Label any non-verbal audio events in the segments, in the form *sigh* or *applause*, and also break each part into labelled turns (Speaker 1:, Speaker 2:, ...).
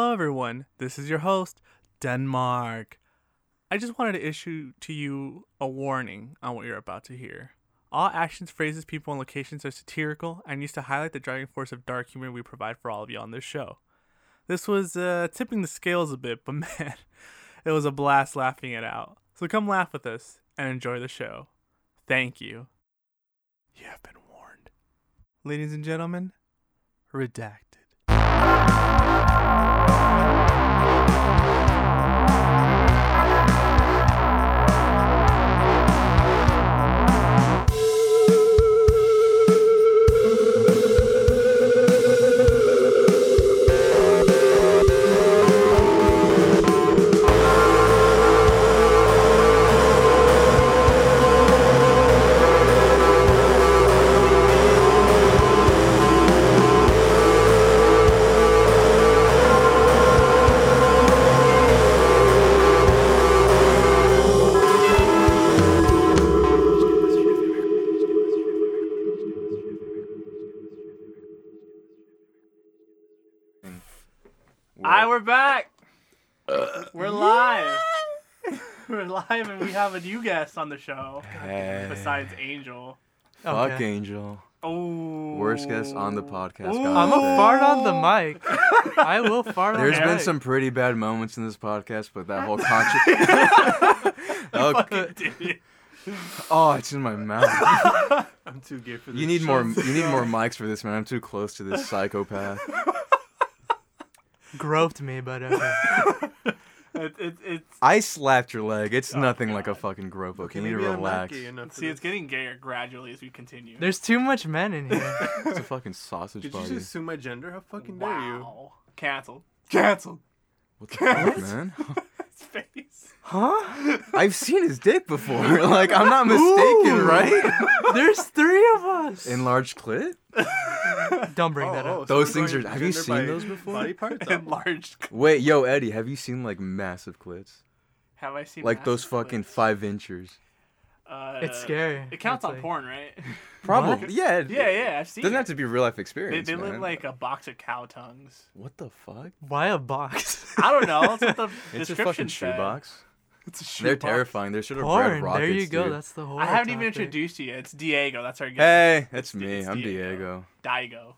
Speaker 1: everyone. This is your host, Denmark. I just wanted to issue to you a warning on what you're about to hear. All actions, phrases, people, and locations are satirical and used to highlight the driving force of dark humor we provide for all of you on this show. This was uh, tipping the scales a bit, *laughs* but man, it was a blast laughing it out. So come laugh with us and enjoy the show. Thank you. You have been warned. Ladies and gentlemen, redacted. I we're back.
Speaker 2: Uh,
Speaker 1: we're live. *laughs* we're live, and we have a new guest on the show
Speaker 2: Hey.
Speaker 1: besides Angel.
Speaker 2: Fuck
Speaker 3: Okay.
Speaker 2: Angel.
Speaker 1: Oh,
Speaker 2: Worst guest on
Speaker 1: *laughs*
Speaker 2: the podcast.
Speaker 1: Ooh.
Speaker 2: God
Speaker 3: I'm a
Speaker 2: damn.
Speaker 3: fart on the mic. I will fart
Speaker 2: Oh. There's
Speaker 3: on the
Speaker 2: been
Speaker 3: mic.
Speaker 2: some pretty bad moments in this podcast, but that
Speaker 3: *laughs*
Speaker 2: whole conscious. *laughs*
Speaker 1: Fucking did it.
Speaker 2: oh, it's in my mouth.
Speaker 3: I'm too gay for this.
Speaker 2: You need more. You need more mics for this, man. I'm too close to
Speaker 3: *laughs*
Speaker 2: this psychopath.
Speaker 3: Groped me, but uh, okay.
Speaker 1: *laughs* It, it, it's
Speaker 2: I slapped your leg. It's
Speaker 3: Oh,
Speaker 2: nothing like a fucking grope. Okay, you need to relax.
Speaker 1: see, it's getting gayer gradually as we continue.
Speaker 3: There's too much men in here.
Speaker 2: It's a fucking
Speaker 3: *laughs*
Speaker 2: sausage
Speaker 4: Did you
Speaker 2: party.
Speaker 4: just assume my gender? How fucking dare you?
Speaker 1: wow, canceled. *laughs*
Speaker 4: Cancelled.
Speaker 2: What the
Speaker 3: *laughs*
Speaker 2: fuck, man?
Speaker 1: Space.
Speaker 3: Huh?
Speaker 2: I've seen his dick before. *laughs* Like I'm not mistaken,
Speaker 3: Ooh. *laughs*
Speaker 2: right?
Speaker 3: There's three of us.
Speaker 2: Enlarged clit.
Speaker 3: Don't bring that up.
Speaker 2: Oh, Those things are- have you seen those before? *laughs*
Speaker 4: Body parts? Oh,
Speaker 1: Enlarged.
Speaker 2: Wait, yo, Eddie, have you seen like massive clits?
Speaker 1: Have I seen
Speaker 2: Like those
Speaker 1: massive
Speaker 2: fucking
Speaker 1: clips?
Speaker 2: five inchers.
Speaker 1: Uh,
Speaker 3: It's scary.
Speaker 1: It counts
Speaker 3: It's
Speaker 1: on
Speaker 3: like-
Speaker 1: porn, right?
Speaker 2: *laughs*
Speaker 1: *laughs*
Speaker 2: Probably. Yeah. it-
Speaker 1: yeah, yeah. I've seen.
Speaker 2: Doesn't
Speaker 1: it.
Speaker 2: have to be real life
Speaker 1: They,
Speaker 2: experience.
Speaker 1: they look
Speaker 2: man.
Speaker 1: like uh, a box of cow tongues.
Speaker 2: What the fuck?
Speaker 3: Why a box?
Speaker 2: *laughs*
Speaker 1: I don't know. That's what the
Speaker 2: It's a
Speaker 1: description
Speaker 2: fucking
Speaker 1: said.
Speaker 2: shoebox.
Speaker 4: It's a shoe
Speaker 2: They're
Speaker 4: box.
Speaker 2: terrifying. They should have bred
Speaker 3: Porn.
Speaker 2: rockets.
Speaker 3: There you go.
Speaker 2: dude.
Speaker 3: That's the whole.
Speaker 1: I haven't even
Speaker 3: topic.
Speaker 1: introduced you. yet. It's Diego. That's our guest.
Speaker 2: Hey, that's
Speaker 1: Di-
Speaker 2: me.
Speaker 1: it's
Speaker 2: I'm
Speaker 1: Diego.
Speaker 2: Diego.
Speaker 1: Diego.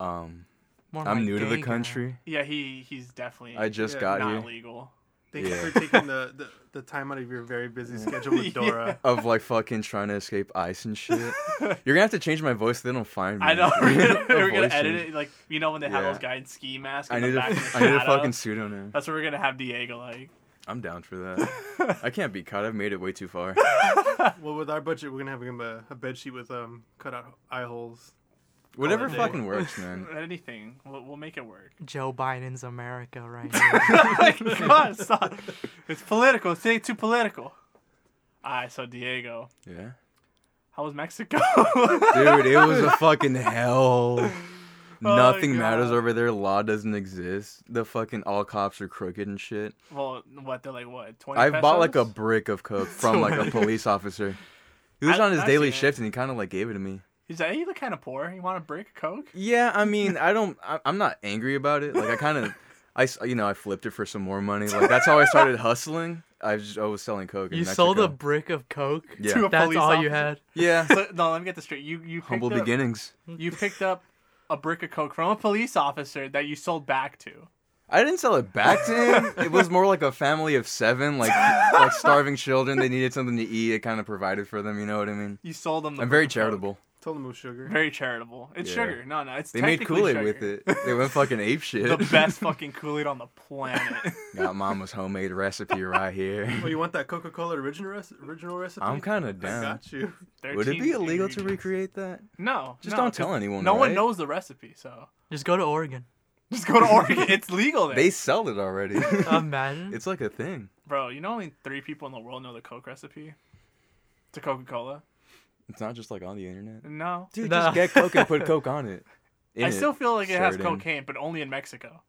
Speaker 2: Um,
Speaker 3: More
Speaker 2: I'm
Speaker 3: like
Speaker 2: new to the
Speaker 3: gay guy.
Speaker 2: country.
Speaker 1: Yeah, he he's definitely
Speaker 2: I just
Speaker 4: Yeah,
Speaker 2: got
Speaker 1: not
Speaker 2: here.
Speaker 1: legal.
Speaker 4: Thank
Speaker 2: Yeah.
Speaker 4: you for taking the, the, the time out of your very
Speaker 2: *laughs*
Speaker 4: busy schedule with Dora.
Speaker 2: Of like fucking trying to escape ice and shit.
Speaker 1: *laughs*
Speaker 2: You're gonna have to change my voice. So they don't find me.
Speaker 1: I
Speaker 2: *laughs*
Speaker 1: know. *laughs* We're gonna,
Speaker 2: A
Speaker 1: we're gonna
Speaker 2: voice
Speaker 1: edit
Speaker 2: change.
Speaker 1: it like you know when they have
Speaker 2: Yeah.
Speaker 1: those guys in ski masks.
Speaker 2: I
Speaker 1: in the
Speaker 2: need a,
Speaker 1: back of
Speaker 2: f-
Speaker 1: the
Speaker 2: I need a
Speaker 1: shadow.
Speaker 2: fucking pseudonym.
Speaker 1: That's what we're gonna have Diego like.
Speaker 2: I'm down
Speaker 1: *laughs*
Speaker 2: for that. I can't be caught. I've made it way too far.
Speaker 4: well, with our budget, we're going to have him a, a bed sheet with um, cut out eye holes.
Speaker 2: Whatever
Speaker 4: Holiday.
Speaker 2: fucking works, man.
Speaker 1: Anything. We'll, we'll make it
Speaker 2: *laughs*
Speaker 1: work. *laughs*
Speaker 3: Joe Biden's America right now.
Speaker 1: God, stop. It's political. It's getting too political. Alright, so Diego,
Speaker 2: Yeah.
Speaker 1: how was Mexico? *laughs*
Speaker 2: Dude, it was a fucking *laughs* hell. Nothing
Speaker 1: God.
Speaker 2: matters over there. Law doesn't exist. The fucking all cops are crooked and shit.
Speaker 1: well, what they're like what twenty?
Speaker 2: I bought like a
Speaker 1: pesos?
Speaker 2: brick of *laughs* coke from like a police officer. He was
Speaker 1: I-
Speaker 2: on his
Speaker 1: I've seen
Speaker 2: daily
Speaker 1: it.
Speaker 2: shift and he kind of like gave it to me.
Speaker 1: He's like, hey, you look kind of poor. You want a break of coke?
Speaker 2: Yeah, I mean, I don't. I, I'm not angry about it. Like I kind *laughs* of, I s- you know, I flipped it for some more money. Like that's how I *laughs* started hustling. I was, just, I was selling coke. In
Speaker 3: you sold
Speaker 2: *laughs*
Speaker 3: a
Speaker 2: Mexico.
Speaker 3: brick of coke.
Speaker 2: Yeah.
Speaker 1: To a
Speaker 3: That's
Speaker 1: police
Speaker 3: all
Speaker 1: officer.
Speaker 3: you had.
Speaker 2: yeah.
Speaker 1: So, no, let me get this straight. You you picked
Speaker 2: Humble
Speaker 1: up,
Speaker 2: beginnings.
Speaker 1: You picked up a brick of coke from a police officer that you sold back to.
Speaker 2: I didn't sell it back to him. It was more like a family of seven, like like starving children. They needed something to eat. It kind of provided for them. You know what I mean?
Speaker 1: You sold them. The
Speaker 2: I'm very
Speaker 1: brick of Coke.
Speaker 2: charitable.
Speaker 4: Told him it was sugar.
Speaker 1: Very charitable. It's
Speaker 2: Yeah.
Speaker 1: sugar. No, no, it's
Speaker 2: They made
Speaker 1: technically
Speaker 2: Kool Aid
Speaker 1: sugar.
Speaker 2: with it. They went fucking ape shit.
Speaker 1: *laughs*
Speaker 2: *laughs*
Speaker 1: The best fucking Kool Aid on the planet.
Speaker 2: Got mama's homemade recipe
Speaker 1: *laughs*
Speaker 2: right here.
Speaker 4: Well, you want that Coca Cola original, rec- original recipe?
Speaker 2: I'm kind of
Speaker 4: I
Speaker 2: down. *laughs*
Speaker 4: got you.
Speaker 2: Would it
Speaker 1: 13
Speaker 2: be illegal to
Speaker 1: ingredients.
Speaker 2: recreate that?
Speaker 1: No,
Speaker 2: Just
Speaker 1: no,
Speaker 2: don't
Speaker 1: 'cause
Speaker 2: tell anyone.
Speaker 1: No one
Speaker 2: right?
Speaker 1: knows the recipe, so *laughs*
Speaker 3: Just go
Speaker 2: *laughs*
Speaker 3: to Oregon.
Speaker 1: just go to Oregon. it's legal there,
Speaker 2: They sell
Speaker 1: *laughs*
Speaker 2: it already. *laughs*
Speaker 3: Imagine.
Speaker 2: it's like a thing.
Speaker 1: bro. You know only three people in the world know the Coke recipe. To Coca Cola.
Speaker 2: It's not just like on the internet.
Speaker 1: No,
Speaker 2: Dude,
Speaker 3: No. *laughs*
Speaker 1: *laughs*
Speaker 2: just get Coke and put Coke on it. In
Speaker 1: I still feel like it has
Speaker 2: Sure it in.
Speaker 1: cocaine, but only in Mexico.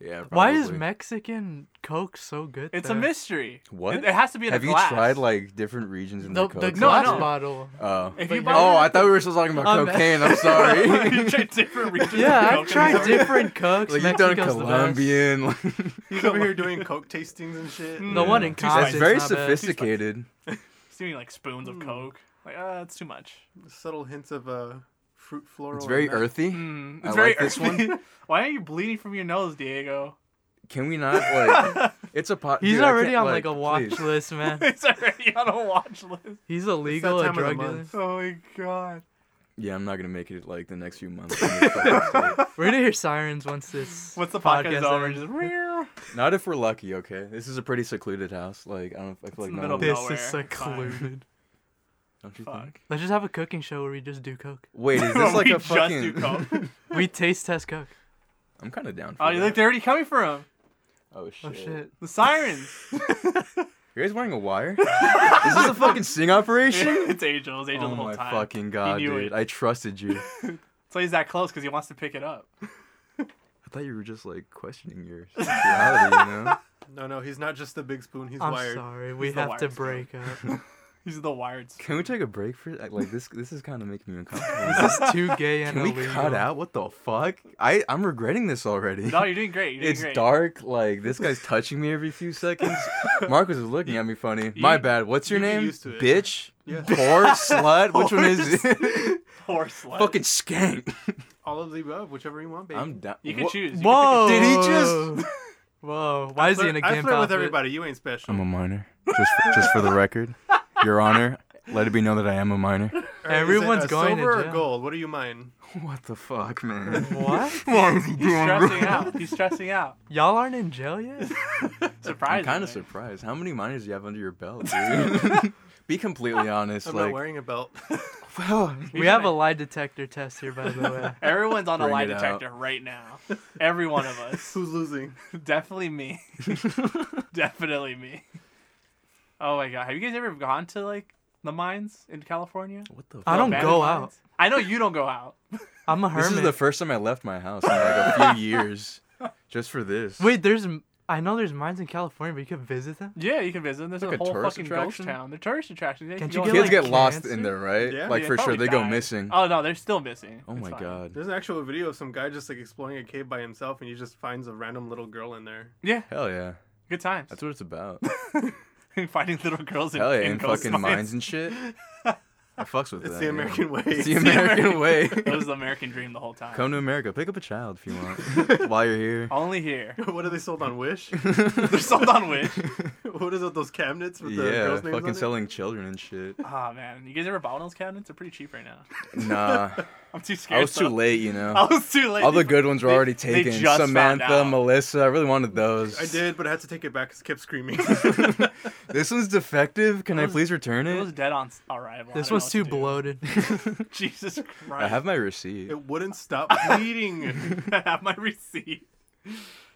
Speaker 2: Yeah.
Speaker 3: Why is
Speaker 2: probably.
Speaker 3: Mexican Coke so good?
Speaker 1: It's a
Speaker 3: there?
Speaker 1: mystery.
Speaker 2: What?
Speaker 1: It, it has to be in
Speaker 2: Have
Speaker 1: a
Speaker 2: you
Speaker 1: glass.
Speaker 2: tried like different regions in
Speaker 3: The,
Speaker 2: the,
Speaker 3: the
Speaker 2: Coke?
Speaker 1: No, I
Speaker 3: glass
Speaker 1: know.
Speaker 3: bottle.
Speaker 2: Oh.
Speaker 1: If
Speaker 3: But
Speaker 1: you
Speaker 3: yeah.
Speaker 1: buy
Speaker 2: oh, I thought we were still talking about
Speaker 3: Um,
Speaker 1: *laughs*
Speaker 2: cocaine. I'm sorry. *laughs*
Speaker 1: you tried different regions.
Speaker 4: *laughs*
Speaker 3: Yeah,
Speaker 1: of
Speaker 3: I've
Speaker 1: Coke.
Speaker 3: tried different Cokes.
Speaker 2: like you've done
Speaker 3: Mexico's the best.
Speaker 2: Colombian. like-
Speaker 1: *laughs*
Speaker 4: He's over here doing coke tastings and shit.
Speaker 1: Mm.
Speaker 3: The one
Speaker 2: Yeah.
Speaker 3: in
Speaker 1: Two spices.
Speaker 3: Compton's
Speaker 2: It's very
Speaker 3: not bad.
Speaker 2: sophisticated.
Speaker 1: He's doing like spoons of Coke. Like, ah, it's too much.
Speaker 4: Subtle hints of uh, fruit floral.
Speaker 2: It's very
Speaker 4: and that.
Speaker 2: earthy.
Speaker 1: Mm,
Speaker 2: I
Speaker 1: it's very
Speaker 2: like this
Speaker 1: earthy. *laughs* Why are you bleeding from your nose,
Speaker 2: *laughs*
Speaker 1: Diego? *laughs*
Speaker 2: Can we not like? It's a pot.
Speaker 3: He's
Speaker 2: dude, I
Speaker 3: already
Speaker 2: can't,
Speaker 3: on like, a watch
Speaker 2: please. *laughs*
Speaker 3: list, man.
Speaker 1: it's already on a watch list.
Speaker 3: He's illegal a
Speaker 4: time of the
Speaker 3: drug dealer.
Speaker 4: month.
Speaker 1: Oh my god.
Speaker 2: Yeah, I'm not gonna make it like the next few months. I'm gonna fucking
Speaker 1: *laughs*
Speaker 2: sleep.
Speaker 3: We're gonna hear sirens
Speaker 2: *laughs*
Speaker 3: once this.
Speaker 1: What's the podcast,
Speaker 3: ends.
Speaker 1: over? Just rear.
Speaker 2: not if we're lucky, okay? This is a pretty secluded house. Like I don't. I feel like
Speaker 1: in the
Speaker 2: no
Speaker 1: middle
Speaker 2: one-
Speaker 1: of
Speaker 3: This
Speaker 1: Nowhere.
Speaker 3: is
Speaker 1: Fine.
Speaker 3: secluded.
Speaker 2: Don't you think?
Speaker 1: Fuck.
Speaker 3: Let's just have a cooking show where we just do coke.
Speaker 1: *laughs*
Speaker 2: Wait, is this like
Speaker 1: We
Speaker 2: a
Speaker 1: just do
Speaker 2: fucking?
Speaker 1: Coke.
Speaker 4: *laughs*
Speaker 3: We taste test coke.
Speaker 2: *laughs* I'm kind of down for
Speaker 1: Oh, you
Speaker 2: that.
Speaker 1: look, they're already coming for him.
Speaker 2: Oh shit.
Speaker 3: Oh shit.
Speaker 1: The
Speaker 2: *laughs*
Speaker 1: sirens.
Speaker 2: You guys wearing
Speaker 1: *laughs*
Speaker 2: a wire? is this a fucking sing operation?
Speaker 1: it's Angel. It's Angel
Speaker 2: Oh
Speaker 1: the whole
Speaker 2: my
Speaker 1: time.
Speaker 2: fucking god,
Speaker 1: knew
Speaker 2: dude!
Speaker 1: it.
Speaker 2: I
Speaker 1: *laughs*
Speaker 2: trusted you. I
Speaker 1: So he's that close because he wants to pick it up.
Speaker 2: thought you were just like questioning your sexuality, you know?
Speaker 4: No, no, he's not just the big spoon. He's
Speaker 3: I'm
Speaker 4: wired.
Speaker 3: sorry. We
Speaker 1: He's the
Speaker 3: have to
Speaker 1: wired
Speaker 3: break up.
Speaker 1: He's the
Speaker 2: *laughs*
Speaker 1: wired. s-
Speaker 2: *laughs* Can we take a break for like this? This is kind of making me *laughs* uncomfortable.
Speaker 3: this is too gay
Speaker 2: *laughs*
Speaker 3: and
Speaker 2: Can we
Speaker 3: illegal.
Speaker 2: cut out? What the fuck? I I'm regretting this already. *laughs*
Speaker 1: No, you're doing great. You're doing
Speaker 2: it's
Speaker 1: great.
Speaker 2: dark. Like this guy's touching me every few
Speaker 4: *laughs*
Speaker 2: seconds. Marcus is looking at me funny. My bad. What's your
Speaker 4: you get
Speaker 2: name?
Speaker 4: used to it.
Speaker 2: Bitch.
Speaker 4: Yeah.
Speaker 2: Whore. slut. Which one is it? *laughs*
Speaker 1: Horse slut.
Speaker 2: Fucking
Speaker 4: *laughs*
Speaker 2: skank.
Speaker 4: All of the above, whichever you Oh. want, baby.
Speaker 2: I'm down.
Speaker 1: You can
Speaker 2: Wha-
Speaker 1: choose. You can
Speaker 3: Whoa!
Speaker 2: Did he just-
Speaker 3: Whoa! Why is he in a
Speaker 4: Flirt-
Speaker 3: camp
Speaker 4: I flirt with
Speaker 3: outfit?
Speaker 4: everybody. You ain't special.
Speaker 2: I'm a minor. Just just for the record, Your Honor. Let it be known that I am a minor.
Speaker 4: All right, is it,
Speaker 3: Everyone's
Speaker 4: uh,
Speaker 3: going to
Speaker 4: silver or
Speaker 3: jail.
Speaker 4: gold. What do you mind?
Speaker 2: *laughs* What the fuck,
Speaker 4: *laughs*
Speaker 2: man?
Speaker 3: *laughs* What?
Speaker 2: Why is he
Speaker 1: He's
Speaker 2: doing
Speaker 1: stressing out. He's stressing out.
Speaker 3: Y'all aren't in jail
Speaker 4: *laughs*
Speaker 3: yet?
Speaker 1: Surprising.
Speaker 2: *laughs* I'm kind of surprised. How many minors do you have under your belt, dude? Be completely honest.
Speaker 4: I'm not
Speaker 2: like,
Speaker 4: wearing a belt.
Speaker 2: *laughs*
Speaker 4: *laughs*
Speaker 3: *laughs* We have a lie detector test here,
Speaker 2: *laughs*
Speaker 3: by the way.
Speaker 1: Everyone's on a
Speaker 2: Bring
Speaker 1: lie
Speaker 2: it out.
Speaker 1: detector right now. Every one of
Speaker 2: *laughs*
Speaker 1: us.
Speaker 4: Who's losing?
Speaker 1: Definitely me. *laughs* Definitely me. Oh my god. Have you guys ever gone to like the mines in California?
Speaker 2: what the?
Speaker 3: I
Speaker 2: fuck?
Speaker 3: don't
Speaker 1: Abandoned
Speaker 3: go
Speaker 1: mines?
Speaker 3: out.
Speaker 1: I know you don't go out.
Speaker 3: I'm a
Speaker 2: This
Speaker 3: hermit.
Speaker 2: is the first time I left my house in like a few years, just for this.
Speaker 3: Wait, there's. m- I know there's mines in California, but you could visit them.
Speaker 1: Yeah, you can visit. There's
Speaker 2: Like
Speaker 1: a
Speaker 2: a
Speaker 1: whole
Speaker 2: tourist
Speaker 1: fucking
Speaker 2: attraction?
Speaker 1: ghost town. They're tourist attractions. Yeah,
Speaker 3: Can't
Speaker 1: can
Speaker 3: you
Speaker 1: go
Speaker 3: get,
Speaker 2: Kids
Speaker 1: there.
Speaker 2: get
Speaker 3: like,
Speaker 2: lost
Speaker 3: cancer?
Speaker 2: in there, right?
Speaker 4: Yeah.
Speaker 2: like
Speaker 1: Yeah,
Speaker 2: for sure,
Speaker 1: probably
Speaker 2: they go
Speaker 1: die.
Speaker 2: missing.
Speaker 1: Oh no, they're still missing.
Speaker 2: oh
Speaker 1: It's
Speaker 2: my
Speaker 1: fine.
Speaker 2: god.
Speaker 4: There's an actual video of some guy just like exploring a cave by himself, and he just finds a random little girl in there.
Speaker 1: Yeah,
Speaker 2: Hell yeah.
Speaker 1: good times.
Speaker 2: That's what it's about.
Speaker 1: *laughs* Finding little girls in,
Speaker 2: Hell yeah,
Speaker 1: in
Speaker 2: and
Speaker 1: ghost
Speaker 2: fucking mines and shit. I fucks with
Speaker 4: It's
Speaker 2: that.
Speaker 4: the
Speaker 2: yeah.
Speaker 4: American way. *laughs*
Speaker 2: It's the American *laughs*
Speaker 1: American- *laughs*
Speaker 2: way.
Speaker 1: *laughs* That was the American dream the whole time.
Speaker 2: Come to America. Pick up a child if you want. While you're here.
Speaker 1: Only
Speaker 2: *laughs*
Speaker 1: here.
Speaker 4: what are they sold on Wish? *laughs*
Speaker 1: They're sold on Wish.
Speaker 4: what is it? Those cabinets with the
Speaker 2: yeah,
Speaker 4: girls' names
Speaker 2: fucking
Speaker 4: on it?
Speaker 2: selling children and shit.
Speaker 1: Ah man, you guys ever bought one of those cabinets? They're pretty cheap right now. *laughs*
Speaker 2: Nah,
Speaker 1: I'm too scared.
Speaker 2: I was
Speaker 1: *laughs*
Speaker 2: too
Speaker 1: though.
Speaker 2: late, you know.
Speaker 1: I was too late.
Speaker 2: All the
Speaker 1: They-
Speaker 2: good ones were already
Speaker 1: they
Speaker 2: taken.
Speaker 1: just found
Speaker 2: Samantha,
Speaker 1: out.
Speaker 2: Melissa. I really wanted those.
Speaker 4: I did, but I had to take it back because it
Speaker 2: *laughs*
Speaker 4: kept screaming. *laughs*
Speaker 2: This one's defective. Can
Speaker 1: It
Speaker 2: I
Speaker 1: was-
Speaker 2: please return
Speaker 1: It was
Speaker 2: it?
Speaker 1: dead on s- arrival. I
Speaker 3: This
Speaker 1: don't know
Speaker 3: one's
Speaker 1: what
Speaker 3: too
Speaker 1: to do.
Speaker 3: bloated.
Speaker 1: *laughs*
Speaker 3: *laughs*
Speaker 1: Jesus Christ.
Speaker 2: I have my receipt.
Speaker 4: it wouldn't
Speaker 2: *laughs*
Speaker 4: stop bleeding.
Speaker 1: *laughs* I have my receipt.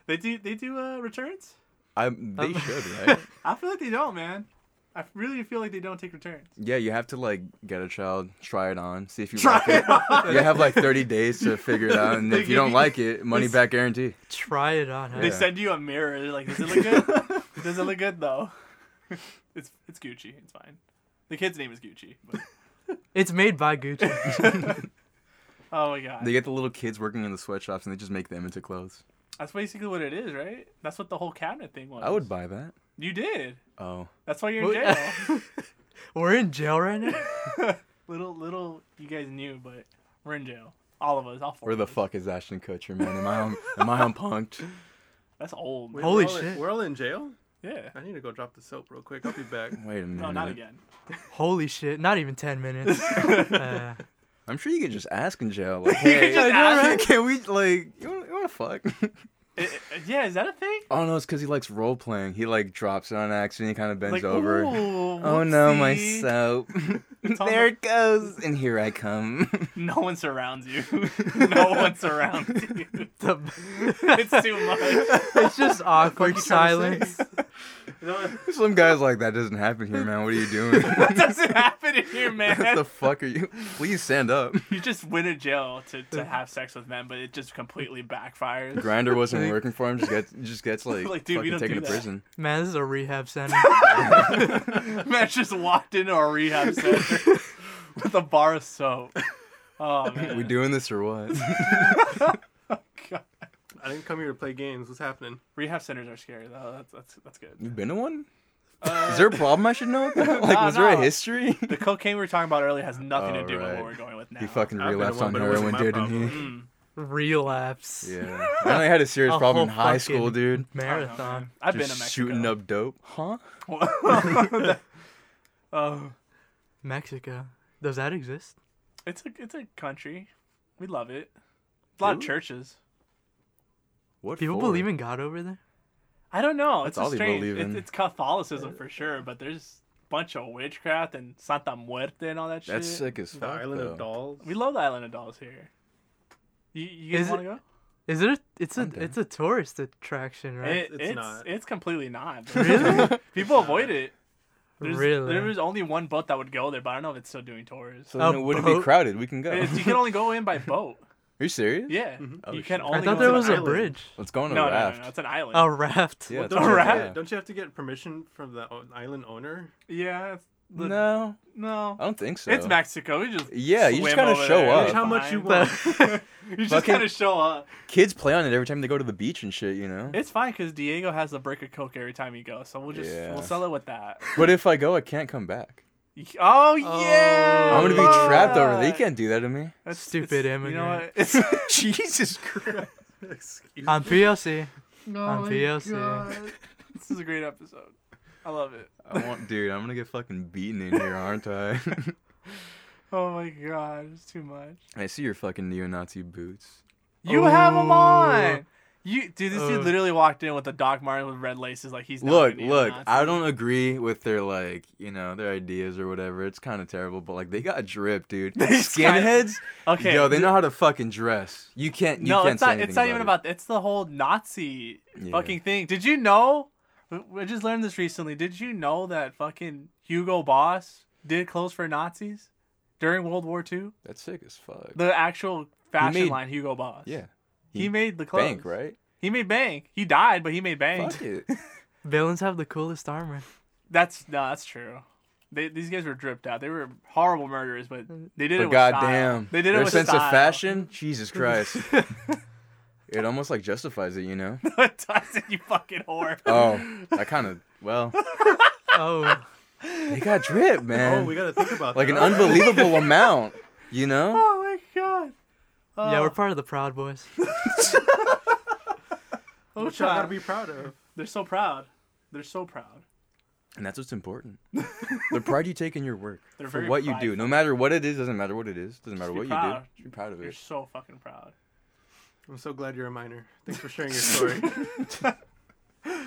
Speaker 1: They do. They do uh, returns.
Speaker 2: I they
Speaker 1: Uh,
Speaker 2: should,
Speaker 1: *laughs*
Speaker 2: right?
Speaker 1: I feel like they don't, man. I really feel like they don't take returns.
Speaker 2: Yeah, you have to like get a child, try it on, see if you
Speaker 1: Try
Speaker 2: like
Speaker 1: it
Speaker 2: it. You have like 30 days to figure it out, and
Speaker 1: They
Speaker 2: if you
Speaker 1: give
Speaker 2: don't
Speaker 1: you-
Speaker 2: like it, money back guarantee.
Speaker 3: Try it on. Huh?
Speaker 1: They
Speaker 2: Yeah.
Speaker 1: send you a mirror. They're like, does it look good? *laughs* does it look good though? it's it's Gucci. It's fine. The kid's name is Gucci. But...
Speaker 3: It's made by
Speaker 1: *laughs*
Speaker 3: Gucci.
Speaker 1: Oh my god.
Speaker 2: They get the little kids working in the sweatshops, and they just make them into clothes.
Speaker 1: That's basically what it is, right? That's what the whole cabinet thing was.
Speaker 2: I would buy that.
Speaker 1: You did.
Speaker 2: Oh,
Speaker 1: That's why you're in
Speaker 3: What-
Speaker 2: *laughs*
Speaker 1: jail.
Speaker 3: We're in jail right now.
Speaker 1: little little you guys knew, but we're in jail. All of us. All four.
Speaker 2: where the
Speaker 1: of us.
Speaker 2: fuck is Ashton Kutcher, man? Am I on, am I on punked?
Speaker 1: That's old.
Speaker 4: Wait,
Speaker 3: Holy
Speaker 4: we're all in-
Speaker 3: shit.
Speaker 4: we're all in jail.
Speaker 1: Yeah.
Speaker 4: I need to go drop the soap real quick. I'll
Speaker 2: *laughs*
Speaker 4: be back.
Speaker 2: Wait a minute.
Speaker 1: No, not again.
Speaker 3: Holy shit! Not even
Speaker 1: *laughs*
Speaker 3: ten minutes. Uh,
Speaker 2: I'm sure you could just ask in jail. Like,
Speaker 1: You could
Speaker 2: hey,
Speaker 1: just ask.
Speaker 2: can we like you want, you want to fuck? *laughs*
Speaker 1: Eh, eh, yeah, is that a thing?
Speaker 2: Oh no, it's because he likes role playing. He like drops it on accident. He kind of bends
Speaker 1: Like,
Speaker 2: over.
Speaker 1: "Ooh,
Speaker 2: *laughs* Oh no, my
Speaker 1: *laughs* whoopsie."
Speaker 2: soap.
Speaker 1: It's
Speaker 2: *laughs*
Speaker 1: almost-
Speaker 2: there it goes. And here I come. *laughs*
Speaker 1: No one surrounds you. *laughs* no one surrounds you.
Speaker 3: the-
Speaker 1: It's too much. *laughs*
Speaker 2: *laughs*
Speaker 3: it's just awkward
Speaker 4: you trying to
Speaker 3: silence.
Speaker 2: Some guys like that doesn't happen here, man. What are you
Speaker 1: *laughs*
Speaker 2: doing? *laughs*
Speaker 1: What does it happen in here,
Speaker 2: what
Speaker 1: man?
Speaker 2: the fuck are you? Please stand up.
Speaker 1: you just win a jail to, to have sex with men, but it just completely backfires.
Speaker 2: Grinder wasn't working for him. Just gets just
Speaker 1: *laughs*
Speaker 2: gets like,
Speaker 1: Like, dude, we
Speaker 2: fucking
Speaker 1: don't
Speaker 2: taken
Speaker 1: do
Speaker 2: to
Speaker 1: that. *laughs*
Speaker 2: prison.
Speaker 3: Man, this is a rehab center.
Speaker 1: Matt just walked into a rehab
Speaker 2: *laughs*
Speaker 1: center with a bar of soap. Oh man,
Speaker 2: We doing this
Speaker 1: *laughs*
Speaker 2: or what?
Speaker 1: God.
Speaker 4: I didn't come here to play games. What's happening?
Speaker 1: rehab centers are scary though. That's that's that's good.
Speaker 2: You been to one? Is there a problem I should know
Speaker 1: *laughs*
Speaker 2: about? Like,
Speaker 1: Uh, nah,
Speaker 2: was there a
Speaker 1: nah.
Speaker 2: history? *laughs*
Speaker 1: The cocaine we were talking about earlier has nothing to do with
Speaker 2: Alright.
Speaker 1: what we're going with now.
Speaker 2: Oh, He fucking
Speaker 4: I've been to
Speaker 2: relapsed
Speaker 4: one,
Speaker 2: on
Speaker 4: but it wasn't
Speaker 2: heroin,
Speaker 4: my
Speaker 2: didn't
Speaker 4: problem.
Speaker 2: he?
Speaker 1: Mm.
Speaker 3: Relapse.
Speaker 2: Yeah. I only had a serious
Speaker 3: A
Speaker 2: problem in
Speaker 3: whole
Speaker 2: high school,
Speaker 3: fucking
Speaker 2: dude.
Speaker 1: I don't know,
Speaker 3: Marathon.
Speaker 1: Oh, man. I've been to
Speaker 2: Just
Speaker 1: Mexico.
Speaker 2: shooting up dope. Huh?
Speaker 1: *laughs* Oh,
Speaker 3: Mexico. Does that exist?
Speaker 1: it's a it's a country. We love it. A lot of
Speaker 2: Really?
Speaker 1: churches.
Speaker 2: What?
Speaker 3: People
Speaker 2: for?
Speaker 3: believe in God over there?
Speaker 1: I don't know. It's
Speaker 2: That's all
Speaker 1: a
Speaker 2: they
Speaker 1: strange.
Speaker 2: believe
Speaker 1: It's,
Speaker 2: in.
Speaker 1: it's Catholicism for sure, but there's a bunch of witchcraft and Santa Muerte and all that shit.
Speaker 2: That's sick as
Speaker 4: The
Speaker 2: fuck.
Speaker 4: Island
Speaker 2: though.
Speaker 4: of Dolls.
Speaker 1: We love the Island of Dolls here. You, you guys
Speaker 3: Is
Speaker 1: want
Speaker 3: it-
Speaker 1: to go?
Speaker 3: Is it? A, it's a
Speaker 2: I'm down.
Speaker 3: it's a tourist attraction, right?
Speaker 1: It-
Speaker 4: It's
Speaker 1: it's
Speaker 4: not.
Speaker 1: It's completely not. bro.
Speaker 3: really?
Speaker 1: *laughs* People avoid it. There's,
Speaker 3: really?
Speaker 1: There was only one boat that would go there, but I don't know if it's still doing tours.
Speaker 2: So then
Speaker 3: A
Speaker 2: it wouldn't be
Speaker 3: boat?
Speaker 2: crowded.
Speaker 1: *laughs*
Speaker 2: We can go.
Speaker 1: It's- you
Speaker 2: Are *laughs*
Speaker 1: can only go in by boat.
Speaker 2: you serious?
Speaker 1: Yeah,
Speaker 2: *laughs* Oh,
Speaker 1: you can
Speaker 2: shit.
Speaker 1: only.
Speaker 3: I thought
Speaker 1: go
Speaker 3: there
Speaker 1: in-
Speaker 3: was a
Speaker 4: island.
Speaker 3: bridge. Oh.
Speaker 2: Let's go on a
Speaker 1: No, no,
Speaker 2: raft.
Speaker 1: no, no, it's an island.
Speaker 3: A raft.
Speaker 2: Yeah,
Speaker 3: Yeah.
Speaker 2: it's
Speaker 4: Don't
Speaker 2: on
Speaker 4: you,
Speaker 2: a
Speaker 1: Alright.
Speaker 4: have to,
Speaker 2: raft.
Speaker 4: don't you have to get permission from the o- island
Speaker 2: *laughs*
Speaker 4: owner?
Speaker 1: Yeah, it's- the-
Speaker 2: No,
Speaker 1: no,
Speaker 2: I don't think Oh, so.
Speaker 1: it's Mexico. We just
Speaker 2: Yeah, you just
Speaker 1: swim
Speaker 2: gotta
Speaker 1: over
Speaker 2: show
Speaker 1: there.
Speaker 2: up.
Speaker 1: It's
Speaker 4: How much you
Speaker 1: fine.
Speaker 4: want?
Speaker 1: *laughs* you just
Speaker 2: Fucking-
Speaker 1: gotta show up.
Speaker 2: Kids play on it every time they go to the beach and shit,
Speaker 1: *laughs*
Speaker 2: you know.
Speaker 1: It's fine because Diego has a break of coke every time you go, so we'll just
Speaker 2: Yeah.
Speaker 1: we'll sell it with that.
Speaker 2: But if I go, I can't come back.
Speaker 1: Oh yeah,
Speaker 2: I'm gonna be
Speaker 1: fuck.
Speaker 2: trapped over there. You can't do that to me.
Speaker 1: That's-
Speaker 3: Oh, Stupid
Speaker 1: it's- You know what?
Speaker 3: immigrant.
Speaker 2: *laughs*
Speaker 1: It's,
Speaker 2: Jesus Christ.
Speaker 4: Excuse
Speaker 3: On POC. on POC.
Speaker 1: this is a great episode. I love it.
Speaker 2: I want, dude. I'm gonna get fucking beaten in here, aren't I?
Speaker 1: Oh my god, it's too much.
Speaker 2: *laughs* I see your fucking neo-Nazi boots.
Speaker 1: You have 'em have them
Speaker 3: Oh.
Speaker 1: on. You dude, this
Speaker 3: Oh.
Speaker 1: dude literally walked in with a Doc Martin with red laces, like he's not
Speaker 2: Uh. Look,
Speaker 1: a
Speaker 2: look.
Speaker 1: neo-Nazi.
Speaker 2: I don't agree with their like, you know, their ideas or whatever. It's kind of terrible, but like they got
Speaker 1: *laughs*
Speaker 2: drip, dude.
Speaker 1: just kinda- *laughs*
Speaker 2: Skinheads.
Speaker 1: Okay,
Speaker 2: Yo, they know how to fucking dress. You can't. You
Speaker 1: no,
Speaker 2: can't
Speaker 1: it's
Speaker 2: say
Speaker 1: not.
Speaker 2: anything
Speaker 1: It's not even
Speaker 2: it.
Speaker 1: about. It's the whole Nazi
Speaker 2: Yeah.
Speaker 1: fucking thing. Did you know? we- I just learned this recently. Did you know that fucking Hugo Boss did clothes for Nazis during World War II?
Speaker 2: That's sick as fuck.
Speaker 1: The actual fashion
Speaker 2: made-
Speaker 1: line, Hugo Boss.
Speaker 2: yeah.
Speaker 1: he,
Speaker 2: he-
Speaker 1: made the clothes.
Speaker 2: Bank, right?
Speaker 1: He made bank. He died, but he made bank.
Speaker 2: Fuck it.
Speaker 3: Villains have the coolest armor.
Speaker 1: That's no, that's true. They, these guys were dripped out. They were horrible murderers, but they did it
Speaker 2: But
Speaker 1: with
Speaker 2: goddamn,
Speaker 1: style. They did it
Speaker 2: their
Speaker 1: with
Speaker 2: sense
Speaker 1: style. *laughs*
Speaker 2: of fashion. Jesus Christ. it almost like justifies it, you know.
Speaker 1: Tyson, you fucking whore.
Speaker 2: *laughs* Oh, I kind of. Well,
Speaker 3: Oh,
Speaker 2: they
Speaker 1: *laughs*
Speaker 2: got drip, man.
Speaker 4: Oh, we gotta think about
Speaker 2: like
Speaker 4: that.
Speaker 2: an unbelievable amount, you know.
Speaker 1: *laughs* *laughs* Oh my god.
Speaker 3: yeah,
Speaker 1: Oh.
Speaker 3: we're part of the Proud Boys.
Speaker 4: Which I gotta be proud of.
Speaker 1: They're so proud. They're so proud.
Speaker 2: And that's what's important. the pride you take in your work,
Speaker 1: They're
Speaker 2: for
Speaker 1: very
Speaker 2: what you do,
Speaker 1: prideful.
Speaker 2: no matter what it is, doesn't matter what it is, doesn't matter
Speaker 1: be
Speaker 2: what
Speaker 1: proud.
Speaker 2: you do, be proud of
Speaker 1: They're
Speaker 2: it.
Speaker 1: so fucking proud.
Speaker 4: I'm so glad you're a minor. Thanks for
Speaker 2: *laughs*
Speaker 4: sharing your story.
Speaker 2: Hell yeah,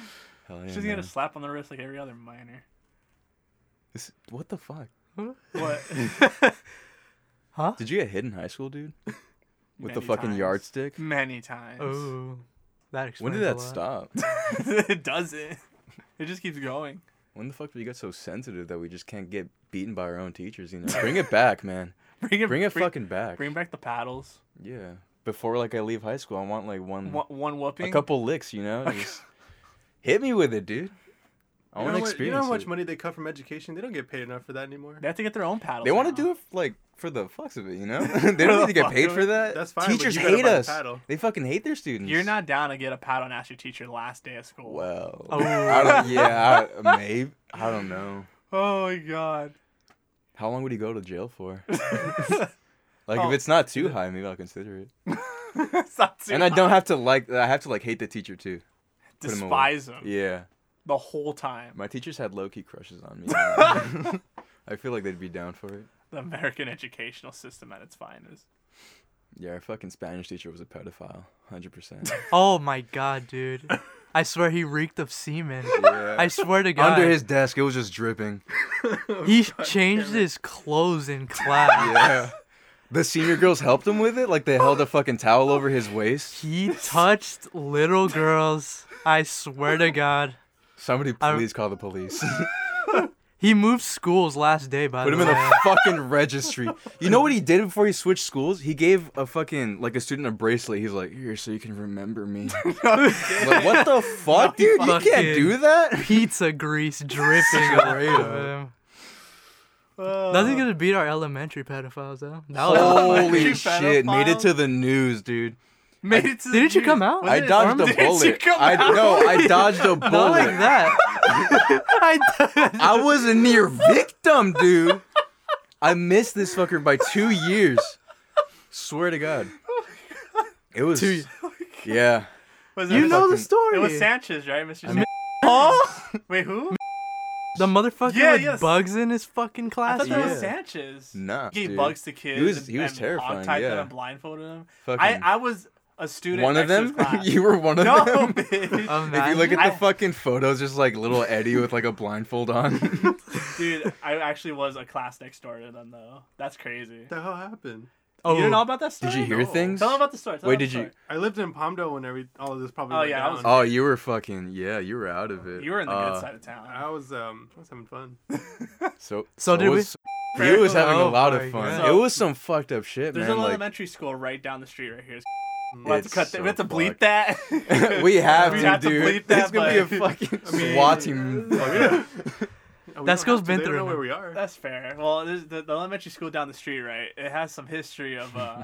Speaker 1: She's gonna
Speaker 2: man.
Speaker 1: get a slap on the wrist like every other
Speaker 2: *laughs*
Speaker 1: minor.
Speaker 2: This- what the fuck?
Speaker 1: What?
Speaker 2: Did you get hit in high school, dude? With the
Speaker 1: Many
Speaker 2: fucking
Speaker 1: times. Mm,
Speaker 2: yardstick?
Speaker 1: Many times.
Speaker 3: Oh, that
Speaker 2: When
Speaker 3: explains.
Speaker 2: did
Speaker 3: a
Speaker 2: that
Speaker 3: lot.
Speaker 2: stop?
Speaker 1: *laughs* it doesn't. It just keeps going.
Speaker 2: When the fuck did we get so sensitive that we just can't get beaten by our own teachers? You know, bring it back, man.
Speaker 1: Bring it.
Speaker 2: Bring it fucking back.
Speaker 1: Bring back the paddles.
Speaker 2: yeah. Before like I leave high school, I want like one,
Speaker 1: One, one whooping.
Speaker 2: Mm. a couple licks. You know, just hit me with it, dude. I
Speaker 4: You
Speaker 2: want to
Speaker 4: know, what, you
Speaker 2: experience.
Speaker 4: know how much
Speaker 2: it.
Speaker 4: money they cut from education? They don't get paid enough for that anymore.
Speaker 1: They have to get their own paddles.
Speaker 2: They want
Speaker 1: now.
Speaker 2: to do it like for the fucks of it, you
Speaker 4: *laughs*
Speaker 2: know. *laughs* they don't need to get
Speaker 1: fuck
Speaker 2: paid
Speaker 1: of
Speaker 2: for
Speaker 1: it.
Speaker 2: that.
Speaker 4: That's fine, but
Speaker 2: Teachers
Speaker 4: you gotta
Speaker 2: hate
Speaker 4: buy the
Speaker 2: us.
Speaker 4: paddle.
Speaker 2: They fucking hate their students.
Speaker 1: You're not down to get a paddle and ask your teacher last day of school.
Speaker 2: Well,
Speaker 3: Oh.
Speaker 2: I don't, yeah,
Speaker 4: *laughs*
Speaker 2: I, maybe I don't know.
Speaker 1: Oh my god. *laughs*
Speaker 2: How long would he go to jail
Speaker 4: *laughs*
Speaker 2: for? Like
Speaker 4: Oh.
Speaker 2: if it's not too high, maybe I'll consider it.
Speaker 1: It's not too
Speaker 2: And I
Speaker 1: hot.
Speaker 2: don't have to like. I have to like hate the teacher too. put 'em away.
Speaker 1: despise them
Speaker 2: Yeah,
Speaker 1: the whole time.
Speaker 2: my teachers had low key crushes
Speaker 4: *laughs*
Speaker 2: on me. *laughs* you know? I feel like they'd be down for it.
Speaker 1: The American educational system at its finest.
Speaker 2: Yeah, our fucking Spanish teacher was a pedophile, hundred percent.
Speaker 4: *laughs*
Speaker 3: Oh my
Speaker 2: *laughs*
Speaker 3: god, dude! I swear he reeked of semen. I swear to God,
Speaker 2: Under his desk, it was just dripping. *laughs*
Speaker 3: he changed his clothes in class.
Speaker 2: Yeah. The senior girls helped him with it. Like they held a fucking towel over his waist.
Speaker 3: He touched little girls. I swear to God.
Speaker 2: Somebody
Speaker 3: I-
Speaker 2: please call the police.
Speaker 3: He moved schools last day, by
Speaker 2: Put
Speaker 3: the
Speaker 2: him
Speaker 3: way.
Speaker 2: in the fucking registry. You know what he did before he switched schools? He gave a fucking like a student a bracelet. He's like, here, so you can remember me. like, what the fuck, dude? You
Speaker 3: fucking-
Speaker 2: can't do that.
Speaker 3: Pizza grease
Speaker 2: *laughs*
Speaker 3: dripping off of
Speaker 2: Alfredo.
Speaker 3: him. Nothing gonna beat our elementary pedophiles though. That was-
Speaker 2: Holy
Speaker 1: You
Speaker 2: shit! Made it to the news, dude.
Speaker 1: Made it to the
Speaker 3: Didn't you come
Speaker 1: news.
Speaker 3: out?
Speaker 1: Was
Speaker 2: I
Speaker 1: it *laughs*
Speaker 2: dodged
Speaker 1: armed?
Speaker 2: a
Speaker 1: Didn't you
Speaker 2: bullet.
Speaker 1: come
Speaker 2: I
Speaker 1: out?
Speaker 2: no, I dodged a bullet.
Speaker 3: not like that.
Speaker 2: *laughs*
Speaker 3: I
Speaker 2: I was a near victim, dude. I missed this fucker by two years. Swear to God. It was.
Speaker 3: Two-
Speaker 2: yeah.
Speaker 1: Was
Speaker 3: you
Speaker 1: it-
Speaker 3: know the
Speaker 2: fucking-
Speaker 3: story.
Speaker 1: It was Sanchez, right, Mr. Sanchez?
Speaker 2: mean- *laughs*
Speaker 1: Huh? Wait, who?
Speaker 3: The motherfucker
Speaker 1: Yeah,
Speaker 3: with
Speaker 1: yes.
Speaker 3: bugs in his fucking
Speaker 1: I
Speaker 3: class.
Speaker 1: thought that was
Speaker 2: Yeah.
Speaker 1: Sanchez.
Speaker 2: Nah,
Speaker 1: He
Speaker 2: dude.
Speaker 1: gave bugs to kids.
Speaker 2: He was-
Speaker 1: and-
Speaker 2: he was
Speaker 1: and
Speaker 2: terrifying,
Speaker 1: hogtied
Speaker 2: yeah.
Speaker 1: them and blindfolded them. I,
Speaker 2: Fucking-
Speaker 1: I was a student.
Speaker 2: One of
Speaker 1: next to his
Speaker 2: them? *laughs*
Speaker 1: class.
Speaker 2: you were one of
Speaker 1: no,
Speaker 2: them?
Speaker 1: bitch.
Speaker 2: *laughs*
Speaker 3: Oh,
Speaker 2: If you look at
Speaker 1: I-
Speaker 2: the fucking photos, just like little Eddie with like a
Speaker 1: *laughs*
Speaker 2: blindfold on.
Speaker 1: Dude, I actually was a class next door to them though. That's crazy.
Speaker 4: the hell happened?
Speaker 3: oh,
Speaker 1: You don't know about that story?
Speaker 2: Did you hear
Speaker 4: No.
Speaker 2: things?
Speaker 1: Tell them about the story. Tell
Speaker 2: Wait,
Speaker 1: them
Speaker 2: did
Speaker 1: the
Speaker 2: you-
Speaker 4: I lived in Palmdale when every all of this probably.
Speaker 1: Oh,
Speaker 4: went
Speaker 1: yeah, I
Speaker 4: down.
Speaker 1: was-
Speaker 2: Oh, you were fucking yeah. You were out of it.
Speaker 1: story. You were in the
Speaker 2: Uh,
Speaker 1: good side of town.
Speaker 4: I was um, I was
Speaker 2: *laughs*
Speaker 4: having fun.
Speaker 2: Oh, So
Speaker 3: So did we-
Speaker 2: was- He was having a
Speaker 3: Oh
Speaker 2: lot
Speaker 3: my
Speaker 2: of fun.
Speaker 3: God.
Speaker 2: It was some fucked up shit,
Speaker 1: There's
Speaker 2: man.
Speaker 1: an
Speaker 2: like-
Speaker 1: elementary school right down the street right here. We have to
Speaker 2: It's
Speaker 1: cut that. We have to
Speaker 2: so
Speaker 1: bleep
Speaker 2: fucked.
Speaker 1: that. *laughs*
Speaker 2: *laughs* we have
Speaker 1: we
Speaker 2: to,
Speaker 1: have to
Speaker 2: dude.
Speaker 1: bleep that,
Speaker 2: it's gonna be a
Speaker 1: but-
Speaker 2: fucking
Speaker 4: mean-
Speaker 2: SWAT team. *laughs*
Speaker 4: Oh, *laughs* we
Speaker 3: That's goes
Speaker 4: don't have to,
Speaker 3: been
Speaker 4: they don't
Speaker 3: through
Speaker 4: know where
Speaker 3: now.
Speaker 4: we
Speaker 1: *laughs*
Speaker 4: are.
Speaker 1: That's fair. Well, there's the, the elementary school down the street, right? It has some history of
Speaker 2: *laughs*
Speaker 1: uh,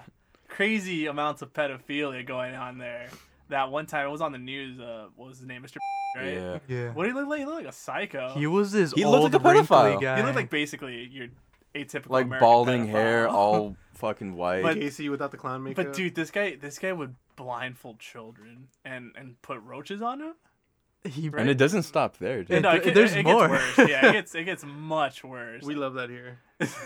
Speaker 1: crazy amounts of pedophilia going on there. That one time it was on the news. Uh, what was his name, Mr. *laughs* Right?
Speaker 2: Yeah.
Speaker 3: Yeah.
Speaker 1: What did he look like? He looked like a psycho.
Speaker 3: He was this
Speaker 2: He
Speaker 3: old
Speaker 2: looked like a
Speaker 3: wrinkly
Speaker 2: pedophile. He
Speaker 3: guy.
Speaker 1: He looked like basically your atypical
Speaker 2: Like
Speaker 1: American pedophile.
Speaker 2: balding
Speaker 1: *laughs*
Speaker 2: hair, all fucking white.
Speaker 1: But-
Speaker 4: Casey without the clown makeup.
Speaker 1: But dude, this guy, this guy would blindfold children and and put roaches on them.
Speaker 3: He-
Speaker 2: and it doesn't stop there, dude.
Speaker 3: And
Speaker 1: No,
Speaker 3: th-
Speaker 1: it, get-
Speaker 3: there's
Speaker 1: it
Speaker 3: more.
Speaker 1: Gets worse.
Speaker 2: *laughs*
Speaker 1: Yeah, it gets it gets much worse.
Speaker 4: we love that here.
Speaker 3: This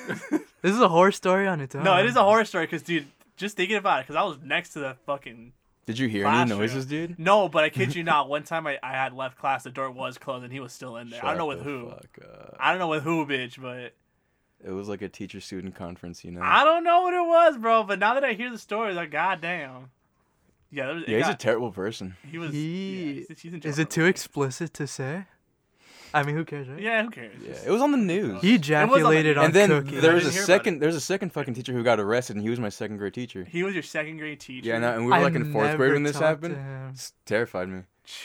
Speaker 3: is a horror story on its own.
Speaker 1: no, it is a horror story because dude, just thinking about it, because I was next to the fucking
Speaker 2: Did you hear
Speaker 1: Flash,
Speaker 2: any noises, dude?
Speaker 1: no, but I kid you not. One time I, I had left class, the door was closed, and he was still in there. I don't
Speaker 2: Shut
Speaker 1: know with
Speaker 2: the
Speaker 1: who.
Speaker 2: fuck up.
Speaker 1: I don't know with who, bitch, but
Speaker 2: It was like a teacher-student conference, you know.
Speaker 1: I don't know what it was, bro. But now that I hear the story, like goddamn. Yeah, there was, it
Speaker 2: yeah, he's a
Speaker 1: got-
Speaker 2: terrible person.
Speaker 1: he was.
Speaker 3: He-
Speaker 1: yeah, he's- he's in jail
Speaker 3: Is it
Speaker 1: now.
Speaker 3: too explicit to say? I mean, who cares, right?
Speaker 1: Yeah, who cares?
Speaker 2: Yeah, it was on the news.
Speaker 3: He
Speaker 1: on the-
Speaker 3: ejaculated on,
Speaker 2: and then
Speaker 3: cookies.
Speaker 2: there was
Speaker 4: I
Speaker 2: a
Speaker 4: didn't hear about
Speaker 2: second. There's a second fucking teacher who got arrested, and he was my second grade teacher.
Speaker 1: He was your second grade teacher.
Speaker 2: Yeah, and, I- and we were
Speaker 3: I
Speaker 2: like in fourth grade
Speaker 3: never
Speaker 2: when this
Speaker 3: talked to
Speaker 2: happened.
Speaker 3: him.
Speaker 2: It's terrified me.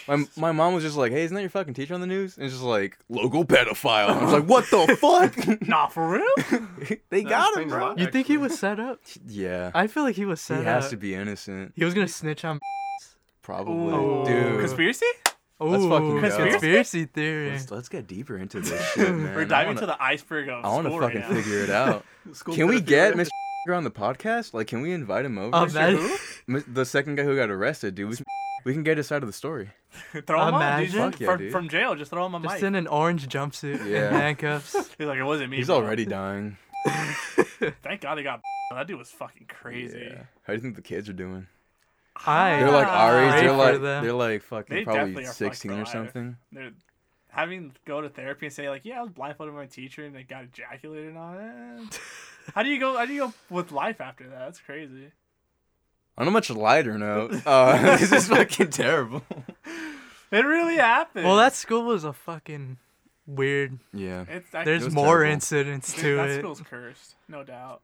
Speaker 2: My, my mom was just like, "Hey, isn't that your fucking teacher on the news?" And it's just like local pedophile. I was like, "What
Speaker 1: *laughs*
Speaker 2: the fuck?"
Speaker 1: Nah, for real?
Speaker 2: *laughs* they got him,
Speaker 4: explains a
Speaker 2: bro.
Speaker 4: lot.
Speaker 3: You think he
Speaker 4: Actually.
Speaker 3: was set up?
Speaker 2: Yeah,
Speaker 3: I feel like he was
Speaker 2: he
Speaker 3: set
Speaker 2: has
Speaker 3: up.
Speaker 2: to be innocent,
Speaker 3: He was gonna snitch on.
Speaker 2: probably,
Speaker 3: Ooh.
Speaker 2: dude.
Speaker 1: Conspiracy?
Speaker 3: Oh,
Speaker 2: Let's fucking go.
Speaker 3: conspiracy, theory.
Speaker 2: Let's, let's get deeper into
Speaker 1: *laughs*
Speaker 2: this shit, man.
Speaker 1: We're diving to the iceberg of
Speaker 2: I want to
Speaker 1: school
Speaker 2: fucking
Speaker 1: right now.
Speaker 2: figure it out.
Speaker 1: *laughs*
Speaker 4: School
Speaker 2: can we
Speaker 4: *laughs*
Speaker 2: get
Speaker 4: pedophilia.
Speaker 2: Mr. on the podcast? Like, can we invite him over?
Speaker 3: Um,
Speaker 2: *laughs*
Speaker 3: that-
Speaker 2: Mi- the second guy who got arrested, dude. We can, we can get his side of the story.
Speaker 1: *laughs* throw him on, dude.
Speaker 3: Imagine.
Speaker 1: Just
Speaker 2: Fuck yeah,
Speaker 1: from,
Speaker 2: dude.
Speaker 1: from jail, just throw him a
Speaker 3: Just
Speaker 1: mic.
Speaker 3: in an orange jumpsuit
Speaker 2: Yeah.
Speaker 3: and handcuffs.
Speaker 1: *laughs* He's like, it wasn't me.
Speaker 2: He's
Speaker 1: bro.
Speaker 2: already dying.
Speaker 1: Thank God they got. *laughs* That dude was fucking crazy.
Speaker 2: Yeah. How do you think the kids are doing?
Speaker 3: I.
Speaker 2: They're like our age.
Speaker 3: Great
Speaker 2: They're
Speaker 3: for
Speaker 2: like
Speaker 3: them.
Speaker 2: they're like fucking
Speaker 1: Ah. They
Speaker 2: probably
Speaker 1: definitely are fucked
Speaker 2: sixteen
Speaker 1: for
Speaker 2: or
Speaker 1: life.
Speaker 2: something.
Speaker 1: They're having to go to therapy and say like, yeah, I was blindfolded by my teacher and they got ejaculated on.
Speaker 3: *laughs*
Speaker 1: it. how do you go? How do you go with life after that? That's crazy.
Speaker 2: On a much lighter note,
Speaker 1: *laughs*
Speaker 2: uh, this *laughs* is fucking terrible.
Speaker 1: It really happened.
Speaker 3: Well, that school was a fucking weird.
Speaker 2: Yeah.
Speaker 1: it's that,
Speaker 3: There's
Speaker 2: was
Speaker 3: more
Speaker 2: terrible.
Speaker 3: incidents
Speaker 1: dude,
Speaker 3: to
Speaker 1: that
Speaker 3: it.
Speaker 1: school's cursed, no doubt.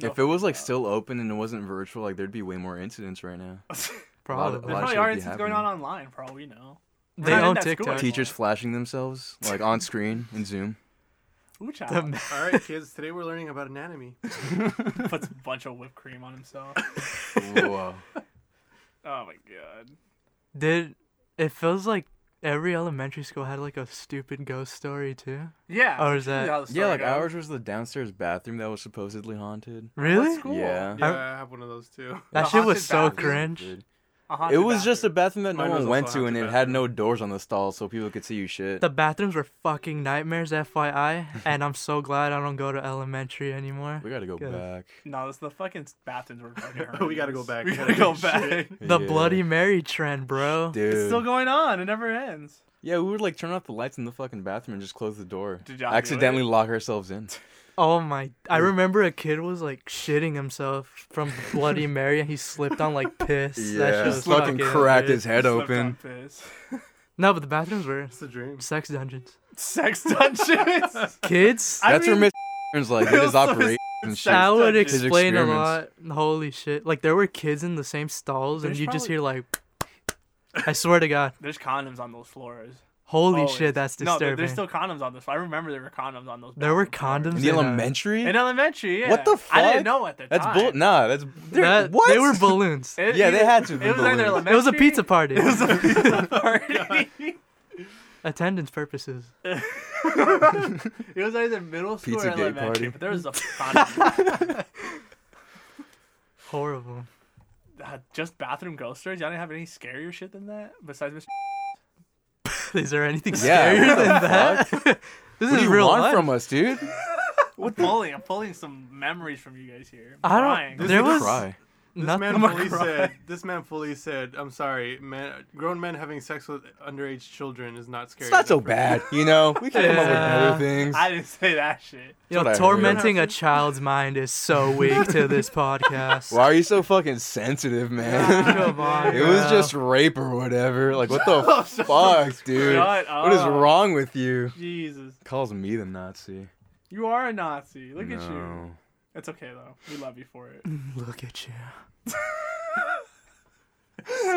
Speaker 1: No
Speaker 2: if it was like
Speaker 1: doubt.
Speaker 2: still open and it wasn't virtual, like there'd be way more incidents right now.
Speaker 1: *laughs* There
Speaker 3: Probably.
Speaker 2: lot of
Speaker 1: probably
Speaker 2: shit
Speaker 1: are
Speaker 2: would be
Speaker 1: incidents going on
Speaker 2: happening.
Speaker 1: online, for all we know. We're
Speaker 3: They
Speaker 1: not in
Speaker 3: own
Speaker 1: that school
Speaker 3: TikTok.
Speaker 1: anymore.
Speaker 2: Teachers flashing themselves like on screen in Zoom.
Speaker 1: Ooh, child.
Speaker 3: The *laughs* ma-
Speaker 4: All right, kids. Today we're learning about
Speaker 2: *laughs*
Speaker 4: anatomy.
Speaker 1: puts a bunch of whipped cream on himself.
Speaker 2: *laughs* Whoa.
Speaker 1: Oh my god.
Speaker 3: Did it feels like every elementary school had like a stupid ghost story too?
Speaker 1: Yeah.
Speaker 3: Or is
Speaker 1: you know
Speaker 3: that-
Speaker 1: how the
Speaker 2: Oh, yeah,
Speaker 1: story
Speaker 2: like
Speaker 1: goes.
Speaker 2: ours was the downstairs bathroom that was supposedly haunted.
Speaker 3: Really?
Speaker 1: That's cool.
Speaker 2: Yeah.
Speaker 4: Yeah, I have one of those too. *laughs*
Speaker 3: That
Speaker 1: The
Speaker 3: shit was
Speaker 1: haunted
Speaker 3: so
Speaker 1: bathroom.
Speaker 3: cringe.
Speaker 1: A haunted
Speaker 2: It was just a
Speaker 1: bathroom.
Speaker 2: bathroom that no
Speaker 4: Mine was
Speaker 2: one
Speaker 4: also
Speaker 2: went
Speaker 4: a
Speaker 2: to, and
Speaker 4: haunted
Speaker 2: it had
Speaker 4: bathroom.
Speaker 2: no doors on the stall, so people could see you shit.
Speaker 3: The bathrooms were fucking nightmares, FYI. and I'm so glad I don't go to elementary anymore.
Speaker 2: we gotta go
Speaker 3: Good.
Speaker 2: back.
Speaker 1: No, this, the fucking bathrooms were fucking
Speaker 4: We gotta go
Speaker 1: horrendous.
Speaker 4: back.
Speaker 1: We
Speaker 4: We
Speaker 1: gotta
Speaker 4: gotta
Speaker 1: go back.
Speaker 4: do
Speaker 3: The
Speaker 2: Yeah.
Speaker 3: Bloody Mary trend, bro.
Speaker 2: Dude.
Speaker 1: It's still going on. It never ends.
Speaker 2: yeah, we would like turn off the lights in the fucking bathroom and just close the door.
Speaker 1: Did y'all do
Speaker 2: Accidentally
Speaker 1: it?
Speaker 2: lock ourselves
Speaker 4: *laughs*
Speaker 2: in.
Speaker 3: Oh my! I remember a kid was like shitting himself from
Speaker 2: *laughs*
Speaker 3: Bloody Mary, and he slipped on like piss. That shit was
Speaker 2: fucking cracked
Speaker 3: weird.
Speaker 2: his head
Speaker 1: Slipped on
Speaker 2: open.
Speaker 1: piss.
Speaker 3: No, but the bathrooms were
Speaker 4: It's the dream.
Speaker 3: sex dungeons.
Speaker 1: *laughs*
Speaker 4: Sex dungeons.
Speaker 3: Kids?
Speaker 4: I
Speaker 2: That's
Speaker 4: mean-
Speaker 2: where Miss like did his
Speaker 4: Also, his-
Speaker 2: operation and shit.
Speaker 4: sex
Speaker 3: *laughs* that would
Speaker 4: dungeons.
Speaker 2: His
Speaker 3: explain a lot.
Speaker 2: experiments.
Speaker 3: Holy shit. Like there were kids in the same stalls and
Speaker 1: There's
Speaker 3: you just
Speaker 1: probably-
Speaker 3: hear like I swear to god.
Speaker 1: There's condoms on those floors.
Speaker 3: Holy
Speaker 1: Always.
Speaker 3: shit, that's
Speaker 1: No,
Speaker 3: disturbing.
Speaker 1: there- there's still condoms on those. I remember there were condoms on those.
Speaker 3: There were
Speaker 1: bathroom floors.
Speaker 2: In
Speaker 3: condoms
Speaker 2: the
Speaker 3: in, uh,
Speaker 2: elementary?
Speaker 1: in elementary. Yeah.
Speaker 2: What the
Speaker 1: I didn't
Speaker 2: fuck?
Speaker 1: know at the
Speaker 2: That's
Speaker 1: time.
Speaker 2: bull. Nah, that's they're-
Speaker 3: That-
Speaker 2: what?
Speaker 3: They were balloons.
Speaker 1: It-
Speaker 2: Yeah, they
Speaker 1: either-
Speaker 2: had to have
Speaker 1: It
Speaker 2: been
Speaker 1: was either
Speaker 2: balloons.
Speaker 1: elementary.
Speaker 3: It was a pizza party.
Speaker 1: *laughs* It was a pizza *laughs* party.
Speaker 3: *laughs* Attendance purposes.
Speaker 1: It was either middle school
Speaker 2: Pizza
Speaker 1: or
Speaker 2: gay
Speaker 1: elementary,
Speaker 2: party.
Speaker 1: but there was a condom.
Speaker 3: Horrible. *laughs*
Speaker 1: uh, just bathroom ghost stories. Y'all didn't have any scarier shit than that besides *laughs* Mr.
Speaker 3: Is there anything
Speaker 2: *laughs* Yeah,
Speaker 3: scarier
Speaker 2: what the
Speaker 3: than that? this
Speaker 2: What
Speaker 3: is
Speaker 2: do you
Speaker 3: real
Speaker 2: want
Speaker 3: life.
Speaker 2: from us, dude?
Speaker 1: What pulling? I'm pulling some memories from you guys here. I'm
Speaker 3: I
Speaker 1: crying.
Speaker 3: don't. There
Speaker 4: is-
Speaker 3: was
Speaker 2: Cry.
Speaker 4: This
Speaker 3: nothing.
Speaker 4: man fully said. This man fully said. I'm sorry, man. Grown men having sex with underage children is not scary.
Speaker 2: It's not so
Speaker 4: enough for me."
Speaker 2: bad, you know. We can come up with
Speaker 3: Yeah.
Speaker 2: better things.
Speaker 1: *laughs* I didn't say that shit.
Speaker 3: Yo,
Speaker 2: what I heard.
Speaker 3: tormenting a child's mind
Speaker 1: *laughs*
Speaker 3: is so weak to this podcast.
Speaker 2: Why are you so fucking sensitive, man? *laughs*
Speaker 3: *laughs* Come on.
Speaker 2: it was
Speaker 3: bro.
Speaker 2: just rape or whatever. Like, what the fuck, dude?
Speaker 1: Shut
Speaker 2: What is
Speaker 1: up.
Speaker 2: wrong with you?
Speaker 1: Jesus,
Speaker 2: Calls me the Nazi.
Speaker 1: you are a Nazi. Look at you.
Speaker 2: No.
Speaker 1: It's okay though. We love you for it.
Speaker 3: Look at you.
Speaker 2: *laughs*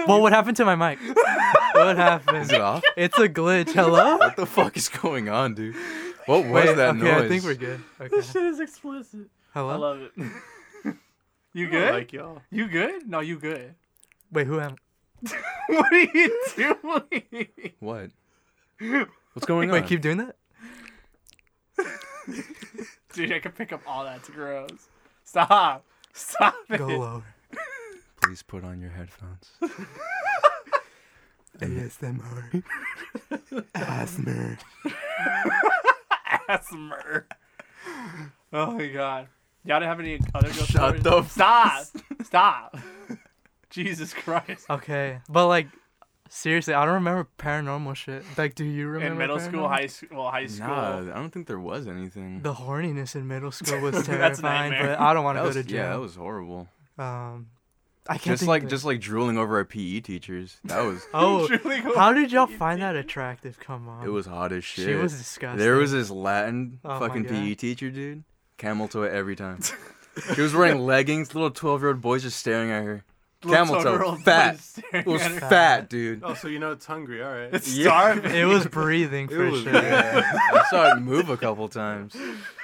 Speaker 3: well, what happened to my mic? What
Speaker 2: Is
Speaker 3: happened?
Speaker 2: it
Speaker 3: *laughs*
Speaker 2: off?
Speaker 3: It's a glitch. Hello?
Speaker 2: what the fuck is going on, dude? What was
Speaker 3: Wait,
Speaker 2: that
Speaker 3: okay,
Speaker 2: noise?
Speaker 3: I think we're good.
Speaker 1: This
Speaker 3: Okay.
Speaker 1: shit is explicit. I
Speaker 3: Hello?
Speaker 1: love *laughs* it. you
Speaker 4: I
Speaker 1: good?
Speaker 4: Like y'all.
Speaker 1: you good? No, you *laughs* good.
Speaker 3: Wait, who am
Speaker 1: what are you doing? *laughs*
Speaker 2: What?
Speaker 3: *laughs*
Speaker 2: What's going
Speaker 3: I? Wait,
Speaker 2: on?
Speaker 3: keep doing that?
Speaker 1: Dude, I can pick up all that's gross. Stop. Stop it.
Speaker 3: Go lower.
Speaker 2: Please put on your headphones.
Speaker 3: ASMR.
Speaker 2: *laughs*
Speaker 3: Asthma.
Speaker 1: Asmer. Oh my god. Y'all didn't have any other ghost
Speaker 2: Shut
Speaker 1: stories?
Speaker 2: the f-
Speaker 1: Stop. Stop. *laughs* Jesus Christ.
Speaker 3: Okay, but like, seriously, I don't remember paranormal shit. Like, do you remember?
Speaker 1: In middle school,
Speaker 3: paranormal?
Speaker 1: high school, well, high school.
Speaker 2: Nah, I don't think there was anything.
Speaker 3: The horniness in middle school
Speaker 1: *laughs*
Speaker 3: was
Speaker 1: That's a
Speaker 3: terrifying,
Speaker 1: nightmare.
Speaker 3: but I don't want
Speaker 2: that
Speaker 3: to go
Speaker 2: was,
Speaker 3: to
Speaker 2: yeah, that
Speaker 3: jail.
Speaker 2: was horrible.
Speaker 3: um, I can't
Speaker 2: Just
Speaker 3: think
Speaker 2: like
Speaker 3: of-
Speaker 2: just like drooling over our PE teachers. That
Speaker 3: *laughs*
Speaker 2: was
Speaker 1: *laughs*
Speaker 3: Oh,
Speaker 1: Truly go-
Speaker 3: how did y'all
Speaker 1: *laughs*
Speaker 3: find that attractive? Come on.
Speaker 2: it was hot as shit.
Speaker 3: She was disgusting.
Speaker 2: There was this Latin
Speaker 3: Oh my
Speaker 2: fucking
Speaker 3: God.
Speaker 2: PE teacher, dude. Camel toe every time.
Speaker 3: *laughs*
Speaker 2: she was wearing leggings. Little twelve-year-old boys just staring at her.
Speaker 1: Little
Speaker 2: camel toe,
Speaker 1: 12-year-old
Speaker 2: fat.
Speaker 1: boys staring
Speaker 2: It was
Speaker 1: at her.
Speaker 2: fat, dude.
Speaker 4: Oh, so you know it's hungry. All right.
Speaker 1: It's
Speaker 2: Yeah. *laughs*
Speaker 1: starving.
Speaker 3: It was breathing for
Speaker 2: was-
Speaker 3: sure.
Speaker 2: yeah. I saw it move a couple times.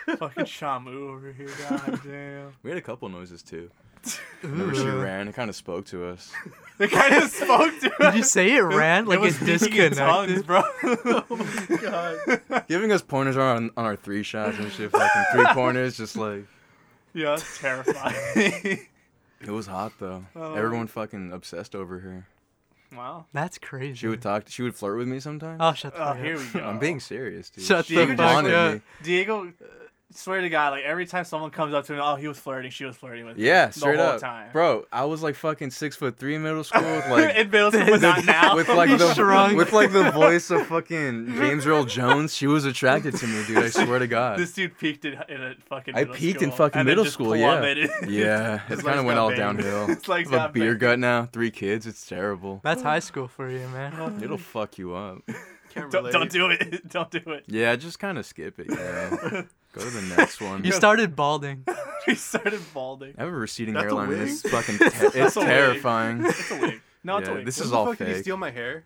Speaker 1: fucking Shamu over here. God damn.
Speaker 2: We had a couple noises too. Whenever she
Speaker 3: Ooh.
Speaker 2: ran, it kind of spoke to us.
Speaker 1: They kind of *laughs* spoke to
Speaker 3: Did
Speaker 1: us.
Speaker 3: you say it ran? Like
Speaker 1: was
Speaker 3: it,
Speaker 1: speaking in tongues,
Speaker 3: disconnected?
Speaker 1: bro. *laughs* oh my god.
Speaker 2: Giving us pointers on, on our three shots and shit, fucking three pointers, just like
Speaker 1: Yeah, that's terrifying.
Speaker 2: *laughs* it was hot though.
Speaker 1: Oh.
Speaker 2: Everyone fucking obsessed over her.
Speaker 1: wow.
Speaker 3: That's crazy.
Speaker 2: She would talk. She would flirt with me sometimes.
Speaker 3: Oh, shut the
Speaker 1: Oh,
Speaker 3: fuck
Speaker 1: here
Speaker 3: up.
Speaker 1: we go.
Speaker 2: I'm being serious, dude.
Speaker 3: Shut
Speaker 2: she
Speaker 1: the
Speaker 2: wanted
Speaker 1: fuck
Speaker 3: up.
Speaker 2: me.
Speaker 1: Diego, uh, swear to God, like every time someone comes up to me, oh, he was flirting, she was flirting with me.
Speaker 2: Yeah,
Speaker 1: the
Speaker 2: straight
Speaker 1: whole
Speaker 2: up,
Speaker 1: time.
Speaker 2: bro. I was like fucking six foot three in middle school, with,
Speaker 1: *laughs*
Speaker 2: like
Speaker 1: in middle school, but
Speaker 2: *laughs*
Speaker 1: not now. *laughs*
Speaker 2: with like the
Speaker 3: shrunk.
Speaker 2: with like the voice of fucking James Earl Jones. She was attracted to me, dude. I swear to God.
Speaker 1: this dude peaked in, in a fucking.
Speaker 2: I
Speaker 1: middle
Speaker 2: peaked
Speaker 1: school,
Speaker 2: in fucking
Speaker 1: and then
Speaker 2: middle
Speaker 1: just
Speaker 2: school, yeah.
Speaker 1: plummeted. *laughs*
Speaker 2: yeah, it
Speaker 4: His
Speaker 2: kind of
Speaker 4: legs
Speaker 2: went
Speaker 4: got
Speaker 2: all
Speaker 4: banged.
Speaker 2: downhill.
Speaker 1: His legs
Speaker 2: I have a
Speaker 1: got
Speaker 2: beer
Speaker 1: banged.
Speaker 2: gut now. Three kids. It's
Speaker 1: *laughs*
Speaker 2: terrible.
Speaker 3: That's high school for you, man.
Speaker 2: It'll fuck you up.
Speaker 4: Can't
Speaker 1: don't,
Speaker 4: relate.
Speaker 1: don't do it. *laughs* Don't do it.
Speaker 2: Yeah, just kind of skip it. You know?
Speaker 1: *laughs*
Speaker 2: Go to the next one.
Speaker 3: You started balding.
Speaker 1: He started balding.
Speaker 2: I have a receding
Speaker 4: That's a
Speaker 2: hairline. and
Speaker 4: wig?
Speaker 1: *laughs*
Speaker 2: It's fucking. Te- it's
Speaker 1: a wig.
Speaker 2: terrifying.
Speaker 1: It's a wig. No, it's a
Speaker 2: Yeah,
Speaker 1: wig.
Speaker 2: this
Speaker 4: When
Speaker 2: is
Speaker 4: the
Speaker 2: all
Speaker 4: fuck Did you
Speaker 2: fake.
Speaker 4: steal my hair?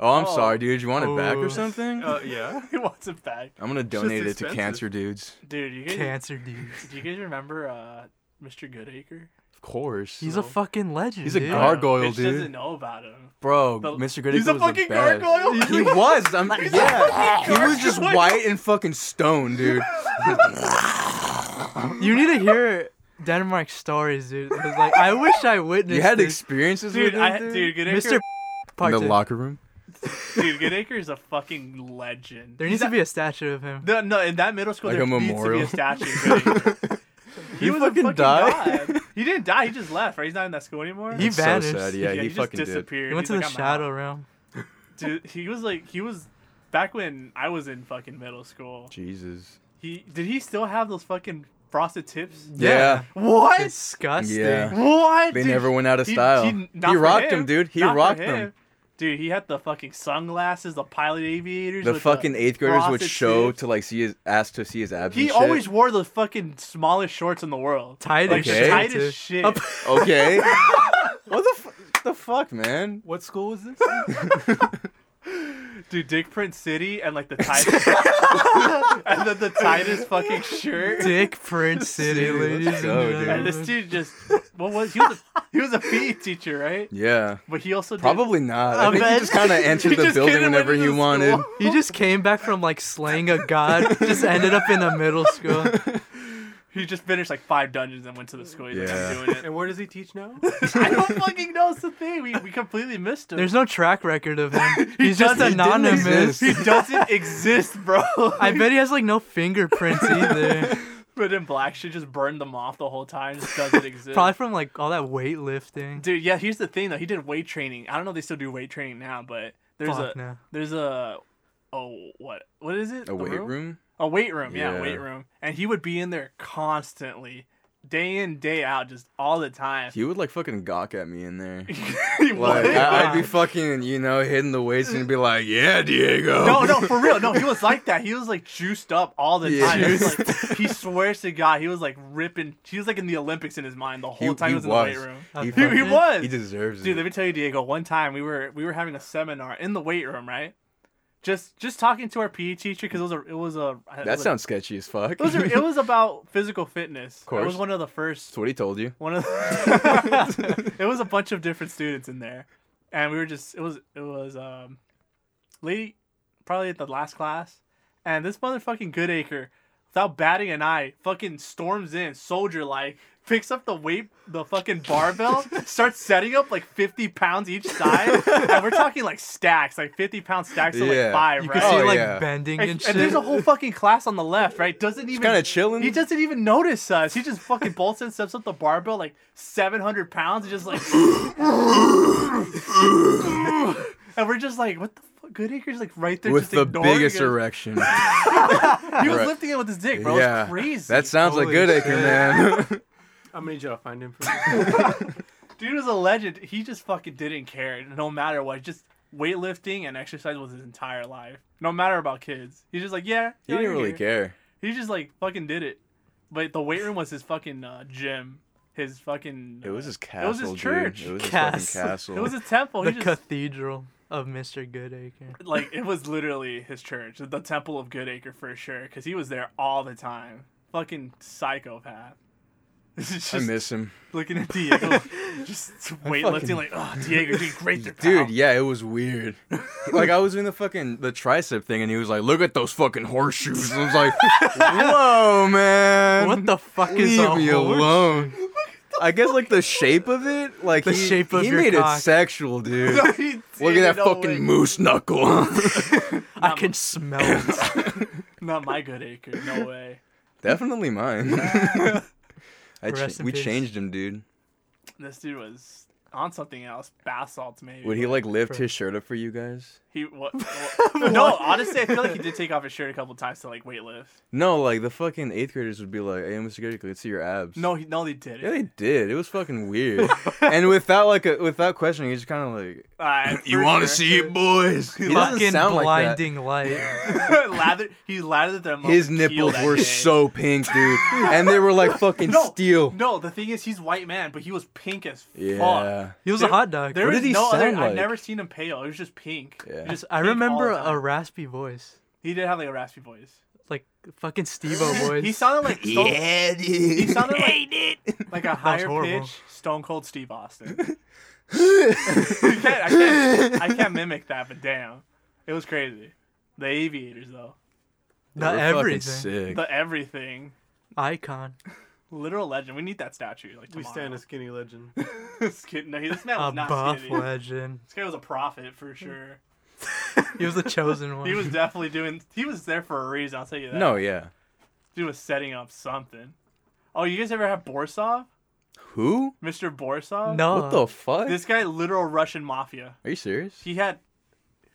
Speaker 2: Oh, I'm
Speaker 1: Oh.
Speaker 2: sorry, dude. You want it back or
Speaker 3: Oh.
Speaker 2: something?
Speaker 4: Uh, yeah.
Speaker 1: *laughs* he wants it back,
Speaker 2: I'm gonna donate it to
Speaker 4: expensive.
Speaker 2: cancer dudes.
Speaker 1: dude. You guys,
Speaker 3: Cancer dude.
Speaker 1: do you guys remember uh, Mr. Goodacre?
Speaker 2: Of course.
Speaker 3: He's a fucking legend.
Speaker 2: He's a
Speaker 3: dude.
Speaker 1: I don't know.
Speaker 2: Gargoyle,
Speaker 1: Bitch
Speaker 2: dude.
Speaker 1: doesn't know about him.
Speaker 2: bro.
Speaker 1: The-
Speaker 2: Mr. Goodacre
Speaker 1: He's a
Speaker 2: was
Speaker 1: fucking
Speaker 2: the best.
Speaker 1: gargoyle.
Speaker 2: He was. I'm yeah. He was just
Speaker 1: gargoyle.
Speaker 2: white and fucking stone,
Speaker 1: *laughs*
Speaker 2: dude.
Speaker 3: You need to hear Denmark stories, dude. It was
Speaker 2: *laughs*
Speaker 3: like I wish I witnessed.
Speaker 2: You had
Speaker 3: this.
Speaker 2: experiences
Speaker 1: Dude,
Speaker 2: with him,
Speaker 1: I, dude, Goodacre,
Speaker 3: Mr.
Speaker 2: in
Speaker 3: Part
Speaker 2: the
Speaker 3: two.
Speaker 2: locker room.
Speaker 1: dude, Goodacre is a fucking legend.
Speaker 3: There needs to be a statue of him.
Speaker 1: No, no, in that middle school,
Speaker 2: Like
Speaker 1: there
Speaker 2: a
Speaker 1: needs to be
Speaker 2: memorial.
Speaker 1: a statue.
Speaker 2: *laughs*
Speaker 1: of Goodacre. he, was
Speaker 2: fucking
Speaker 1: a fucking
Speaker 2: died?
Speaker 1: god. He didn't die. He just left. Right? He's not in that school anymore.
Speaker 3: He
Speaker 2: It's so
Speaker 3: vanished.
Speaker 2: sad. Yeah, he,
Speaker 1: just
Speaker 2: fucking did.
Speaker 1: disappeared.
Speaker 3: He went
Speaker 1: He's
Speaker 3: to
Speaker 1: like,
Speaker 3: the
Speaker 1: "I'm
Speaker 3: shadow
Speaker 1: out."
Speaker 3: realm.
Speaker 1: Dude, he was like, he was back when I was in fucking middle school.
Speaker 2: Jesus.
Speaker 1: He did he still have those fucking frosted tips?
Speaker 2: Yeah.
Speaker 1: What?
Speaker 3: Disgusting.
Speaker 2: Yeah.
Speaker 1: What?
Speaker 2: They
Speaker 1: dude?
Speaker 2: never went out of
Speaker 1: He-
Speaker 2: style.
Speaker 1: He,
Speaker 2: He,
Speaker 1: not for
Speaker 2: rocked
Speaker 1: him.
Speaker 2: them, dude. He
Speaker 1: Not for
Speaker 2: rocked
Speaker 1: him.
Speaker 2: them.
Speaker 1: Dude, he had the fucking sunglasses, the pilot aviators.
Speaker 2: The
Speaker 1: with
Speaker 2: fucking eighth graders would
Speaker 1: frosted
Speaker 2: show
Speaker 1: tips.
Speaker 2: to like see his ask to see his abs.
Speaker 1: He
Speaker 2: and shit.
Speaker 1: always wore the fucking smallest shorts in the world.
Speaker 3: Tight
Speaker 1: Like,
Speaker 3: as
Speaker 2: Okay.
Speaker 3: shit.
Speaker 1: tight
Speaker 3: too.
Speaker 1: as shit.
Speaker 3: Up-
Speaker 2: *laughs*
Speaker 1: *laughs*
Speaker 2: okay. what the f- the fuck, man?
Speaker 4: What school was this?
Speaker 1: Dude, Dick Print City and like the
Speaker 3: *laughs*
Speaker 1: tightest. *laughs* and then the tightest fucking shirt.
Speaker 3: *laughs* Dick Print City,
Speaker 2: City, let's
Speaker 3: ladies and
Speaker 2: go, dude.
Speaker 1: And
Speaker 3: gentlemen.
Speaker 1: this dude just. What was. He was a, he was a PE teacher, right?
Speaker 2: Yeah.
Speaker 1: But he also did-
Speaker 2: Probably not. I
Speaker 3: I
Speaker 2: think he
Speaker 3: bet.
Speaker 2: just kind
Speaker 1: *laughs*
Speaker 2: of
Speaker 1: He
Speaker 2: entered the
Speaker 1: just
Speaker 2: building
Speaker 1: kinda went
Speaker 2: whenever he
Speaker 1: into
Speaker 2: wanted.
Speaker 1: school.
Speaker 3: He just came back from like slaying a
Speaker 2: *laughs*
Speaker 3: god, just ended up in a middle school.
Speaker 1: He just finished like five dungeons and went to the school. He's like,
Speaker 2: Yeah.
Speaker 1: I'm doing it.
Speaker 4: and where does he teach now?
Speaker 1: I don't fucking know. It's the thing. We, we completely missed him.
Speaker 3: There's no track record
Speaker 2: *laughs*
Speaker 3: of him.
Speaker 1: He
Speaker 3: He's just
Speaker 1: doesn't- he didn't
Speaker 3: anonymous.
Speaker 2: exist.
Speaker 1: he doesn't exist, bro.
Speaker 3: *laughs* I bet he has like no
Speaker 2: *laughs*
Speaker 3: fingerprints either.
Speaker 1: But in black shit just burned them off the whole time. Just doesn't exist.
Speaker 3: *laughs* Probably from like all that weightlifting.
Speaker 1: Dude, yeah. Here's the thing though. He did weight training. I don't know. if They still do weight training now, but there's
Speaker 3: Fuck
Speaker 1: a
Speaker 3: no.
Speaker 1: there's a oh what what is it?
Speaker 2: A
Speaker 1: The
Speaker 2: weight room?
Speaker 1: A weight room. Yeah,
Speaker 2: Yeah.
Speaker 1: a weight room. And he would be in there constantly, day in day out, just all the time.
Speaker 2: He would like fucking gawk at me
Speaker 1: *laughs*
Speaker 2: in there.
Speaker 1: He
Speaker 2: Like
Speaker 1: would.
Speaker 2: I, I'd be fucking, you know, hitting the weights and be like, "Yeah, Diego."
Speaker 1: *laughs* No,
Speaker 2: *laughs*
Speaker 1: no, for real. No, he was like that. He was like juiced up all the
Speaker 2: Yeah.
Speaker 1: time. He, was,
Speaker 2: *laughs*
Speaker 1: like, he swears to God, he was like ripping. He was like in the Olympics in his mind the whole time *laughs* he was, in the weight room.
Speaker 2: He,
Speaker 3: He- he
Speaker 2: fucking-
Speaker 1: was.
Speaker 2: He deserves
Speaker 1: Dude,
Speaker 2: it.
Speaker 1: let me tell you, Diego. One time we were we were having a seminar in the weight room, right? Just just talking to our PE teacher because it was a it was a it
Speaker 2: That
Speaker 1: was a-
Speaker 2: sounds sketchy as fuck.
Speaker 1: it was,
Speaker 2: *laughs*
Speaker 1: a- it was about physical fitness. It
Speaker 2: course.
Speaker 1: was one of the first
Speaker 2: That's what he told
Speaker 3: *laughs*
Speaker 2: you.
Speaker 1: one of the, *laughs* it was a bunch of different students in there and we were just it was it was um lady probably at the last class and this motherfucking goodacre without batting an eye fucking storms in soldier like picks up the weight the fucking
Speaker 3: *laughs*
Speaker 1: barbell starts setting up like 50 pounds each side and we're talking like stacks like 50 pound stacks of
Speaker 2: Yeah.
Speaker 1: like five
Speaker 3: You
Speaker 1: right
Speaker 3: can see
Speaker 2: Oh,
Speaker 3: like
Speaker 2: yeah.
Speaker 3: bending
Speaker 1: and,
Speaker 3: and,
Speaker 1: and
Speaker 3: shit.
Speaker 1: there's a whole fucking class on the left, right? Doesn't even
Speaker 2: kinda chilling.
Speaker 1: He
Speaker 2: *laughs*
Speaker 1: doesn't even notice us. He just fucking bolts in, steps up the barbell like 700 pounds, and just like, *laughs* and we're just like, what the fuck? Goodacre's like right there,
Speaker 2: With
Speaker 1: just
Speaker 2: the
Speaker 1: ignoring
Speaker 3: *laughs*
Speaker 2: biggest
Speaker 1: us.
Speaker 2: erection.
Speaker 1: He was
Speaker 2: erect-
Speaker 1: lifting it with his dick, bro.
Speaker 2: yeah.
Speaker 1: It's crazy.
Speaker 2: *laughs* That sounds like
Speaker 3: Holy
Speaker 2: Goodacre,
Speaker 3: shit.
Speaker 2: man.
Speaker 3: *laughs*
Speaker 2: *laughs*
Speaker 4: I'm gonna need y'all to find him. For me.
Speaker 1: dude was a legend. He just fucking didn't care, no matter what. Just weightlifting and exercise was his entire life, no matter about kids. He's just like, yeah,
Speaker 2: he
Speaker 1: yeah,
Speaker 2: didn't
Speaker 1: you're
Speaker 2: really
Speaker 1: here.
Speaker 2: care.
Speaker 1: He just like fucking did it. But the weight room was his fucking uh, gym. His fucking.
Speaker 2: It was
Speaker 1: uh,
Speaker 2: his castle.
Speaker 1: It was his
Speaker 2: dude.
Speaker 1: church.
Speaker 2: It was his
Speaker 3: Castle.
Speaker 2: fucking castle.
Speaker 1: It was his temple.
Speaker 3: the
Speaker 1: he just
Speaker 3: cathedral of
Speaker 1: *laughs*
Speaker 3: Mr. Goodacre.
Speaker 2: *laughs*
Speaker 1: like it was literally his church, the temple of Goodacre for sure, because he was there all the time. Fucking psychopath. *laughs* This is
Speaker 2: I
Speaker 1: just
Speaker 2: miss him.
Speaker 1: *laughs* looking at
Speaker 2: *laughs*
Speaker 1: Diego, just weightlifting like, oh, Diego, doing great there, pal."
Speaker 2: Dude, yeah, it was
Speaker 3: *laughs*
Speaker 2: weird. like I was in the fucking the tricep thing, and he was like, "Look at those fucking horseshoes." And I was like,
Speaker 3: *laughs*
Speaker 2: "Whoa, man!
Speaker 3: What the fuck is
Speaker 2: Leave
Speaker 3: a
Speaker 2: me
Speaker 3: horse? *laughs*
Speaker 2: alone." I guess like the shape of it, like
Speaker 3: The
Speaker 2: he,
Speaker 3: shape of
Speaker 2: he
Speaker 3: your
Speaker 2: made
Speaker 3: cock.
Speaker 2: it sexual, dude.
Speaker 3: *laughs*
Speaker 1: No, *laughs* he
Speaker 2: Look
Speaker 1: did,
Speaker 2: at that
Speaker 1: no
Speaker 2: fucking
Speaker 1: way.
Speaker 2: moose knuckle. *laughs*
Speaker 3: I can smell it.
Speaker 1: Not my Goodacre, no way.
Speaker 2: Definitely mine. *laughs* I
Speaker 3: Rest
Speaker 2: ch-
Speaker 3: in
Speaker 2: we
Speaker 3: peace.
Speaker 2: changed him, dude.
Speaker 1: This dude was on something else, basalt maybe.
Speaker 2: Would he like lift his shirt up for you guys?
Speaker 1: He
Speaker 2: *laughs*
Speaker 1: what? what- no, honestly, I feel like he did take off his shirt a couple times to like weightlift.
Speaker 2: No, like the fucking eighth graders would be like, "Hey, Mr. Goodacre, let's see your abs."
Speaker 1: No, he no, they did
Speaker 2: Yeah,
Speaker 1: it.
Speaker 2: they did. It was fucking weird. and without like a, without questioning, he's kind of like,
Speaker 1: want
Speaker 2: it, boys?" He doesn't
Speaker 3: Fucking
Speaker 2: sound like that.
Speaker 3: blinding light.
Speaker 1: *laughs* Lather, he lathered them. up
Speaker 2: His
Speaker 1: with
Speaker 2: nipples
Speaker 1: Keel
Speaker 2: were
Speaker 1: that day.
Speaker 2: so pink, dude, and they were like fucking
Speaker 1: No,
Speaker 2: steel.
Speaker 1: No, the thing is, he's white man, but he was pink as fuck.
Speaker 2: Yeah,
Speaker 3: He was a
Speaker 1: There-
Speaker 3: hot dog.
Speaker 1: There
Speaker 2: What
Speaker 1: was
Speaker 2: did he
Speaker 1: no other.
Speaker 2: sound
Speaker 1: I've
Speaker 2: like?
Speaker 1: never seen him pale. It was just pink.
Speaker 2: Yeah.
Speaker 1: Just
Speaker 3: I
Speaker 1: pink all
Speaker 3: remember
Speaker 1: the time.
Speaker 3: a raspy voice.
Speaker 1: he did have like a raspy voice.
Speaker 3: Like fucking Steve O voice.
Speaker 1: *laughs* He sounded like Stone,
Speaker 3: *laughs*
Speaker 2: yeah, dude.
Speaker 1: he sounded like, like a higher
Speaker 3: horrible.
Speaker 1: pitch Stone Cold Steve Austin. I can't, I *laughs*
Speaker 2: *laughs*
Speaker 1: can't, I can't mimic that, but damn, it was crazy. The aviators though,
Speaker 3: Not
Speaker 2: They were fucking
Speaker 3: everything.
Speaker 2: Sick.
Speaker 1: the everything,
Speaker 3: Icon.
Speaker 1: literal legend. We need that statue. Like
Speaker 4: we stand
Speaker 1: tomorrow.
Speaker 4: a skinny legend.
Speaker 1: *laughs* Skin- no, he- this man
Speaker 3: A
Speaker 1: was not
Speaker 3: buff
Speaker 1: skinny.
Speaker 3: legend.
Speaker 1: This guy was a prophet for sure. *laughs*
Speaker 3: He was the chosen one.
Speaker 1: He was definitely doing. He was there for a reason. I'll tell you that.
Speaker 2: No, yeah.
Speaker 1: dude was setting up something. Oh, you guys ever have Borsov,
Speaker 2: Who?
Speaker 1: Mister Borsov?
Speaker 3: *laughs* no.
Speaker 2: What the fuck?
Speaker 1: uh, This guy, literal Russian mafia.
Speaker 2: Are you serious?
Speaker 1: He had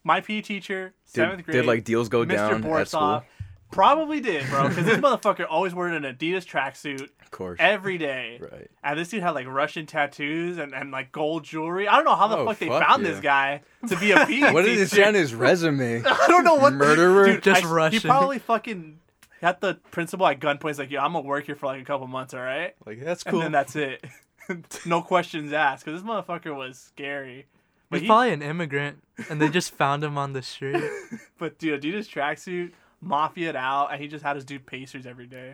Speaker 1: my PE teacher,
Speaker 2: Did,
Speaker 1: seventh grade.
Speaker 2: did like deals go
Speaker 1: Mr.
Speaker 2: down at
Speaker 1: Borsov.
Speaker 2: school?
Speaker 1: Probably did, bro, because this *laughs* motherfucker always wore an Adidas tracksuit
Speaker 2: Of course.
Speaker 1: every day. *laughs*
Speaker 2: right.
Speaker 1: And this dude had like Russian tattoos and, and like gold jewelry. I don't know how the
Speaker 2: Oh,
Speaker 1: fuck they
Speaker 2: fuck
Speaker 1: found
Speaker 2: yeah.
Speaker 1: this guy to be
Speaker 2: *laughs*
Speaker 1: a PE
Speaker 2: What
Speaker 1: teacher.
Speaker 2: did it say on his resume?
Speaker 1: *laughs* I don't know what the-
Speaker 2: Murderer?
Speaker 1: dude,
Speaker 3: Just
Speaker 1: I-
Speaker 3: Russian.
Speaker 1: He probably fucking had the principal at gunpoint. He's like, yo, I'm gonna work here for like a couple months, all right?
Speaker 2: like that's
Speaker 1: And
Speaker 2: cool.
Speaker 1: then that's it.
Speaker 2: *laughs*
Speaker 1: no questions asked, because this motherfucker was scary. But
Speaker 3: He's
Speaker 1: he,
Speaker 3: probably an immigrant, and they just found him on
Speaker 2: *laughs*
Speaker 3: the street.
Speaker 1: but dude, Adidas tracksuit, mafia it out, and he just had his dude pacers every day.